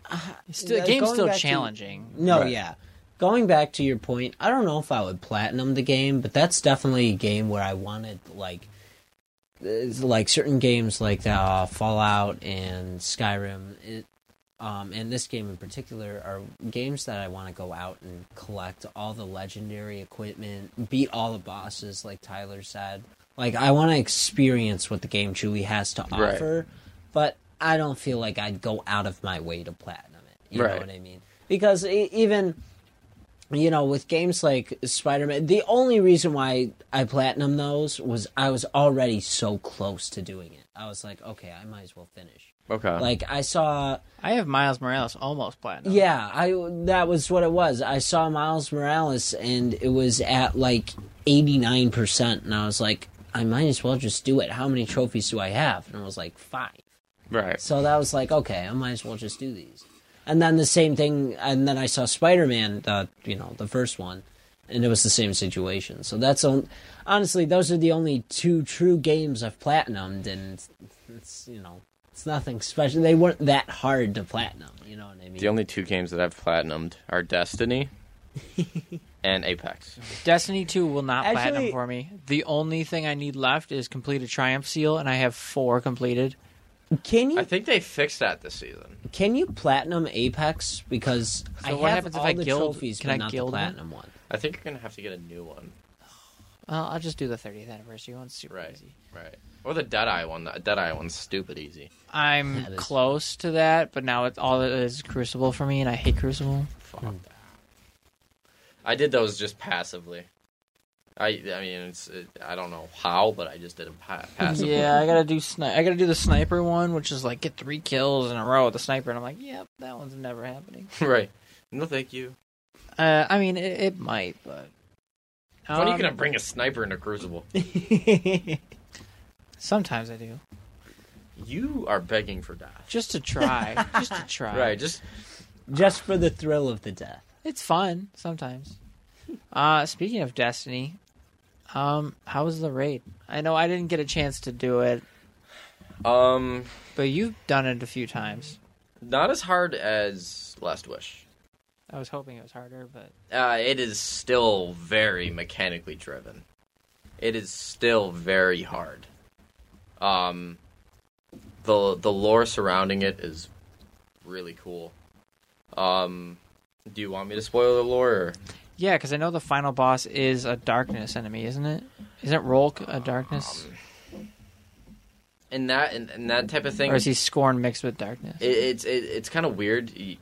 Speaker 1: platinum. Still, the
Speaker 2: Yeah,
Speaker 1: game's
Speaker 2: going
Speaker 1: still
Speaker 2: back to-
Speaker 1: challenging.
Speaker 2: no,
Speaker 3: Right.
Speaker 2: yeah. Going back to your point, I don't know if I would platinum the game, but that's definitely a game where I wanted like, it's like certain games like uh, Fallout and Skyrim. It, um, and this game in particular are games that I want to go out and collect all the legendary equipment, beat all the bosses, like Tyler said. Like I want to experience what the game truly has to
Speaker 3: Right.
Speaker 2: offer, but I don't feel like I'd go out of my way to platinum it. You
Speaker 3: Right.
Speaker 2: know what I mean? Because e- even you know, with games like Spider Man, the only reason why I platinum those was I was already so close to doing it. I was like, okay, I might as well finish.
Speaker 3: Okay.
Speaker 2: Like I saw,
Speaker 1: I have Miles Morales almost platinum.
Speaker 2: yeah, I that was what it was. I saw Miles Morales, and it was at like eighty nine percent, and I was like, I might as well just do it. How many trophies do I have? And I was like, five.
Speaker 3: right.
Speaker 2: So that was like, okay, I might as well just do these. And then the same thing, and then I saw Spider Man, the you know the first one, and it was the same situation. So that's on, honestly, those are the only two true games I've platinumed, and it's you know it's nothing special. They weren't that hard to platinum, you know what I mean?
Speaker 3: The only two games that I've platinumed are Destiny and Apex.
Speaker 1: Destiny 2 will not platinum
Speaker 2: Actually-
Speaker 1: for me. The only thing I need left is complete a triumph seal, and I have four completed.
Speaker 2: can
Speaker 3: I
Speaker 2: you
Speaker 3: think they fixed that this season.
Speaker 2: can you platinum Apex? Because I
Speaker 1: what
Speaker 2: have
Speaker 1: happens if
Speaker 2: all
Speaker 1: I
Speaker 2: the
Speaker 1: guild-
Speaker 2: trophies,
Speaker 1: can
Speaker 2: but
Speaker 1: I
Speaker 2: not the
Speaker 1: guild it?
Speaker 2: platinum one.
Speaker 3: I think you're gonna have to get a new one.
Speaker 1: Well, I'll just do the 30th anniversary one. Super easy.
Speaker 3: Right. Or the Deadeye one. The Deadeye one's stupid easy.
Speaker 1: I'm
Speaker 2: That is-
Speaker 1: close to that, but now it's all it is Crucible for me, and I hate Crucible.
Speaker 3: Fuck that. I did those just passively. I I mean it's it, I don't know how, but I just did it pa- passively.
Speaker 1: yeah, I gotta do sni- I gotta do the sniper one, which is like get three kills in a row with the sniper, and I'm like, yep, that one's never happening.
Speaker 3: right. No, thank you.
Speaker 1: Uh, I mean, it, it might, but.
Speaker 3: When are you
Speaker 1: Um,
Speaker 3: gonna bring a sniper into Crucible?
Speaker 1: Sometimes I do,
Speaker 3: You are begging for death.
Speaker 1: just to try, just to try.
Speaker 3: Right. Just
Speaker 2: Just for the thrill of the death.
Speaker 1: It's fun sometimes. Uh, speaking of Destiny, um, how was the raid? I know I didn't get a chance to do it,
Speaker 3: um,
Speaker 1: but you've done it a few times.
Speaker 3: not as hard as Last Wish.
Speaker 1: I was hoping it was harder, but
Speaker 3: Uh, it is still very mechanically driven. It is still very hard. Um, the the lore surrounding it is really cool. Um, Do you want me to spoil the lore? Or...
Speaker 1: Yeah, because I know the final boss is a darkness enemy, isn't it? Isn't Rolk a darkness,
Speaker 3: Um, And that and, and that type of thing.
Speaker 1: or is he Scorn mixed with darkness?
Speaker 3: it, it's it, it's kind of weird. You,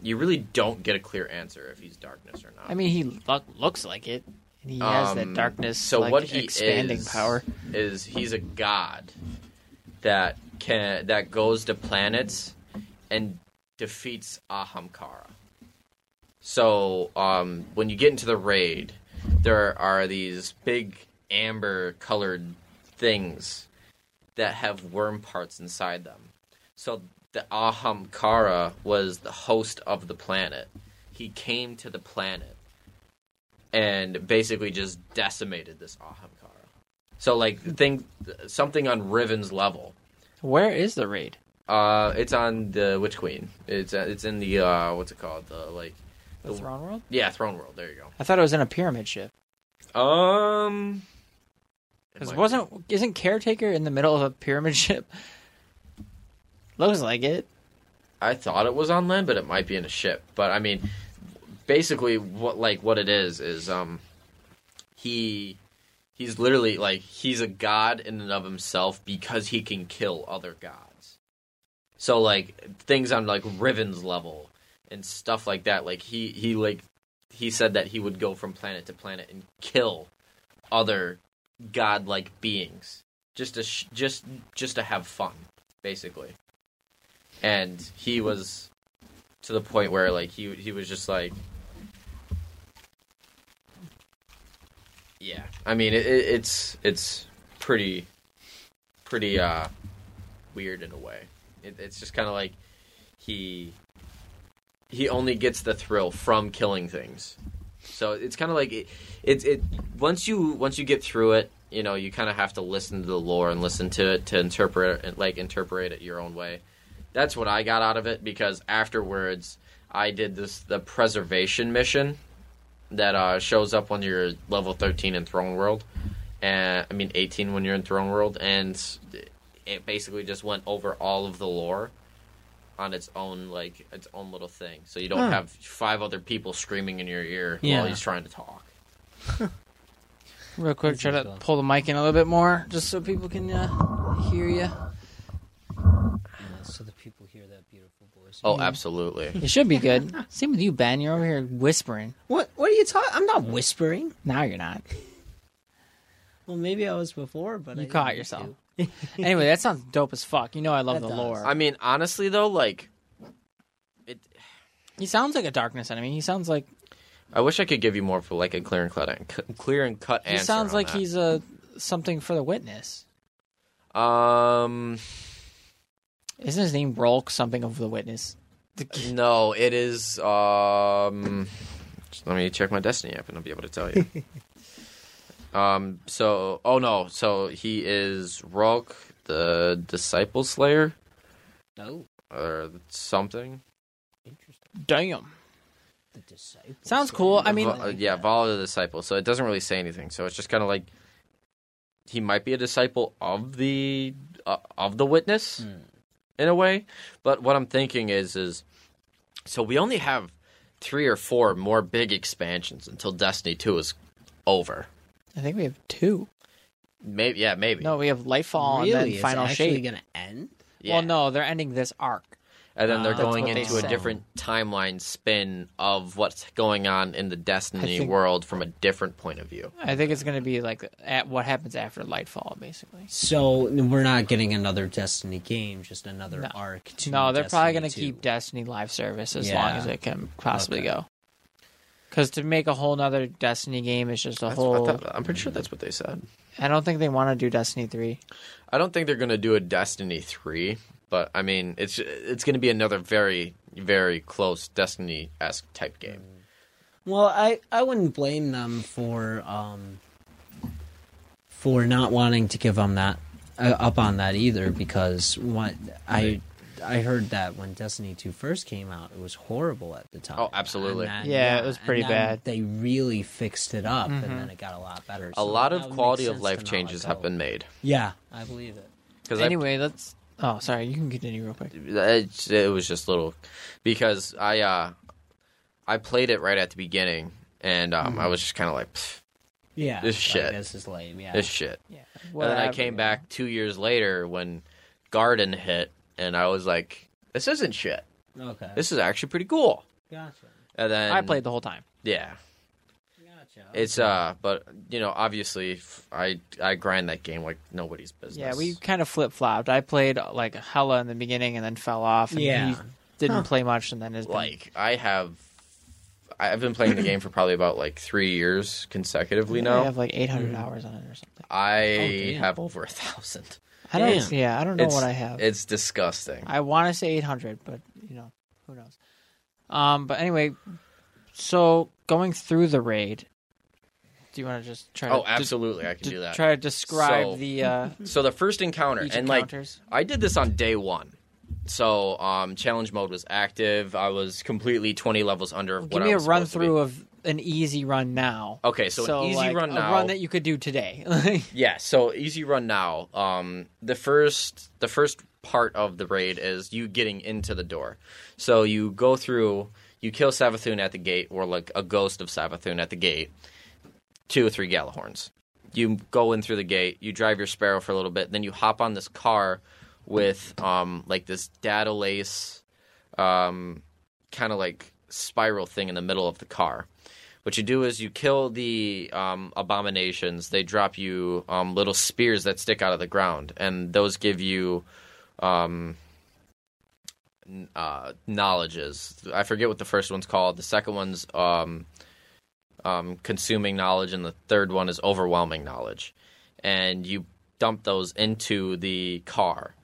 Speaker 3: you really don't get a clear answer if he's darkness or not.
Speaker 1: I mean, he lo- looks like it, and he has that
Speaker 3: Um,
Speaker 1: darkness.
Speaker 3: So
Speaker 1: like,
Speaker 3: what he
Speaker 1: expanding
Speaker 3: is,
Speaker 1: power.
Speaker 3: is he's a god that can that goes to planets and defeats Ahamkara. So um, when you get into the raid, there are these big amber colored things that have worm parts inside them. So the Ahamkara was the host of the planet. He came to the planet and basically just decimated this Ahamkara. So like think something on Riven's level.
Speaker 1: Where is the raid?
Speaker 3: Uh, it's on the Witch Queen. It's uh, it's in the uh, what's it called? The like
Speaker 1: The Throne World?
Speaker 3: yeah, Throne World. There you
Speaker 1: I thought it was in a pyramid ship.
Speaker 3: go. Um, it
Speaker 1: Because
Speaker 3: might
Speaker 1: wasn't isn't caretaker in the middle of a pyramid ship? Looks like it.
Speaker 3: I thought it was on land, but it might be in a ship. But I mean, basically, what like what it is is um, he he's literally like he's a god in and of himself because he can kill other gods. So like things on like Riven's level and stuff like that. Like he he like he said that he would go from planet to planet and kill other godlike beings just to sh- just just to have fun, basically and he was to the point where like he he was just like yeah i mean it, it, it's it's pretty pretty uh weird in a way it, it's just kind of like he he only gets the thrill from killing things so it's kind of like it, it it once you once you get through it you know you kind of have to listen to the lore and listen to it to interpret it like interpret it your own way that's what I got out of it because afterwards I did this the preservation mission that uh, shows up when you're level 13 in Throne World, and I mean 18 when you're in Throne World, and it basically just went over all of the lore on its own like its own little thing, so you don't
Speaker 1: Huh.
Speaker 3: have five other people screaming in your ear
Speaker 1: Yeah.
Speaker 3: while he's trying to talk.
Speaker 1: Real quick, try to
Speaker 2: cool.
Speaker 1: pull the mic in a little bit more, just so people can uh, hear you.
Speaker 2: Yeah, so the people hear that beautiful voice.
Speaker 3: Oh, absolutely.
Speaker 1: It should be good. Same with you, Ben. You're over here whispering.
Speaker 2: What? What are you talking? I'm not whispering.
Speaker 1: Now you're not.
Speaker 2: Well, maybe I was before, but I
Speaker 1: You
Speaker 2: didn't
Speaker 1: caught
Speaker 2: mean
Speaker 1: yourself.
Speaker 2: to.
Speaker 1: anyway, that sounds dope as fuck. You know I love the
Speaker 2: That does.
Speaker 1: lore.
Speaker 3: I mean, honestly though, like it.
Speaker 1: he sounds like a darkness enemy. He sounds like
Speaker 3: I wish I could give you more for like a clear and cut, clear and cut
Speaker 1: he
Speaker 3: answer.
Speaker 1: sounds
Speaker 3: on
Speaker 1: like
Speaker 3: that.
Speaker 1: he's a something for the witness.
Speaker 3: Um,
Speaker 1: Isn't his name Rolk something of the witness?
Speaker 3: no, it is. Um, just let me check my Destiny app, and I'll be able to tell you. um, so oh no, so he is Rock, the Disciple Slayer,
Speaker 2: Oh,
Speaker 3: or something.
Speaker 2: interesting.
Speaker 1: Damn.
Speaker 2: The disciple.
Speaker 1: Sounds cool. I mean,
Speaker 3: Vo- uh, yeah, Vala the Disciple. So it doesn't really say anything. So it's just kind of like he might be a disciple of the uh, of the witness
Speaker 1: Hmm.
Speaker 3: in a way. But what I'm thinking is is so we only have three or four more big expansions until Destiny Two is over.
Speaker 1: I think we have two.
Speaker 3: Maybe yeah, maybe.
Speaker 1: No, we have Lightfall
Speaker 2: really,
Speaker 1: Oh, and then
Speaker 2: it's
Speaker 1: Final
Speaker 2: actually
Speaker 1: Shape.
Speaker 2: gonna end.
Speaker 3: yeah.
Speaker 1: Well, no, they're ending this arc.
Speaker 3: and then they're
Speaker 2: That's
Speaker 3: going
Speaker 1: what they
Speaker 3: into a
Speaker 1: said.
Speaker 3: different timeline spin of what's going on in the Destiny
Speaker 1: think-
Speaker 3: world from a different point of view.
Speaker 1: I think it's going to be like at what happens after Lightfall, basically.
Speaker 2: So we're not getting another Destiny game, just another
Speaker 1: No.
Speaker 2: arc. To
Speaker 1: No, they're probably going to
Speaker 2: Destiny 2.
Speaker 1: keep Destiny live service as
Speaker 2: Yeah.
Speaker 1: long as it can possibly
Speaker 2: Okay.
Speaker 1: go. Because to make a whole nother Destiny game is just a
Speaker 3: That's- I
Speaker 1: whole.
Speaker 3: thought- I'm pretty sure that's what they said.
Speaker 1: I don't think they want to do Destiny three.
Speaker 3: I don't think they're going to do a Destiny 3, but I mean, it's it's going to be another very very close Destiny-esque type game.
Speaker 2: Mm, Well, I, I wouldn't blame them for um for not wanting to give them that uh, up on that either because what I I heard that when Destiny 2 first came out, it was horrible at the time.
Speaker 3: Oh, absolutely.
Speaker 2: And then-
Speaker 1: Yeah, it was pretty
Speaker 2: and then
Speaker 1: bad.
Speaker 2: They really fixed it up, and then it got a lot better.
Speaker 3: Mm-hmm. A
Speaker 2: So
Speaker 3: lot
Speaker 2: that
Speaker 3: of
Speaker 2: would make
Speaker 3: quality of
Speaker 2: sense to
Speaker 3: life
Speaker 2: not
Speaker 3: changes
Speaker 2: let
Speaker 3: have
Speaker 2: go.
Speaker 3: been made.
Speaker 2: Yeah, I believe it.
Speaker 3: Because
Speaker 1: Anyway, let's. Oh, sorry. You can continue real quick.
Speaker 3: it, it was just little because I uh I played it right at the beginning, and um,
Speaker 2: Mm-hmm.
Speaker 3: I was just kind of like, "Pfft,
Speaker 2: Yeah.
Speaker 3: This
Speaker 2: like,
Speaker 3: shit.
Speaker 2: This is lame. Yeah.
Speaker 3: this shit.
Speaker 1: Yeah.
Speaker 3: and then I
Speaker 1: whatever.
Speaker 3: came back two years later when Garden hit, and I was like, this isn't shit.
Speaker 2: okay.
Speaker 3: This is actually pretty cool.
Speaker 2: Gotcha.
Speaker 3: And then
Speaker 1: I played the whole time.
Speaker 3: Yeah,
Speaker 2: Gotcha.
Speaker 3: it's uh, but you know, obviously, f- I I grind that game like nobody's business.
Speaker 1: Yeah, we kind of flip flopped. I played uh, like hella in the beginning and then fell off. And
Speaker 2: Yeah.
Speaker 1: he didn't play much and then is
Speaker 3: like I have. I've been playing the game for probably about like three years consecutively
Speaker 1: I
Speaker 3: now.
Speaker 1: have like 800
Speaker 2: Mm-hmm.
Speaker 1: hours on it or something.
Speaker 3: I
Speaker 2: damn.
Speaker 3: have over a thousand.
Speaker 1: I don't.
Speaker 2: Damn.
Speaker 1: Yeah, I don't know what I have.
Speaker 3: It's disgusting.
Speaker 1: I want to say 800, but you know, who knows. Um, but anyway, so going through the raid, do you want to just try?
Speaker 3: oh,
Speaker 1: to,
Speaker 3: absolutely, I can
Speaker 1: d-
Speaker 3: do that.
Speaker 1: Try to describe
Speaker 3: So-
Speaker 1: the uh,
Speaker 2: Mm-hmm.
Speaker 3: So the first encounter,
Speaker 1: each
Speaker 3: and
Speaker 1: encounters.
Speaker 3: like I did this on day one. So um, challenge mode was active. I was completely twenty levels under of what
Speaker 1: Give
Speaker 3: I
Speaker 1: me a
Speaker 3: was
Speaker 1: run
Speaker 3: supposed to be.
Speaker 1: through of an easy run now.
Speaker 3: Okay, so, an easy
Speaker 1: like,
Speaker 3: run now.
Speaker 1: a run that you could do today.
Speaker 3: Yeah, so easy run now. Um, the first the first part of the raid is you getting into the door. So you go through, you kill Savathun at the gate, or like a ghost of Savathun at the gate. Two or three Gallahorns. You go in through the gate. You drive your Sparrow for a little bit, then you hop on this car with um like this data lace, um, kind of like spiral thing in the middle of the car. What you do is you kill the um, abominations. They drop you um, little spears that stick out of the ground, and those give you um, n- uh, knowledges. I forget what the first one's called. The second one's um, um, consuming knowledge, and the third one is overwhelming knowledge. And you dump those into the car.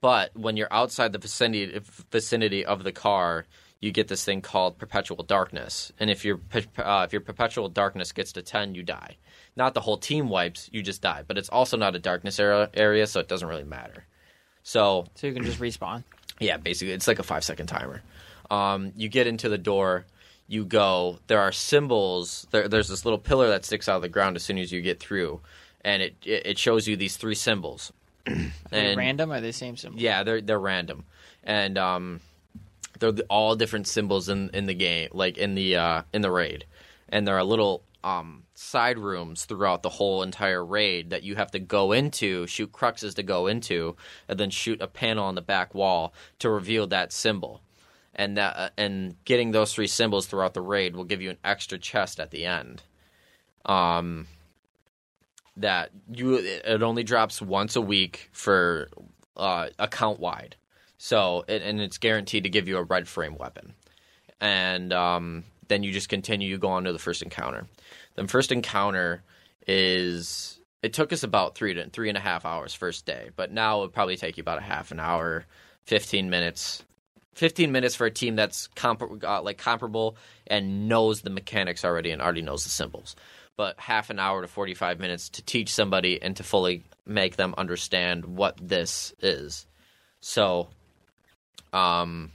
Speaker 3: But when you're outside the vicinity vicinity of the car, you get this thing called perpetual darkness. And if your pe- uh, if your perpetual darkness gets to ten, you die. Not the whole team wipes, you just die. But it's also not a darkness era, area, so it doesn't really matter. So
Speaker 1: so you can just respawn.
Speaker 3: yeah, basically, it's like a five second timer. Um, you get into the door, you go. There are symbols. There, there's this little pillar that sticks out of the ground as soon as you get through, and it it, it shows you these three symbols.
Speaker 1: Are they
Speaker 3: And-
Speaker 1: random? Are they same symbol?
Speaker 3: yeah, they're they're random, and um, they're the- all different symbols in in the game, like in the uh, in the raid, and there are little um side rooms throughout the whole entire raid that you have to go into, shoot cruxes to go into, and then shoot a panel on the back wall to reveal that symbol. And that uh, and getting those three symbols throughout the raid will give you an extra chest at the end. Um, that you it only drops once a week for uh, account wide. So it, and it's guaranteed to give you a red frame weapon, and um, then you just continue. You go on to the first encounter. The first encounter is it took us about three to three and a half hours first day, but now it would probably take you about a half an hour, fifteen minutes. 15 minutes for a team that's compar uh, like comparable and knows the mechanics already and already knows the symbols but half an hour to 45 minutes to teach somebody and to fully make them understand what this is. So, um,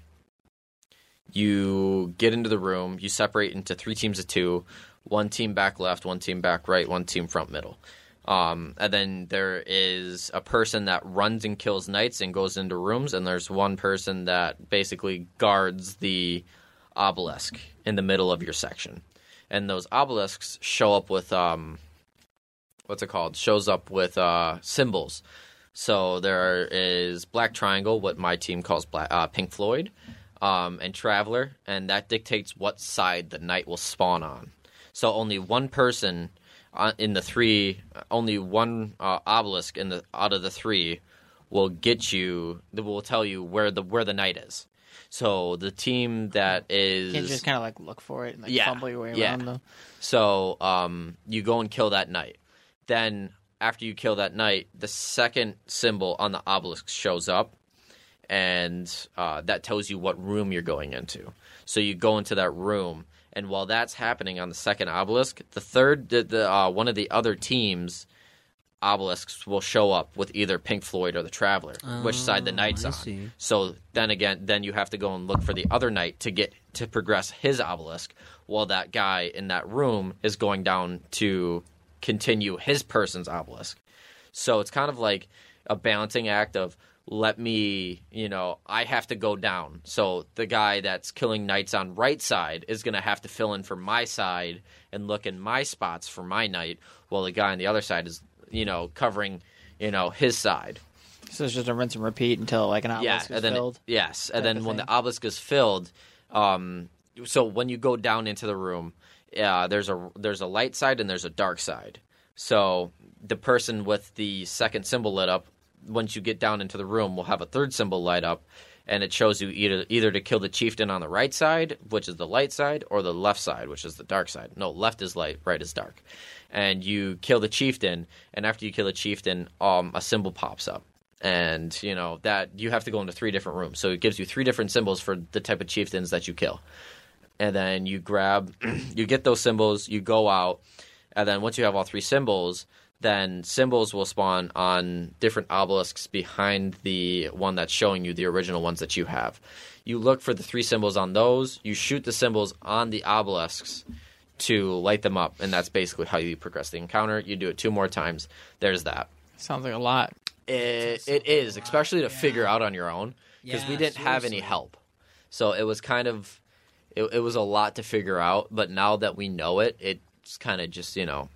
Speaker 3: you get into the room, you separate into three teams of two one team back left, one team back right, one team front middle. Um, and then there is a person that runs and kills knights and goes into rooms, and there's one person that basically guards the obelisk in the middle of your section. And those obelisks show up with um, what's it called? Shows up with uh, symbols. So there is Black Triangle, what my team calls Black, uh, Pink Floyd, um, and Traveler, and that dictates what side the knight will spawn on. So only one person uh, in the three, only one uh, obelisk in the out of the three will get you. That will tell you where the where the knight is. So the team that is
Speaker 1: You can't just kind of like look for it and like
Speaker 3: Yeah,
Speaker 1: fumble your way
Speaker 3: yeah.
Speaker 1: around them.
Speaker 3: so um, you go and kill that knight. Then after you kill that knight, the second symbol on the obelisk shows up, and uh, that tells you what room you're going into. So you go into that room, and while that's happening on the second obelisk, the third, the, the uh, one of the other teams. Obelisks will show up with either Pink Floyd or the Traveler, which side the knight's
Speaker 2: Oh, I
Speaker 3: on.
Speaker 2: see.
Speaker 3: So then again, then you have to go and look for the other knight to get to progress his obelisk, while that guy in that room is going down to continue his person's obelisk. So it's kind of like a balancing act of let me, you know, I have to go down. So the guy that's killing knights on right side is going to have to fill in for my side and look in my spots for my knight, while the guy on the other side is, you know, covering, you know, his side.
Speaker 1: So it's just a rinse and repeat until like an
Speaker 3: yeah,
Speaker 1: obelisk is
Speaker 3: and then
Speaker 1: filled.
Speaker 3: yes, and
Speaker 1: type
Speaker 3: then
Speaker 1: of
Speaker 3: when
Speaker 1: thing.
Speaker 3: the obelisk is filled, um, so when you go down into the room, uh, there's a there's a light side and there's a dark side. So the person with the second symbol lit up, once you get down into the room, will have a third symbol light up, and it shows you either either to kill the chieftain on the right side, which is the light side, or the left side, which is the dark side. No, left is light, right is dark, and you kill the chieftain. And after you kill the chieftain, um, a symbol pops up and you know that you have to go into three different rooms so it gives you three different symbols for the type of chieftains that you kill and then you grab you get those symbols you go out and then once you have all three symbols then symbols will spawn on different obelisks behind the one that's showing you the original ones that you have you look for the three symbols on those you shoot the symbols on the obelisks to light them up and that's basically how you progress the encounter you do it two more times there's that
Speaker 1: Sounds like a lot.
Speaker 3: it, it is, especially to figure out on your own because we
Speaker 2: Yeah,
Speaker 3: didn't have any
Speaker 2: seriously.
Speaker 3: help. So it was kind of it, it was a lot to figure out, but now that we know it, it's kind of just, you know,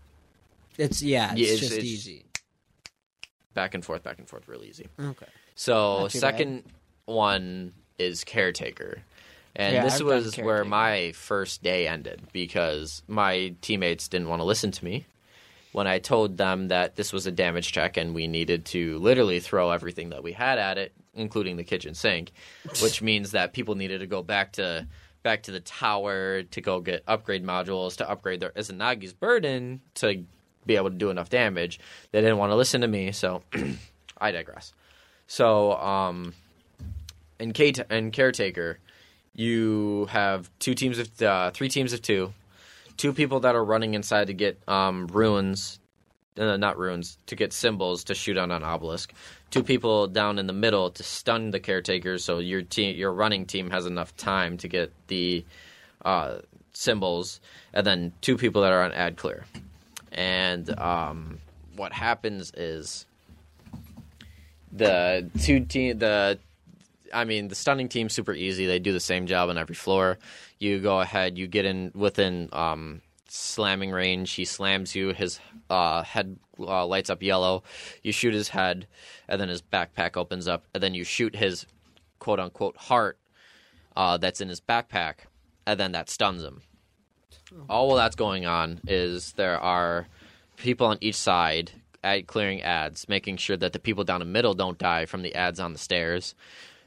Speaker 2: It's yeah, it's
Speaker 3: Yeah, it's-
Speaker 2: just
Speaker 3: it's-
Speaker 2: easy.
Speaker 3: back and forth, back and forth real easy.
Speaker 2: Okay.
Speaker 3: So
Speaker 1: Not too bad.
Speaker 3: second one is caretaker. And
Speaker 1: Yeah,
Speaker 3: this
Speaker 1: I've done
Speaker 3: was where
Speaker 1: Caretaker.
Speaker 3: my first day ended because my teammates didn't want to listen to me when I told them that this was a damage check and we needed to literally throw everything that we had at it, including the kitchen sink, which means that people needed to go back to back to the tower to go get upgrade modules to upgrade their Izanagi's burden to be able to do enough damage. They didn't want to listen to me, so I digress. So, um, in, K- in caretaker, you have two teams of uh, three teams of two, two people that are running inside to get um, runes, uh, not runes, to get symbols to shoot on an obelisk. Two people down in the middle to stun the caretaker, so your team, your running team has enough time to get the uh, symbols, and then two people that are on ad clear. And um, what happens is the two team the I mean, the stunning team super easy. They do the same job on every floor. You go ahead, you get in within um, slamming range. He slams you. His uh, head uh, lights up yellow. You shoot his head, and then his backpack opens up, and then you shoot his quote unquote heart uh, that's in his backpack, and then that stuns him. All while that's going on is there are people on each side at clearing ads, making sure that the people down the middle don't die from the ads on the stairs.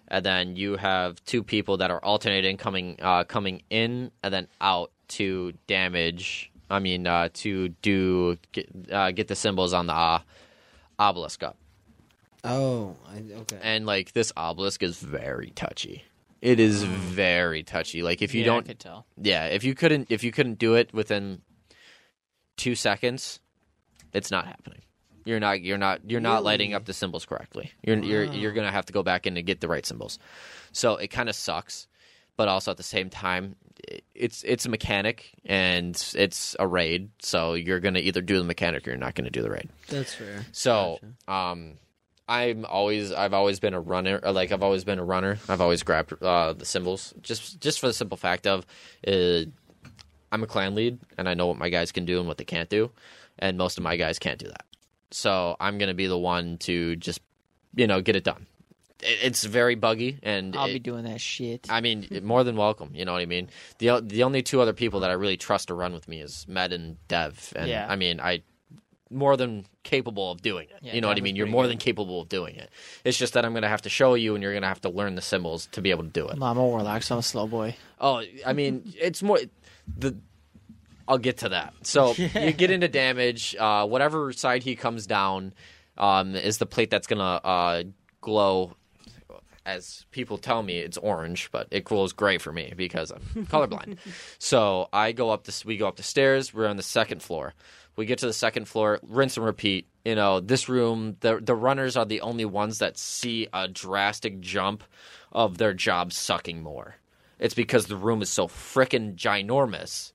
Speaker 3: And then you have two people that are alternating coming uh, coming in and then out to damage. I mean, uh, to do get, uh, get the symbols on the uh, obelisk up
Speaker 2: Oh, I, okay.
Speaker 3: and like this obelisk is very touchy. It is very touchy. Like if you
Speaker 1: Mm. yeah, I
Speaker 3: don't,
Speaker 1: could tell.
Speaker 3: yeah, if you couldn't, if you couldn't do it within two seconds, it's not happening. You're not, you're not, you're not lighting up the symbols correctly. You're, you're, you're gonna have to go back in to get the right symbols. So it kind of sucks, but also at the same time, i- it's it's a mechanic and it's a raid. So you're gonna either do the mechanic or you're not gonna do the raid.
Speaker 2: That's fair.
Speaker 3: So, um, I'm always I've always been a runner. Or like I've always been a runner. I've always grabbed uh, the symbols just just for the simple fact of, uh, I'm a clan lead and I know what my guys can do and what they can't do, and most of my guys can't do that. So I'm gonna be the one to just, you know, get it done. It, it's very buggy and
Speaker 1: I'll
Speaker 3: it-
Speaker 1: be doing that shit.
Speaker 3: I mean, more than welcome. You know what I mean. the o- The only two other people that I really trust to run with me is Med and Dev, and
Speaker 1: Yeah.
Speaker 3: I mean, I more than capable of doing it.
Speaker 1: Yeah,
Speaker 3: you know what
Speaker 1: Dev was
Speaker 3: I mean. You're
Speaker 1: pretty
Speaker 3: more
Speaker 1: good.
Speaker 3: than capable of doing it. It's just that I'm going to have to show you, and you're going to have to learn the symbols to be able to do it.
Speaker 1: No, I'm a warlock, so I'm a slow boy.
Speaker 3: Oh, I mean, it's more the. I'll get to that. So you get into damage. Uh, whatever side he comes down um, is the plate that's gonna uh, glow. As people tell me, it's orange, but it glows gray for me because I'm colorblind. so I go up this. We go up the stairs. We're on the second floor. We get to the second floor. Rinse and repeat. You know, this room. The the runners are the only ones that see a drastic jump of their job sucking more. It's because the room is so frickin' ginormous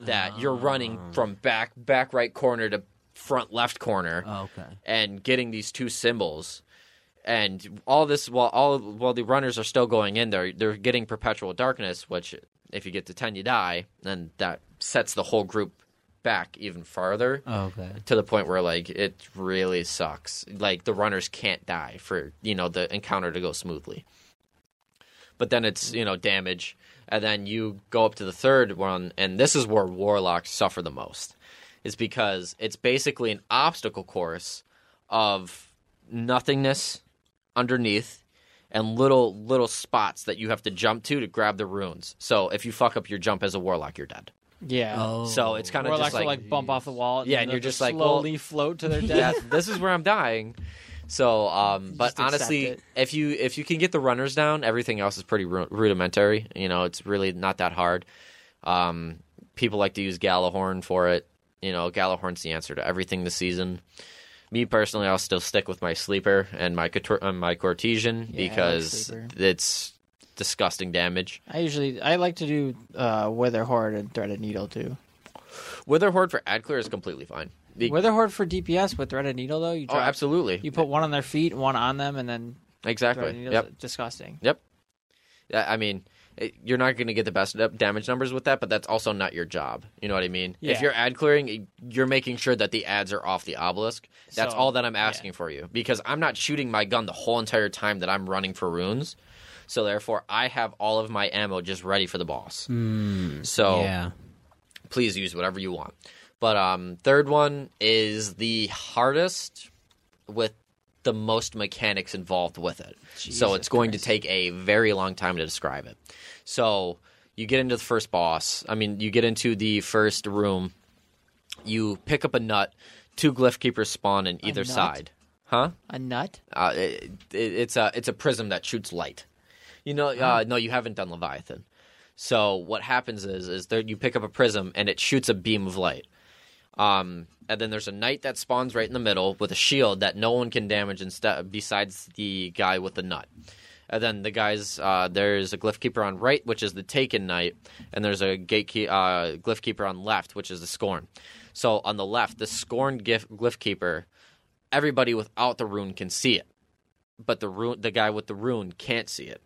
Speaker 3: that you're running from back back right corner to front left corner
Speaker 2: Okay.
Speaker 3: and getting these two symbols and all this while all while the runners are still going in there, they're getting perpetual darkness, which if you get to ten, you die, and that sets the whole group back even farther
Speaker 2: Oh, okay.
Speaker 3: to the point where like it really sucks. Like the runners can't die for you know the encounter to go smoothly. But then it's you know damage, and then you go up to the third one, and this is where warlocks suffer the most, is because it's basically an obstacle course of nothingness underneath and little little spots that you have to jump to to grab the runes. So if you fuck up your jump as a warlock, you're dead.
Speaker 1: Yeah.
Speaker 2: Oh,
Speaker 3: So it's kind of
Speaker 1: Warlocks
Speaker 3: just
Speaker 1: will like bump off the wall.
Speaker 3: Yeah,
Speaker 1: then
Speaker 3: and
Speaker 1: they'll
Speaker 3: you're just like, well-
Speaker 1: slowly float to their
Speaker 3: yeah,
Speaker 1: death.
Speaker 3: this is where I'm dying. So, um, but
Speaker 1: just accept
Speaker 3: honestly,
Speaker 1: it.
Speaker 3: if you if you can get the runners down, everything else is pretty ru- rudimentary. You know, it's really not that hard. Um, people like to use Galahorn for it. You know, Galahorn's the answer to everything this season. Me personally, I'll still stick with my sleeper and my Cator- uh, my Cortesian
Speaker 1: Yeah, I like
Speaker 3: because
Speaker 1: Sleeper.
Speaker 3: it's disgusting damage.
Speaker 1: I usually I like to do uh, Wither Horde and Threaded Needle too.
Speaker 3: Wither Horde for ad clear is completely fine. The-
Speaker 1: Wither Horde for DPS with Threaded Needle though, you
Speaker 3: oh,
Speaker 1: drop,
Speaker 3: absolutely,
Speaker 1: you put one on their feet, one on them, and then Threaded
Speaker 3: exactly.
Speaker 1: Needle's
Speaker 3: Yep.
Speaker 1: disgusting.
Speaker 3: Yep. Yeah, I mean, it, you're not going to get the best da- damage numbers with that, but that's also not your job. You know what I mean?
Speaker 1: Yeah.
Speaker 3: If you're ad clearing, eh, you're making sure that the ads are off the obelisk. That's
Speaker 1: So,
Speaker 3: all that I'm asking for you because I'm not shooting my gun the whole entire time that I'm running for runes. So therefore, I have all of my ammo just ready for the boss.
Speaker 1: Hmm.
Speaker 3: so
Speaker 2: yeah.
Speaker 3: please use whatever you want. But um, third one is the hardest with the most mechanics involved with it. so it's going to take a very long time to describe it. So you get into the first boss. I mean, you get into the first room. You pick up a nut. Two glyph keepers spawn in either
Speaker 1: nut?
Speaker 3: side. Huh?
Speaker 1: A nut?
Speaker 3: Uh, it, it, it's a it's a prism that shoots light. You know, uh, no, you haven't done Leviathan. So what happens is is there you pick up a prism and it shoots a beam of light. Um, and then there's a knight that spawns right in the middle with a shield that no one can damage instead besides the guy with the nut. And then the guys uh, there's a glyph keeper on right, which is the taken knight, and there's a gate key, uh, glyph keeper on left, which is the scorn. So on the left, the scorn gif- glyph keeper, everybody without the rune can see it, but the rune the guy with the rune can't see it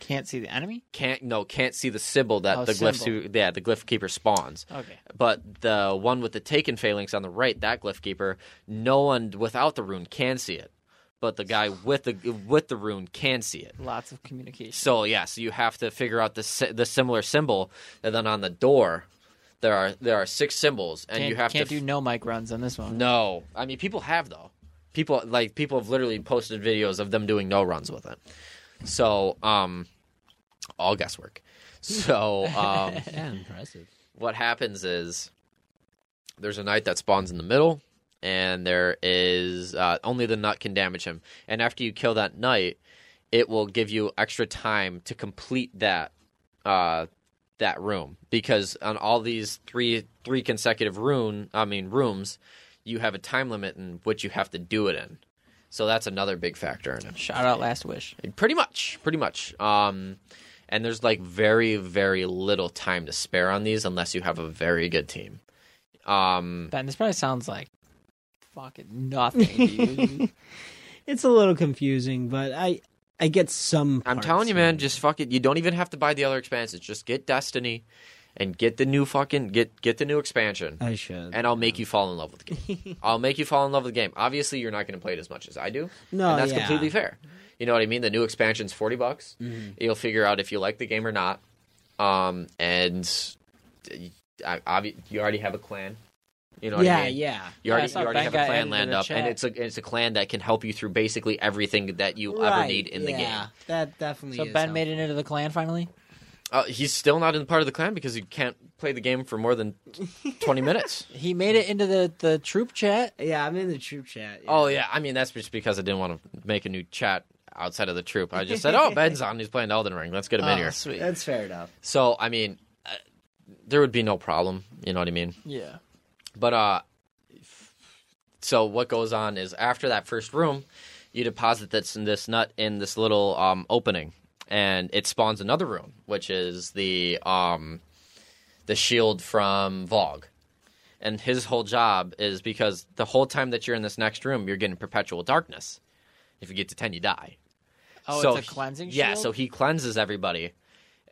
Speaker 1: Can't see the enemy?
Speaker 3: can't no can't see the symbol that
Speaker 1: Oh,
Speaker 3: the glyph
Speaker 1: symbol. Oh.
Speaker 3: yeah the glyph keeper spawns.
Speaker 1: Okay.
Speaker 3: But the one with the taken phalanx on the right, that glyph keeper, no one without the rune can see it, but the guy with the with the rune can see it.
Speaker 1: Lots of communication.
Speaker 3: So yeah, so you have to figure out the si- the similar symbol, and then on the door, there are there are six symbols, and
Speaker 1: Can't,
Speaker 3: you have
Speaker 1: can't
Speaker 3: to
Speaker 1: do no mic runs on this one.
Speaker 3: no, I mean people have though. People like people have literally posted videos of them doing no runs with it. So, um, all guesswork. So, um,
Speaker 2: Yeah, impressive.
Speaker 3: what happens is there's a knight that spawns in the middle, and there is uh, only the nut can damage him. And after you kill that knight, it will give you extra time to complete that uh, that room because on all these three three consecutive rune I mean rooms, you have a time limit in which you have to do it in. So that's another big factor in it.
Speaker 1: Shout out Last Wish.
Speaker 3: Pretty much, pretty much. Um, and there's like very, very little time to spare on these unless you have a very good team. Um,
Speaker 1: Ben, this probably sounds like fucking nothing, dude.
Speaker 2: It's a little confusing, but I I get some.
Speaker 3: I'm
Speaker 2: parts
Speaker 3: telling you,
Speaker 2: of
Speaker 3: man,
Speaker 2: it.
Speaker 3: just fuck it. You don't even have to buy the other expansions. Just get Destiny, and get the new fucking get get the new expansion,
Speaker 2: I should.
Speaker 3: and I'll make you fall in love with the game. I'll make you fall in love with the game. Obviously, you're not going to play it as much as I do.
Speaker 2: No,
Speaker 3: and that's
Speaker 2: yeah.
Speaker 3: completely fair. You know what I mean? The new expansion's forty bucks.
Speaker 2: Mm-hmm.
Speaker 3: You'll figure out if you like the game or not. Um, and I, obvi- you already have a clan. You know what
Speaker 2: yeah,
Speaker 3: I mean?
Speaker 2: yeah.
Speaker 3: You
Speaker 1: Yeah, I
Speaker 3: already,
Speaker 1: saw
Speaker 3: you already
Speaker 1: Ben
Speaker 3: have a
Speaker 1: got
Speaker 3: clan
Speaker 1: added to
Speaker 3: land
Speaker 1: the
Speaker 3: up, and
Speaker 1: chat.
Speaker 3: it's a it's a clan that can help you through basically everything that you ever
Speaker 2: Right,
Speaker 3: need in the
Speaker 2: yeah.
Speaker 3: game.
Speaker 2: That definitely.
Speaker 1: so
Speaker 2: is
Speaker 1: Ben made it
Speaker 2: helpful.
Speaker 1: into the clan finally?
Speaker 3: Uh, he's still not in part of the clan because you can't play the game for more than twenty minutes.
Speaker 1: He made it into the, the troop chat.
Speaker 2: Yeah, I'm in the troop chat. yeah.
Speaker 3: Oh yeah, I mean that's just because I didn't want to make a new chat outside of the troop. I just said, "Oh, Ben's on. He's playing Elden Ring. Let's get him in
Speaker 1: Oh,
Speaker 3: here."
Speaker 1: sweet.
Speaker 2: that's fair enough.
Speaker 3: So I mean, uh, there would be no problem. You know what I mean?
Speaker 1: Yeah.
Speaker 3: But uh, so what goes on is after that first room, you deposit this this nut in this little um, opening, and it spawns another room, which is the um, the shield from Vogue. And his whole job is because the whole time that you're in this next room, you're getting perpetual darkness. If you get to ten, you die.
Speaker 1: Oh,
Speaker 3: So
Speaker 1: it's a
Speaker 3: he-
Speaker 1: cleansing shield.
Speaker 3: Yeah, so he cleanses everybody,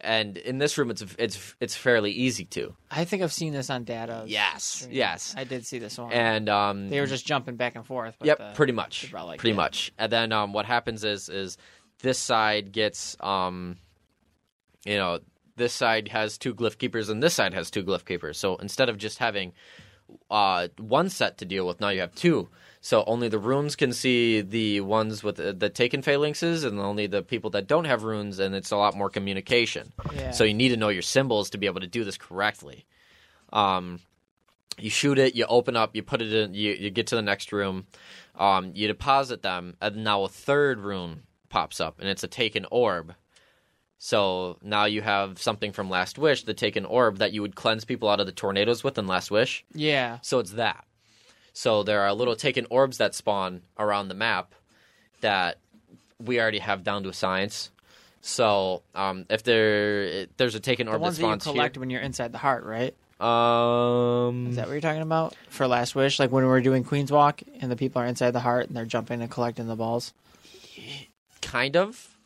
Speaker 3: and in this room, it's it's it's fairly easy to.
Speaker 1: I think I've seen this on data.
Speaker 3: Yes, yes.
Speaker 1: I did see this one.
Speaker 3: And um,
Speaker 1: they were just jumping back and forth. But
Speaker 3: yep,
Speaker 1: the-
Speaker 3: pretty much,
Speaker 1: about like
Speaker 3: pretty
Speaker 1: that.
Speaker 3: much. And then um, what happens is is this side gets um, you know, this side has two glyph keepers and this side has two glyph keepers. So instead of just having uh one set to deal with, now you have two. So only the runes can see the ones with uh, the, the taken phalanxes, and only the people that don't have runes, and it's a lot more communication.
Speaker 1: Yeah.
Speaker 3: So you need to know your symbols to be able to do this correctly. Um, you shoot it, you open up, you put it in, you, you get to the next room, um, you deposit them, and now a third rune pops up, and it's a taken orb. So now you have something from Last Wish, the taken orb that you would cleanse people out of the tornadoes with in Last Wish.
Speaker 1: Yeah.
Speaker 3: So it's that. So there are little taken orbs that spawn around the map that we already have down to a science. So um, if there there's a taken
Speaker 1: The
Speaker 3: orb that
Speaker 1: ones that you
Speaker 3: spawns
Speaker 1: collect when you're inside the heart, right?
Speaker 3: here, um,
Speaker 1: Is that what you're talking about for Last Wish? Like when we we're doing Queen's Walk and the people are inside the heart and they're jumping and collecting the balls.
Speaker 3: kind of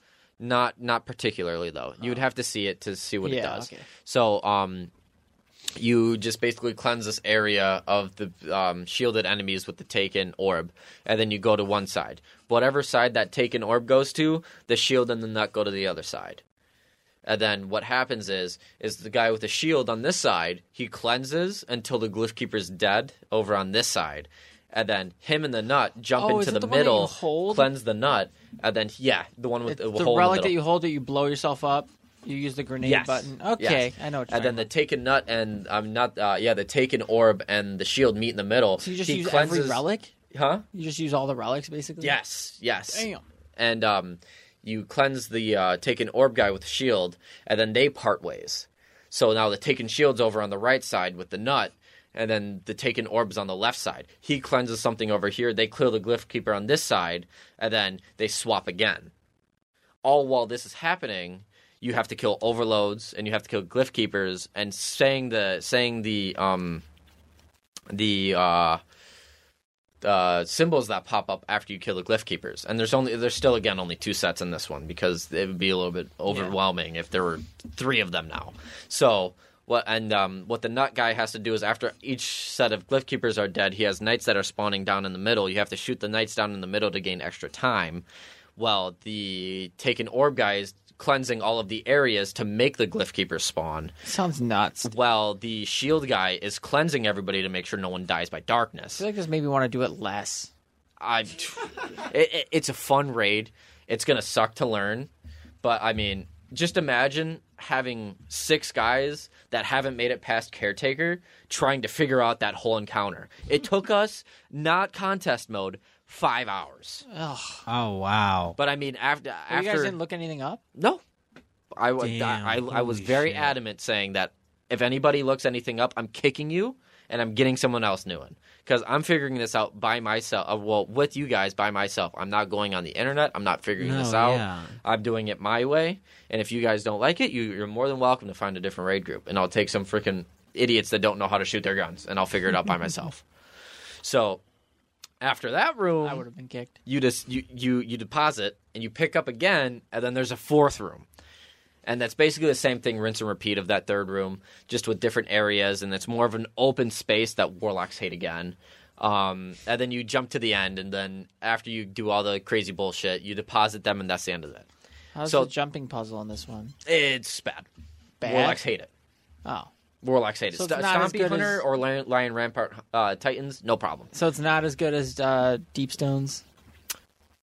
Speaker 3: not not particularly though you would have to see it to see what
Speaker 1: Oh.
Speaker 3: it
Speaker 1: Yeah,
Speaker 3: does
Speaker 1: okay.
Speaker 3: so um you just basically cleanse this area of the um, shielded enemies with the taken orb and then you go to one side whatever side that taken orb goes to the shield and the nut go to the other side and then what happens is is the guy with the shield on this side, he cleanses until the glyph keeper's dead over on this side. And then him and the nut jump
Speaker 1: Oh, is
Speaker 3: into
Speaker 1: it the
Speaker 3: the,
Speaker 1: one that you
Speaker 3: middle,
Speaker 1: hold?
Speaker 3: cleanse the nut, and then yeah, the one with
Speaker 1: It's
Speaker 3: the,
Speaker 1: the
Speaker 3: hole
Speaker 1: relic
Speaker 3: in the
Speaker 1: that
Speaker 3: middle.
Speaker 1: you hold it, you blow yourself up, you use the grenade
Speaker 3: Yes.
Speaker 1: button. Okay,
Speaker 3: Yes.
Speaker 1: I know what you're
Speaker 3: And then the
Speaker 1: talking
Speaker 3: taken nut and I'm not uh, yeah, the taken orb and the shield meet in the middle.
Speaker 1: about. So you just
Speaker 3: he
Speaker 1: use
Speaker 3: cleanses,
Speaker 1: every relic?
Speaker 3: Huh?
Speaker 1: You just use all the relics basically?
Speaker 3: Yes, yes.
Speaker 1: Damn.
Speaker 3: And um, you cleanse the uh, taken orb guy with the shield, and then they part ways. So now the taken shield's over on the right side with the nut, and then the taken orb's on the left side. He cleanses something over here, they clear the glyph keeper on this side, and then they swap again. All while this is happening, you have to kill overloads and you have to kill glyph keepers and saying the saying the um the uh uh, symbols that pop up after you kill the glyph keepers, and there's only there's still again only two sets in this one because it would be a little bit overwhelming if there were three of them now. So what and um, what the nut guy has to do is after each set of glyph keepers are dead, he has knights that are spawning down in the middle. You have to shoot the knights down in the middle to gain extra time. Well, the taken orb guy is cleansing all of the areas to make the glyph keepers spawn.
Speaker 1: Sounds nuts. I
Speaker 3: While the shield guy is cleansing everybody to make sure no one dies by darkness.
Speaker 1: feel like this made me want to do it less.
Speaker 3: I, it, it- it's a fun raid. It's gonna suck to learn, but I mean, just imagine having six guys that haven't made it past caretaker trying to figure out that whole encounter. It took us not contest mode five hours,
Speaker 2: Oh wow.
Speaker 3: but I mean after
Speaker 1: Oh, you guys
Speaker 3: after
Speaker 1: didn't look anything up?
Speaker 3: no, I wa-
Speaker 2: Damn,
Speaker 3: I, I, I was
Speaker 2: holy
Speaker 3: very
Speaker 2: shit.
Speaker 3: adamant saying that if anybody looks anything up, I'm kicking you and I'm getting someone else new in because I'm figuring this out by myself. Uh, well, with you guys by myself. I'm not going on the internet. I'm not figuring
Speaker 2: No,
Speaker 3: this out.
Speaker 2: yeah.
Speaker 3: I'm doing it my way. And if you guys don't like it, you, you're more than welcome to find a different raid group. And I'll take some freaking idiots that don't know how to shoot their guns and I'll figure it out by myself. So after that room,
Speaker 1: I would have been kicked.
Speaker 3: you just you you you deposit and you pick up again and then there's a fourth room and that's basically the same thing rinse and repeat of that third room just with different areas and it's more of an open space that warlocks hate again um, and then you jump to the end and then after you do all the crazy bullshit you deposit them and that's the end of it
Speaker 1: How's
Speaker 3: So-
Speaker 1: the jumping puzzle on this one?
Speaker 3: it's bad,
Speaker 1: Bad?
Speaker 3: warlocks hate it
Speaker 1: Oh.
Speaker 3: warlocks hate it
Speaker 1: So it's
Speaker 3: St-
Speaker 1: not as
Speaker 3: stompy
Speaker 1: good
Speaker 3: hunter
Speaker 1: as-
Speaker 3: or lion, lion rampart uh, titans no problem
Speaker 1: So it's not as good as uh, Deep Stones.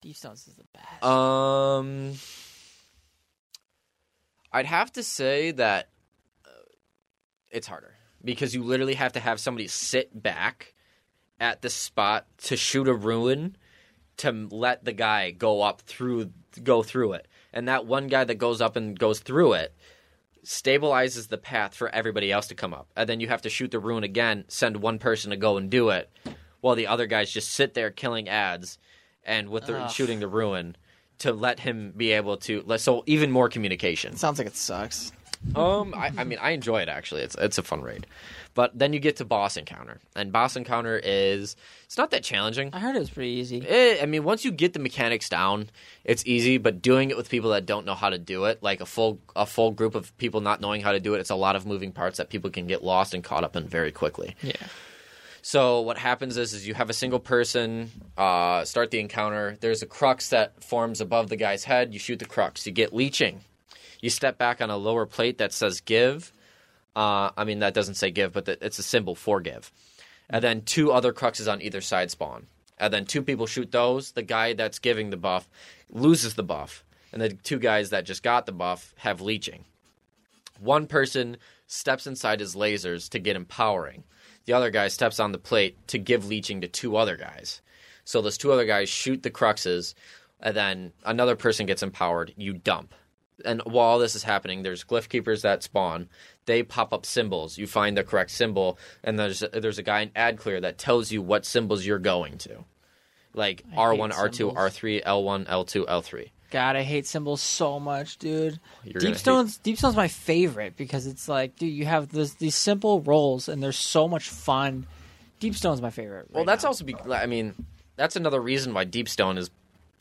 Speaker 1: Deep Stones is the best.
Speaker 3: Um, I'd have to say that uh, it's harder because you literally have to have somebody sit back at the spot to shoot a ruin to m- let the guy go up through go through it, and that one guy that goes up and goes through it stabilizes the path for everybody else to come up, and then you have to shoot the ruin again, send one person to go and do it, while the other guys just sit there killing ads and with the shooting the ruin to let him be able to let so even more communication.
Speaker 1: Sounds like it sucks.
Speaker 3: Um, I, I mean, I enjoy it actually. It's it's a fun raid, but then you get to boss encounter, and boss encounter is it's not that challenging.
Speaker 1: I heard it was pretty easy.
Speaker 3: Eh, I mean, once you get the mechanics down, it's easy. But doing it with people that don't know how to do it, like a full a full group of people not knowing how to do it, it's a lot of moving parts that people can get lost and caught up in very quickly.
Speaker 1: Yeah.
Speaker 3: So what happens is, is you have a single person uh, start the encounter. There's a crux that forms above the guy's head. You shoot the crux. You get leeching. You step back on a lower plate that says give. Uh, I mean, that doesn't say give, but that it's a symbol for give. And then two other cruxes on either side spawn. And then two people shoot those. The guy that's giving the buff loses the buff. And the two guys that just got the buff have leeching one person steps inside his lasers to get empowering. The other guy steps on the plate to give leeching to two other guys. So those two other guys shoot the cruxes, and then another person gets empowered. You dump. And while all this is happening, there's glyph keepers that spawn. They pop up symbols. You find the correct symbol, and there's there's a guy in ad clear that tells you what symbols you're going to, like
Speaker 1: I
Speaker 3: R one,
Speaker 1: hate
Speaker 3: R two,
Speaker 1: symbols.
Speaker 3: R three, L one, L two, L three.
Speaker 1: God, I hate symbols so much, dude.
Speaker 3: You're gonna
Speaker 1: Deep
Speaker 3: hate-
Speaker 1: Stone's Deep Stone's my favorite because it's like, dude, you have this, these simple roles and they're so much fun. Deep Stone's my favorite.
Speaker 3: Well,
Speaker 1: right
Speaker 3: that's
Speaker 1: now.
Speaker 3: also be. I mean, that's another reason why Deepstone is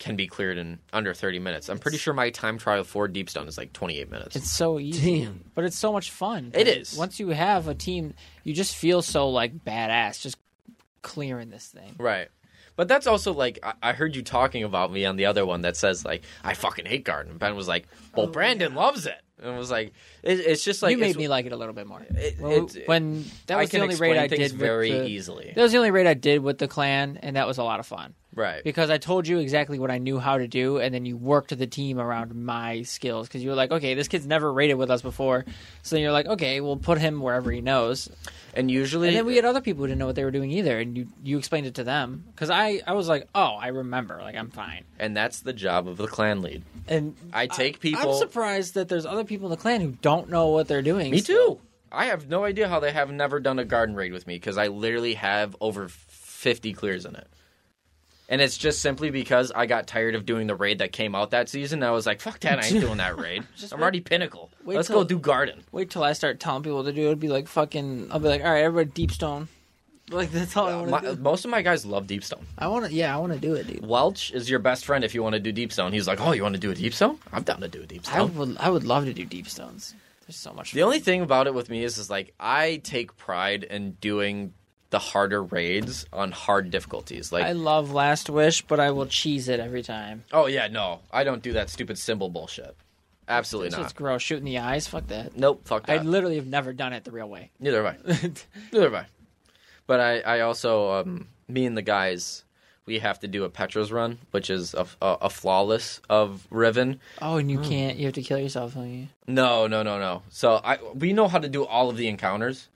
Speaker 3: can be cleared in under 30 minutes. I'm pretty sure my time trial for Deepstone is like 28 minutes.
Speaker 1: It's so easy, but it's so much fun.
Speaker 3: It is.
Speaker 1: Once you have a team, you just feel so like badass just clearing this thing.
Speaker 3: right. But that's also like I, I heard you talking about me on the other one that says like I fucking hate garden. Ben was like, "Well, Brandon loves it," and I was like, it, "It's just like
Speaker 1: Oh, you made
Speaker 3: it's-
Speaker 1: me like it a little bit more.
Speaker 3: It-
Speaker 1: Well,
Speaker 3: it-
Speaker 1: when that
Speaker 3: I
Speaker 1: was
Speaker 3: can
Speaker 1: the only raid
Speaker 3: explain
Speaker 1: I did
Speaker 3: things
Speaker 1: with
Speaker 3: very
Speaker 1: the-
Speaker 3: easily.
Speaker 1: That was the only raid I did with the clan, and that was a lot of fun.
Speaker 3: right."
Speaker 1: because I told you exactly what I knew how to do, and then you worked the team around my skills because you were like, okay, this kid's never raided with us before, so then you're like, okay, we'll put him wherever he knows,
Speaker 3: and usually,
Speaker 1: and then we had other people who didn't know what they were doing either, and you you explained it to them because I I was like, oh, I remember, like I'm fine,
Speaker 3: and that's the job of the clan lead.
Speaker 1: and
Speaker 3: I take people.
Speaker 1: I'm surprised that there's other people in the clan who don't know what they're doing.
Speaker 3: Me
Speaker 1: still.
Speaker 3: too. I have no idea how they have never done a garden raid with me because I literally have over 50 clears in it. And it's just simply because I got tired of doing the raid that came out that season. I was like, fuck that, I ain't doing that raid. I'm already pinnacle.
Speaker 1: wait
Speaker 3: Let's
Speaker 1: till-
Speaker 3: go do garden.
Speaker 1: Wait till I start telling people what to do. It'd be like fucking. I'll be like, all right, everybody, deep stone. Like that's all I want to
Speaker 3: My-
Speaker 1: do.
Speaker 3: most of my guys love Deepstone.
Speaker 1: I want to. Yeah, I want to do it, dude.
Speaker 3: Welch is your best friend if you want to do Deepstone. He's like, oh, you want to do a Deepstone? I'm down to do a
Speaker 1: I
Speaker 3: Deepstone.
Speaker 1: would I would love to do deep stones. There's so much.
Speaker 3: The only thing about it with me is, is like I take pride in doing the harder raids on hard difficulties. Like
Speaker 1: I love Last Wish, but I will cheese it every time.
Speaker 3: Oh yeah, no, I don't do that stupid symbol bullshit. Absolutely
Speaker 1: So it's
Speaker 3: not.
Speaker 1: gross. Shooting the eyes. Fuck that.
Speaker 3: Nope, fuck
Speaker 1: I
Speaker 3: that.
Speaker 1: literally have never done it the real way.
Speaker 3: Neither have I. Neither have I. But I, I also, um, me and the guys, we have to do a Petra's run, which is a, a, a flawless of Riven.
Speaker 1: Oh, and you can't. You have to kill yourself. Don't you?
Speaker 3: No, no, no, no. So I we know how to do all of the encounters,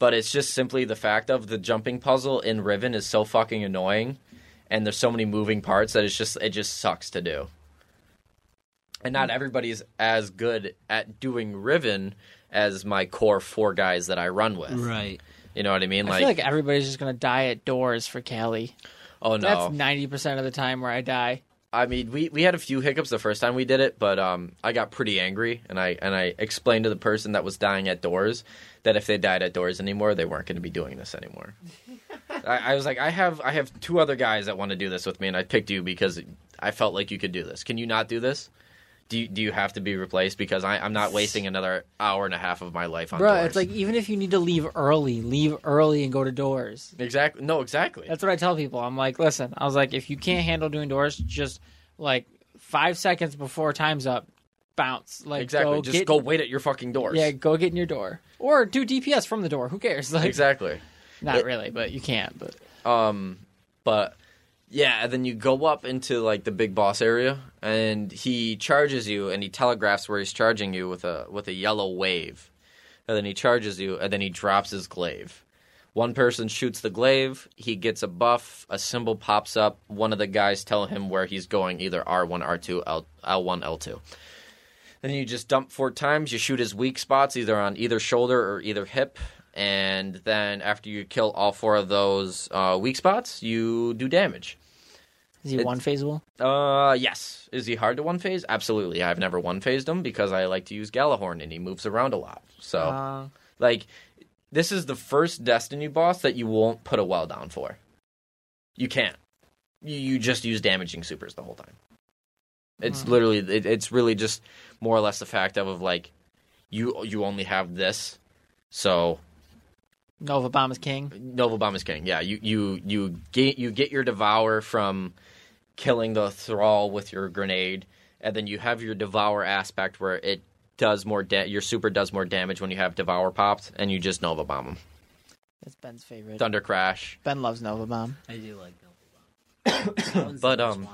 Speaker 3: but it's just simply the fact of the jumping puzzle in Riven is so fucking annoying, and there's so many moving parts that it's just it just sucks to do. And not everybody's as good at doing Riven as my core four guys that I run with.
Speaker 2: Right.
Speaker 3: You know what I mean?
Speaker 1: I
Speaker 3: Like,
Speaker 1: feel like everybody's just gonna die at doors for Callie.
Speaker 3: oh no,
Speaker 1: That's ninety percent of the time where I die.
Speaker 3: I mean, we, we had a few hiccups the first time we did it, but um, I got pretty angry and I and I explained to the person that was dying at doors that if they died at doors anymore, they weren't going to be doing this anymore. I, I was like, I have I have two other guys that want to do this with me, and I picked you because I felt like you could do this. Can you not do this? Do you, do you have to be replaced? Because I, I'm not wasting another hour and a half of my life on
Speaker 1: Bro,
Speaker 3: doors.
Speaker 1: it's like even if you need to leave early, leave early and go to doors.
Speaker 3: exactly no exactly.
Speaker 1: That's what I tell people. I'm like, listen, I was like, if you can't handle doing doors, just like five seconds before time's up, bounce. Like
Speaker 3: Exactly.
Speaker 1: go
Speaker 3: Just
Speaker 1: get-
Speaker 3: go wait at your fucking doors.
Speaker 1: Yeah, go get in your door or do DPS from the door. Who cares? Like,
Speaker 3: Exactly.
Speaker 1: not really, but you can't. But
Speaker 3: but yeah and then you go up into like the big boss area and he charges you and he telegraphs where he's charging you with a with a yellow wave and then he charges you and then he drops his glaive one person shoots the glaive he gets a buff a symbol pops up one of the guys tell him where he's going either r1 r2 L, l1 l2 then you just dump four times. You shoot his weak spots either on either shoulder or either hip. And then after you kill all four of those uh, weak spots, you do damage.
Speaker 1: Is he
Speaker 3: It's-
Speaker 1: one phaseable?
Speaker 3: Uh, yes. Is he hard to one phase? Absolutely. I've never one phased him because I like to use Galahorn and he moves around a lot. So,
Speaker 1: Uh,
Speaker 3: like, this is the first Destiny boss that you won't put a well down for. You can't. You, you just use damaging supers the whole time. It's
Speaker 1: Hmm.
Speaker 3: literally, it, it's really just more or less the fact of, of like, you you only have this, so
Speaker 1: Nova Bomb is king.
Speaker 3: Nova Bomb is king. Yeah, you you you get you get your devour from killing the thrall with your grenade, and then you have your devour aspect where it does more da- your super does more damage when you have devour popped, and you just Nova Bomb them.
Speaker 1: That's Ben's favorite.
Speaker 3: Thunder Crash.
Speaker 1: Ben loves Nova Bomb.
Speaker 2: I do like Nova
Speaker 3: But, um,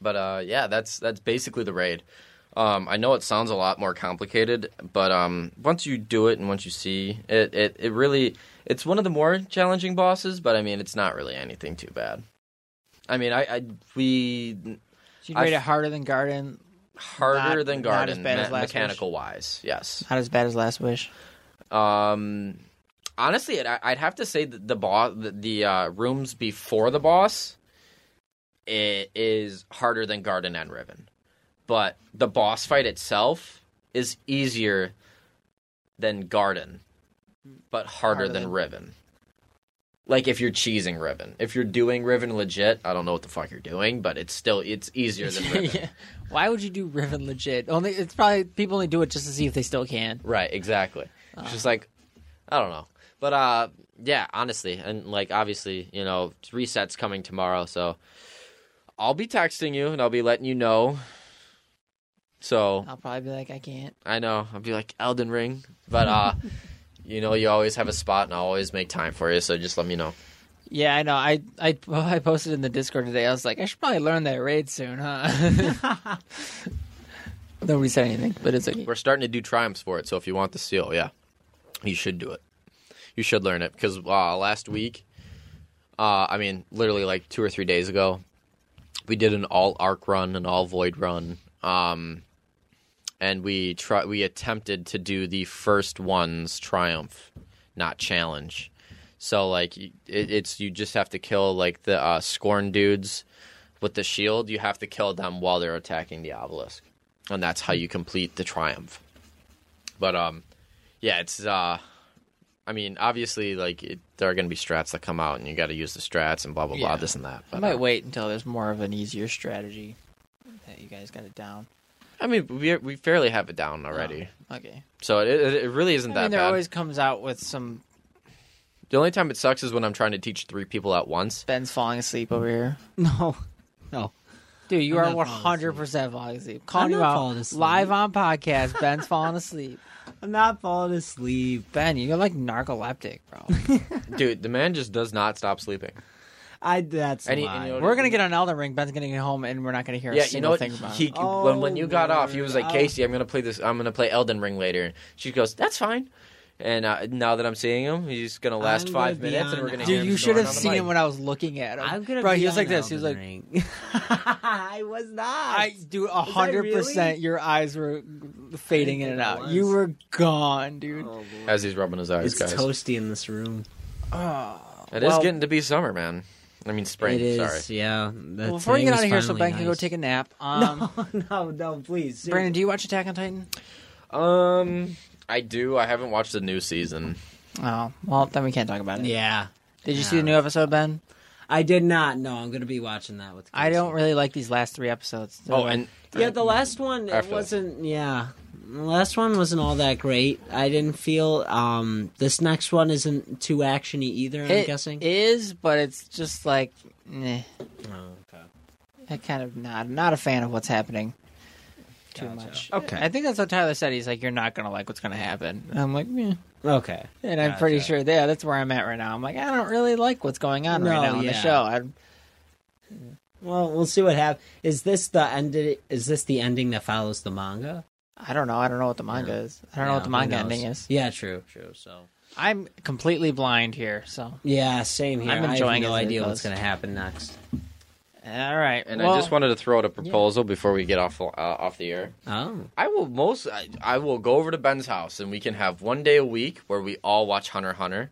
Speaker 3: But uh, yeah, that's that's basically the raid. Um, I know it sounds a lot more complicated, but um, once you do it and once you see it, it, it really it's one of the more challenging bosses. But I mean, it's not really anything too bad. I mean, I, I we
Speaker 1: She'd
Speaker 3: I
Speaker 1: rate it
Speaker 3: f-
Speaker 1: harder than Garden.
Speaker 3: harder
Speaker 1: Not-
Speaker 3: than
Speaker 1: not
Speaker 3: garden
Speaker 1: as bad as
Speaker 3: me-
Speaker 1: Last
Speaker 3: mechanical wise yes
Speaker 1: Not as bad as Last Wish.
Speaker 3: um honestly it, i'd have to say that the boss the, the uh, rooms before the boss it is harder than garden and riven but the boss fight itself is easier than garden but harder,
Speaker 1: Harder
Speaker 3: than,
Speaker 1: than-
Speaker 3: riven like if you're cheesing riven if you're doing riven legit i don't know what the fuck you're doing but it's still it's easier than riven
Speaker 1: Yeah. Why would you do Riven legit? Only it's probably people only do it just to see if they still can.
Speaker 3: Right, exactly. It's just like I don't know. But uh yeah, honestly, and like obviously, you know, resets coming tomorrow, so I'll be texting you and I'll be letting you know. So
Speaker 1: I'll probably be like, I can't.
Speaker 3: I know, I'll be like Elden Ring. But uh you know, you always have a spot and I'll always make time for you, so just let me know.
Speaker 1: Yeah, I know. I I I posted in the Discord today. I was like, I should probably learn that raid soon, huh? Nobody said anything, but it's okay.
Speaker 3: We're starting to do triumphs for it, so if you want the seal, yeah, you should do it. You should learn it because uh, last week, uh, I mean, literally like two or three days ago, we did an all arc run, an all void run, um, and we try we attempted to do the first one's triumph, not challenge. So like y- it, it's you just have to kill like the uh, scorn dudes with the shield. You have to kill them while they're attacking the obelisk and that's how you complete the triumph. But um, yeah, it's uh, I mean, obviously, like it, there are going to be strats that come out, and you got to use the strats and blah blah blah,
Speaker 1: Yeah.
Speaker 3: this and that.
Speaker 1: I
Speaker 3: But,
Speaker 1: might
Speaker 3: uh,
Speaker 1: wait until there's more of an easier strategy that you guys got it down.
Speaker 3: I mean, we we fairly have it down already,
Speaker 1: Okay.
Speaker 3: so it it, it really isn't
Speaker 1: I
Speaker 3: that
Speaker 1: mean, there
Speaker 3: bad.
Speaker 1: always comes out with some
Speaker 3: The only time it sucks is when I'm trying to teach three people at once.
Speaker 1: Ben's falling asleep over here.
Speaker 2: no, no.
Speaker 1: Dude, you
Speaker 2: I'm
Speaker 1: are
Speaker 2: not
Speaker 1: one
Speaker 2: falling
Speaker 1: hundred percent falling asleep. Calling
Speaker 2: I'm
Speaker 1: you
Speaker 2: not
Speaker 1: out
Speaker 2: falling asleep.
Speaker 1: live on podcast. Ben's falling asleep.
Speaker 2: I'm not falling asleep.
Speaker 1: Ben, you're like narcoleptic, bro.
Speaker 3: Dude, the man just does not stop sleeping.
Speaker 2: I that's
Speaker 3: And
Speaker 2: a
Speaker 3: he-
Speaker 2: lie.
Speaker 3: and you know-
Speaker 1: we're gonna get on Elden Ring. Ben's gonna get home, and we're not gonna hear a
Speaker 3: Yeah,
Speaker 1: single
Speaker 3: you know what?
Speaker 1: thing about Oh.
Speaker 3: He
Speaker 1: it.
Speaker 2: Oh,
Speaker 3: when, when you got off, he was like,
Speaker 2: word.
Speaker 3: "Casey, I'm gonna play this. I'm gonna play Elden Ring later." And she goes, "That's fine." And uh, now that I'm seeing him, he's gonna last
Speaker 2: I'm
Speaker 3: five
Speaker 2: gonna be
Speaker 3: minutes, and
Speaker 2: on
Speaker 3: we're gonna. hear
Speaker 1: Dude,
Speaker 3: him
Speaker 1: you should
Speaker 3: snoring
Speaker 1: have
Speaker 3: on the
Speaker 1: seen
Speaker 3: mic.
Speaker 1: him when I was looking at him.
Speaker 2: I'm gonna
Speaker 1: bro,
Speaker 2: be
Speaker 1: he was
Speaker 2: on
Speaker 1: like this. He was like,
Speaker 2: Elden Ring. I was not.
Speaker 1: I do a hundred percent.
Speaker 2: really?
Speaker 1: Your eyes were fading in
Speaker 2: think
Speaker 1: and
Speaker 2: I
Speaker 1: out.
Speaker 2: was.
Speaker 1: You were gone, dude.
Speaker 2: Oh, Lord.
Speaker 3: as he's rubbing his eyes,
Speaker 2: it's
Speaker 3: guys.
Speaker 2: toasty in this room.
Speaker 1: Ah.
Speaker 3: It is
Speaker 1: Well-
Speaker 3: getting to be summer, man. I mean, spring.
Speaker 2: It is.
Speaker 3: Sorry.
Speaker 2: Yeah.
Speaker 1: Well, before we get out of here, so Ben can go take a nap. Um,
Speaker 2: a. no, no, please.
Speaker 1: Brandon, do you watch Attack on Titan?
Speaker 3: Um, I do. I haven't watched the new season.
Speaker 1: Oh, well, then we can't talk about it.
Speaker 2: Yeah.
Speaker 1: Did you see the new episode, Ben?
Speaker 2: I did not. No, I'm going to be watching that with.
Speaker 1: I don't
Speaker 2: Casey.
Speaker 1: really like these last three episodes.
Speaker 3: Oh, and
Speaker 2: Yeah, the last one
Speaker 3: I
Speaker 2: it
Speaker 3: feel-
Speaker 2: wasn't. Yeah, the last one wasn't all that great. I didn't feel. Um, this next one isn't too actiony either. I'm
Speaker 1: it
Speaker 2: guessing.
Speaker 1: is, but it's just like, eh,
Speaker 2: oh, okay.
Speaker 1: I kind of not not a fan of what's happening. Too
Speaker 2: Gotcha.
Speaker 1: much.
Speaker 2: Okay.
Speaker 1: I think that's what Tyler said. He's like, "You're not gonna like what's gonna happen." And I'm like, "Yeah."
Speaker 2: Okay.
Speaker 1: And I'm pretty
Speaker 2: Gotcha.
Speaker 1: sure, yeah, that's where I'm at right now. I'm like, I don't really like what's going on right
Speaker 2: No,
Speaker 1: now on the
Speaker 2: yeah.
Speaker 1: show. i
Speaker 2: Well, we'll see what happens. Is this the end? Is this the ending that follows the manga?
Speaker 1: I don't know. I don't know what the manga is. I don't know
Speaker 2: Yeah,
Speaker 1: what the
Speaker 2: who
Speaker 1: manga
Speaker 2: knows?
Speaker 1: ending is.
Speaker 2: Yeah, true, true. So.
Speaker 1: I'm completely blind here. So,
Speaker 2: Yeah, same here.
Speaker 1: I'm
Speaker 2: I'm
Speaker 1: enjoying it
Speaker 2: I have no
Speaker 1: as it
Speaker 2: idea what's
Speaker 1: goes.
Speaker 2: going to happen next.
Speaker 1: all right.
Speaker 3: and
Speaker 1: well,
Speaker 3: I just wanted to throw out a proposal before we get off uh, off the air.
Speaker 2: Oh,
Speaker 3: I will most. I, I will go over to Ben's house, and we can have one day a week where we all watch Hunter x Hunter,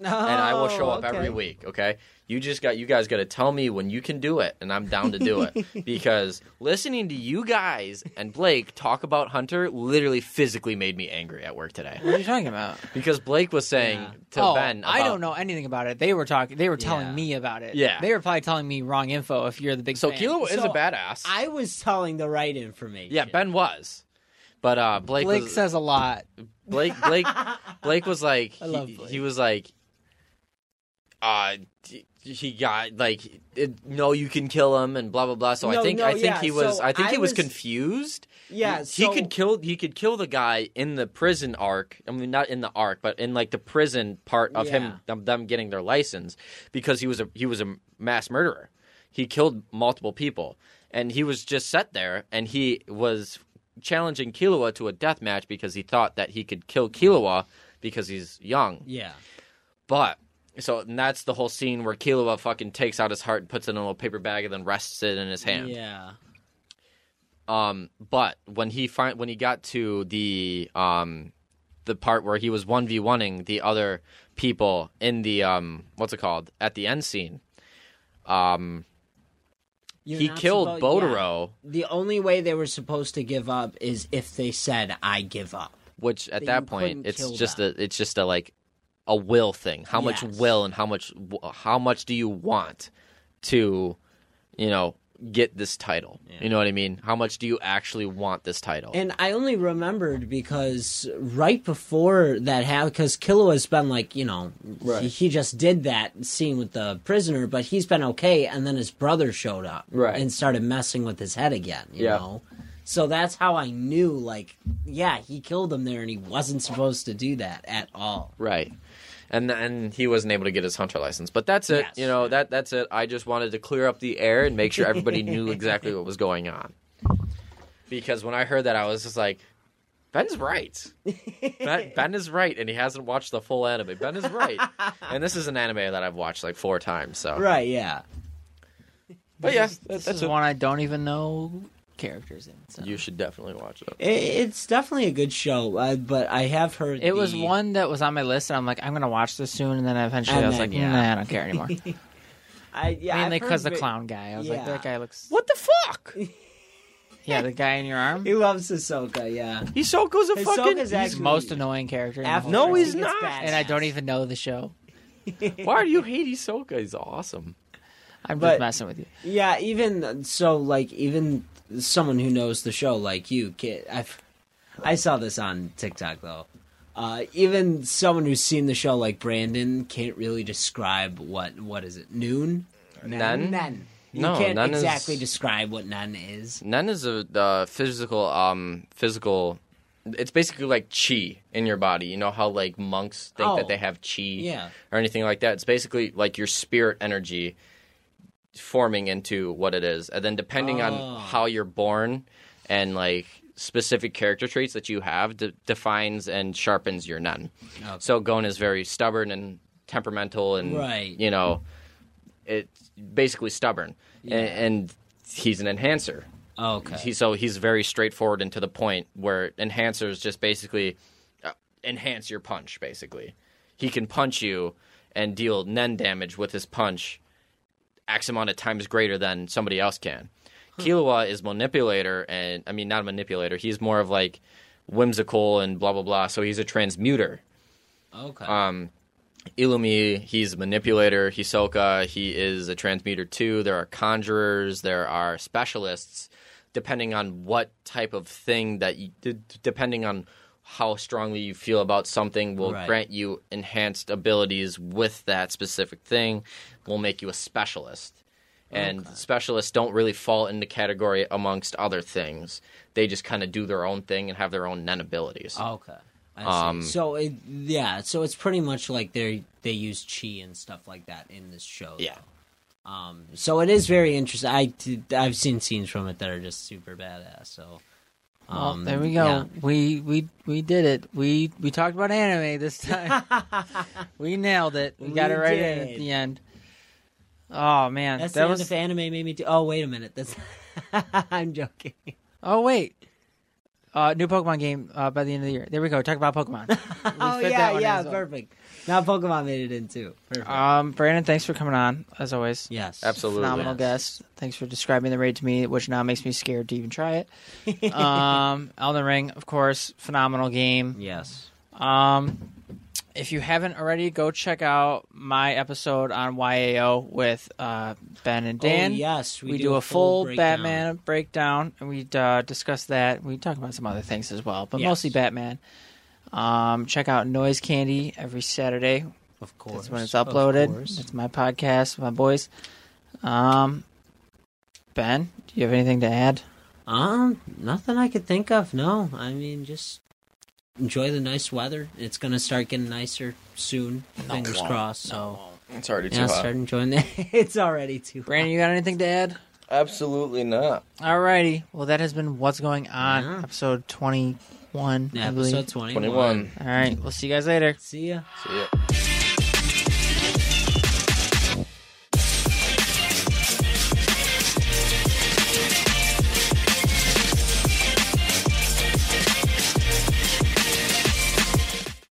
Speaker 3: and I will show
Speaker 2: Oh,
Speaker 3: up every
Speaker 2: okay.
Speaker 3: week. Okay, you just got you guys got to tell me when you can do it, and I'm down to do it because listening to you guys and Blake talk about Hunter literally physically made me angry at work today
Speaker 1: What are you talking about?
Speaker 3: because Blake was saying
Speaker 2: Yeah.
Speaker 3: to
Speaker 1: oh,
Speaker 3: Ben,
Speaker 1: I
Speaker 3: about-
Speaker 1: don't know anything about it. They were talking. They were telling
Speaker 2: Yeah.
Speaker 1: me about it.
Speaker 3: Yeah.
Speaker 1: they were probably telling me wrong info. If you're the big
Speaker 3: So
Speaker 1: fan.
Speaker 3: Kilo is
Speaker 2: So,
Speaker 3: a badass.
Speaker 2: I was telling the right information.
Speaker 3: yeah, Ben was, but uh, Blake
Speaker 1: Blake
Speaker 3: was,
Speaker 1: says a lot.
Speaker 3: Blake Blake Blake was like
Speaker 2: I love
Speaker 3: he,
Speaker 2: Blake.
Speaker 3: he was like uh he- he got like it, no you can kill him and blah blah blah so I
Speaker 2: No,
Speaker 3: think
Speaker 2: no,
Speaker 3: I think
Speaker 2: yeah,
Speaker 3: he was
Speaker 2: so
Speaker 3: I think
Speaker 2: I
Speaker 3: he was,
Speaker 2: was-
Speaker 3: confused
Speaker 2: yeah.
Speaker 3: he,
Speaker 2: so-
Speaker 3: he could kill he could kill the guy in the prison arc I mean not in the arc but in like the prison part of
Speaker 2: Yeah.
Speaker 3: him them, them getting their license because he was a he was a mass murderer he killed multiple people and he was just set there and he was challenging Killua to a death match because he thought that he could kill Killua because he's young
Speaker 2: Yeah.
Speaker 3: but so and that's the whole scene where Killua fucking takes out his heart and puts it in a little paper bag and then rests it in his hand
Speaker 2: Yeah.
Speaker 3: um, but when he fin- when he got to the um, the part where he was one v oneing the other people in the um, what's it called at the end scene, um,
Speaker 2: You're
Speaker 3: he
Speaker 2: not
Speaker 3: killed
Speaker 2: suppo- yeah.
Speaker 3: Bodoro,
Speaker 2: The only way they were supposed to give up is if they said, "I give up."
Speaker 3: which at
Speaker 2: But
Speaker 3: that
Speaker 2: you
Speaker 3: point
Speaker 2: couldn't
Speaker 3: it's
Speaker 2: kill
Speaker 3: just
Speaker 2: them.
Speaker 3: a it's just a like a will thing. How much
Speaker 2: Yes.
Speaker 3: will and how much how much do you want to you know get this title? You know what I mean? How much do you actually want this title?
Speaker 2: And I only remembered because right before that happened, because Killua's been like, you know, he, he just did that scene with the prisoner, but he's been okay. And then his brother showed up
Speaker 3: Right.
Speaker 2: and started messing with his head again, you
Speaker 3: Yeah.
Speaker 2: know? So that's how I knew, like, yeah, he killed him there and he wasn't supposed to do that at all.
Speaker 3: Right. And and he wasn't able to get his hunter license. But that's it.
Speaker 2: Yes.
Speaker 3: You know, that that's it. I just wanted to clear up the air and make sure everybody knew exactly what was going on. Because when I heard that I was just like Ben's right. Ben, ben is right, and he hasn't watched the full anime. Ben is right, and this is an anime that I've watched like four times. So,
Speaker 2: Right, yeah.
Speaker 3: but yes, that-
Speaker 1: This
Speaker 3: that's
Speaker 1: is
Speaker 3: it.
Speaker 1: one I don't even know characters in. so.
Speaker 3: You should definitely watch it.
Speaker 2: I it's definitely a good show, uh, but I have heard.
Speaker 1: It was
Speaker 2: the-
Speaker 1: one that was on my list, and I'm like, I'm gonna watch this soon, and then eventually
Speaker 2: And
Speaker 1: I was
Speaker 2: then,
Speaker 1: like,
Speaker 2: yeah.
Speaker 1: nah, I don't care anymore.
Speaker 2: I, yeah, I've
Speaker 1: Mainly
Speaker 2: heard
Speaker 1: because the
Speaker 2: ve-
Speaker 1: clown guy. I was like,
Speaker 2: Yeah.
Speaker 1: that guy looks.
Speaker 3: What the fuck?
Speaker 1: Yeah, the guy in your arm.
Speaker 2: He loves Hisoka, yeah.
Speaker 3: Hisoka's a fucking.
Speaker 2: Hisoka's
Speaker 1: He's
Speaker 2: actually.
Speaker 1: the most annoying character. In the
Speaker 2: After
Speaker 1: whole
Speaker 3: No,
Speaker 1: show.
Speaker 2: he
Speaker 3: he's
Speaker 2: gets
Speaker 3: not.
Speaker 2: badass.
Speaker 1: And I don't even know the show.
Speaker 3: Why do you hate Hisoka? He's awesome.
Speaker 1: I'm
Speaker 2: But-
Speaker 1: just messing with you.
Speaker 2: Yeah, even so, like even someone who knows the show, like you, kid, I've I saw this on TikTok though. Uh, even someone who's seen the show, like Brandon, can't really describe what what is it? Noon.
Speaker 3: Nen?
Speaker 2: Nen. You
Speaker 3: No,
Speaker 2: can't
Speaker 3: Nen is-
Speaker 2: exactly describe what Nen is.
Speaker 3: Nen is a uh, physical, um, physical. It's basically like chi in your body. You know how like monks think
Speaker 2: Oh.
Speaker 3: that they have chi
Speaker 2: Yeah.
Speaker 3: or anything like that. It's basically like your spirit energy forming into what it is, and then depending
Speaker 2: Oh.
Speaker 3: on how you're born and like specific character traits that you have de- defines and sharpens your Nen.
Speaker 2: Okay.
Speaker 3: So Gon is very stubborn and temperamental, and
Speaker 2: Right.
Speaker 3: you know, it's basically stubborn, A- and he's an enhancer.
Speaker 2: Okay.
Speaker 3: He, so he's very straightforward and to the point where enhancers just basically uh, enhance your punch, basically. He can punch you and deal Nen damage with his punch X amount of times greater than somebody else can. Killua is manipulator, and I mean, not a manipulator. He's more of like whimsical and blah, blah, blah. So he's a transmuter.
Speaker 2: okay.
Speaker 3: Illumi, he's a manipulator. Hisoka, he is a transmuter too. There are conjurers, there are specialists, depending on what type of thing that you, d- depending on how strongly you feel about something will
Speaker 2: Right.
Speaker 3: grant you enhanced abilities with that specific thing, will make you a specialist. And specialists don't really fall into category amongst other things. They just kind of do their own thing and have their own nen abilities.
Speaker 2: Okay. I see.
Speaker 3: Um,
Speaker 2: so it, yeah, so it's pretty much like they they use chi and stuff like that in this show.
Speaker 3: Yeah.
Speaker 2: though. Um. So it is very interesting. I did- I've seen scenes from it that are just super badass. So.
Speaker 1: Well,
Speaker 2: um,
Speaker 1: Oh, there we go.
Speaker 2: yeah.
Speaker 1: We we we did it. We we talked about anime this time. we nailed it. We, got
Speaker 2: We
Speaker 1: it right in at
Speaker 2: did.
Speaker 1: the end. Oh man,
Speaker 2: That's
Speaker 1: that
Speaker 2: the
Speaker 1: was.
Speaker 2: end of anime made me do. Oh wait a minute. That's. I'm joking.
Speaker 1: Oh wait, uh, new Pokemon game uh, by the end of the year. There we go. Talk about Pokemon. We
Speaker 2: oh
Speaker 1: fit that
Speaker 2: yeah,
Speaker 1: one in
Speaker 2: yeah,
Speaker 1: as well.
Speaker 2: perfect. Now Pokemon made it in too. Perfect.
Speaker 1: Um, Brandon, thanks for coming on as always.
Speaker 2: yes.
Speaker 3: Uh, Absolutely.
Speaker 1: Phenomenal guest. Thanks for describing the raid to me, which now makes me scared to even try it. um, Elden Ring, of course, phenomenal game.
Speaker 2: Yes.
Speaker 1: Um, if you haven't already, go check out my episode on YAO with uh, Ben and Dan.
Speaker 2: oh, yes.
Speaker 1: we, do, a full, Batman breakdown, and we uh, discuss that. We talk about some other things as well, but
Speaker 2: Yes.
Speaker 1: mostly Batman. Um, check out Noise Candy every Saturday.
Speaker 2: Of course.
Speaker 1: That's when it's
Speaker 2: Of
Speaker 1: uploaded.
Speaker 2: course.
Speaker 1: It's my podcast, with my boys. Um, Ben, do you have anything to add?
Speaker 2: Um, nothing I could think of. No, I mean just enjoy the nice weather. It's gonna start getting nicer soon. fingers crossed. So
Speaker 6: It's already too
Speaker 2: yeah,
Speaker 6: hot.
Speaker 2: start enjoying that. it's already too.
Speaker 1: Brandon, you got anything to add?
Speaker 6: Absolutely not.
Speaker 1: Alrighty. Well, that has been what's going on,
Speaker 2: Yeah.
Speaker 1: episode twenty-one.
Speaker 2: hot.
Speaker 1: I believe.
Speaker 2: Episode twenty.
Speaker 6: Twenty-one.
Speaker 1: All right. We'll see you guys later.
Speaker 2: See ya.
Speaker 6: See ya.
Speaker 3: guest.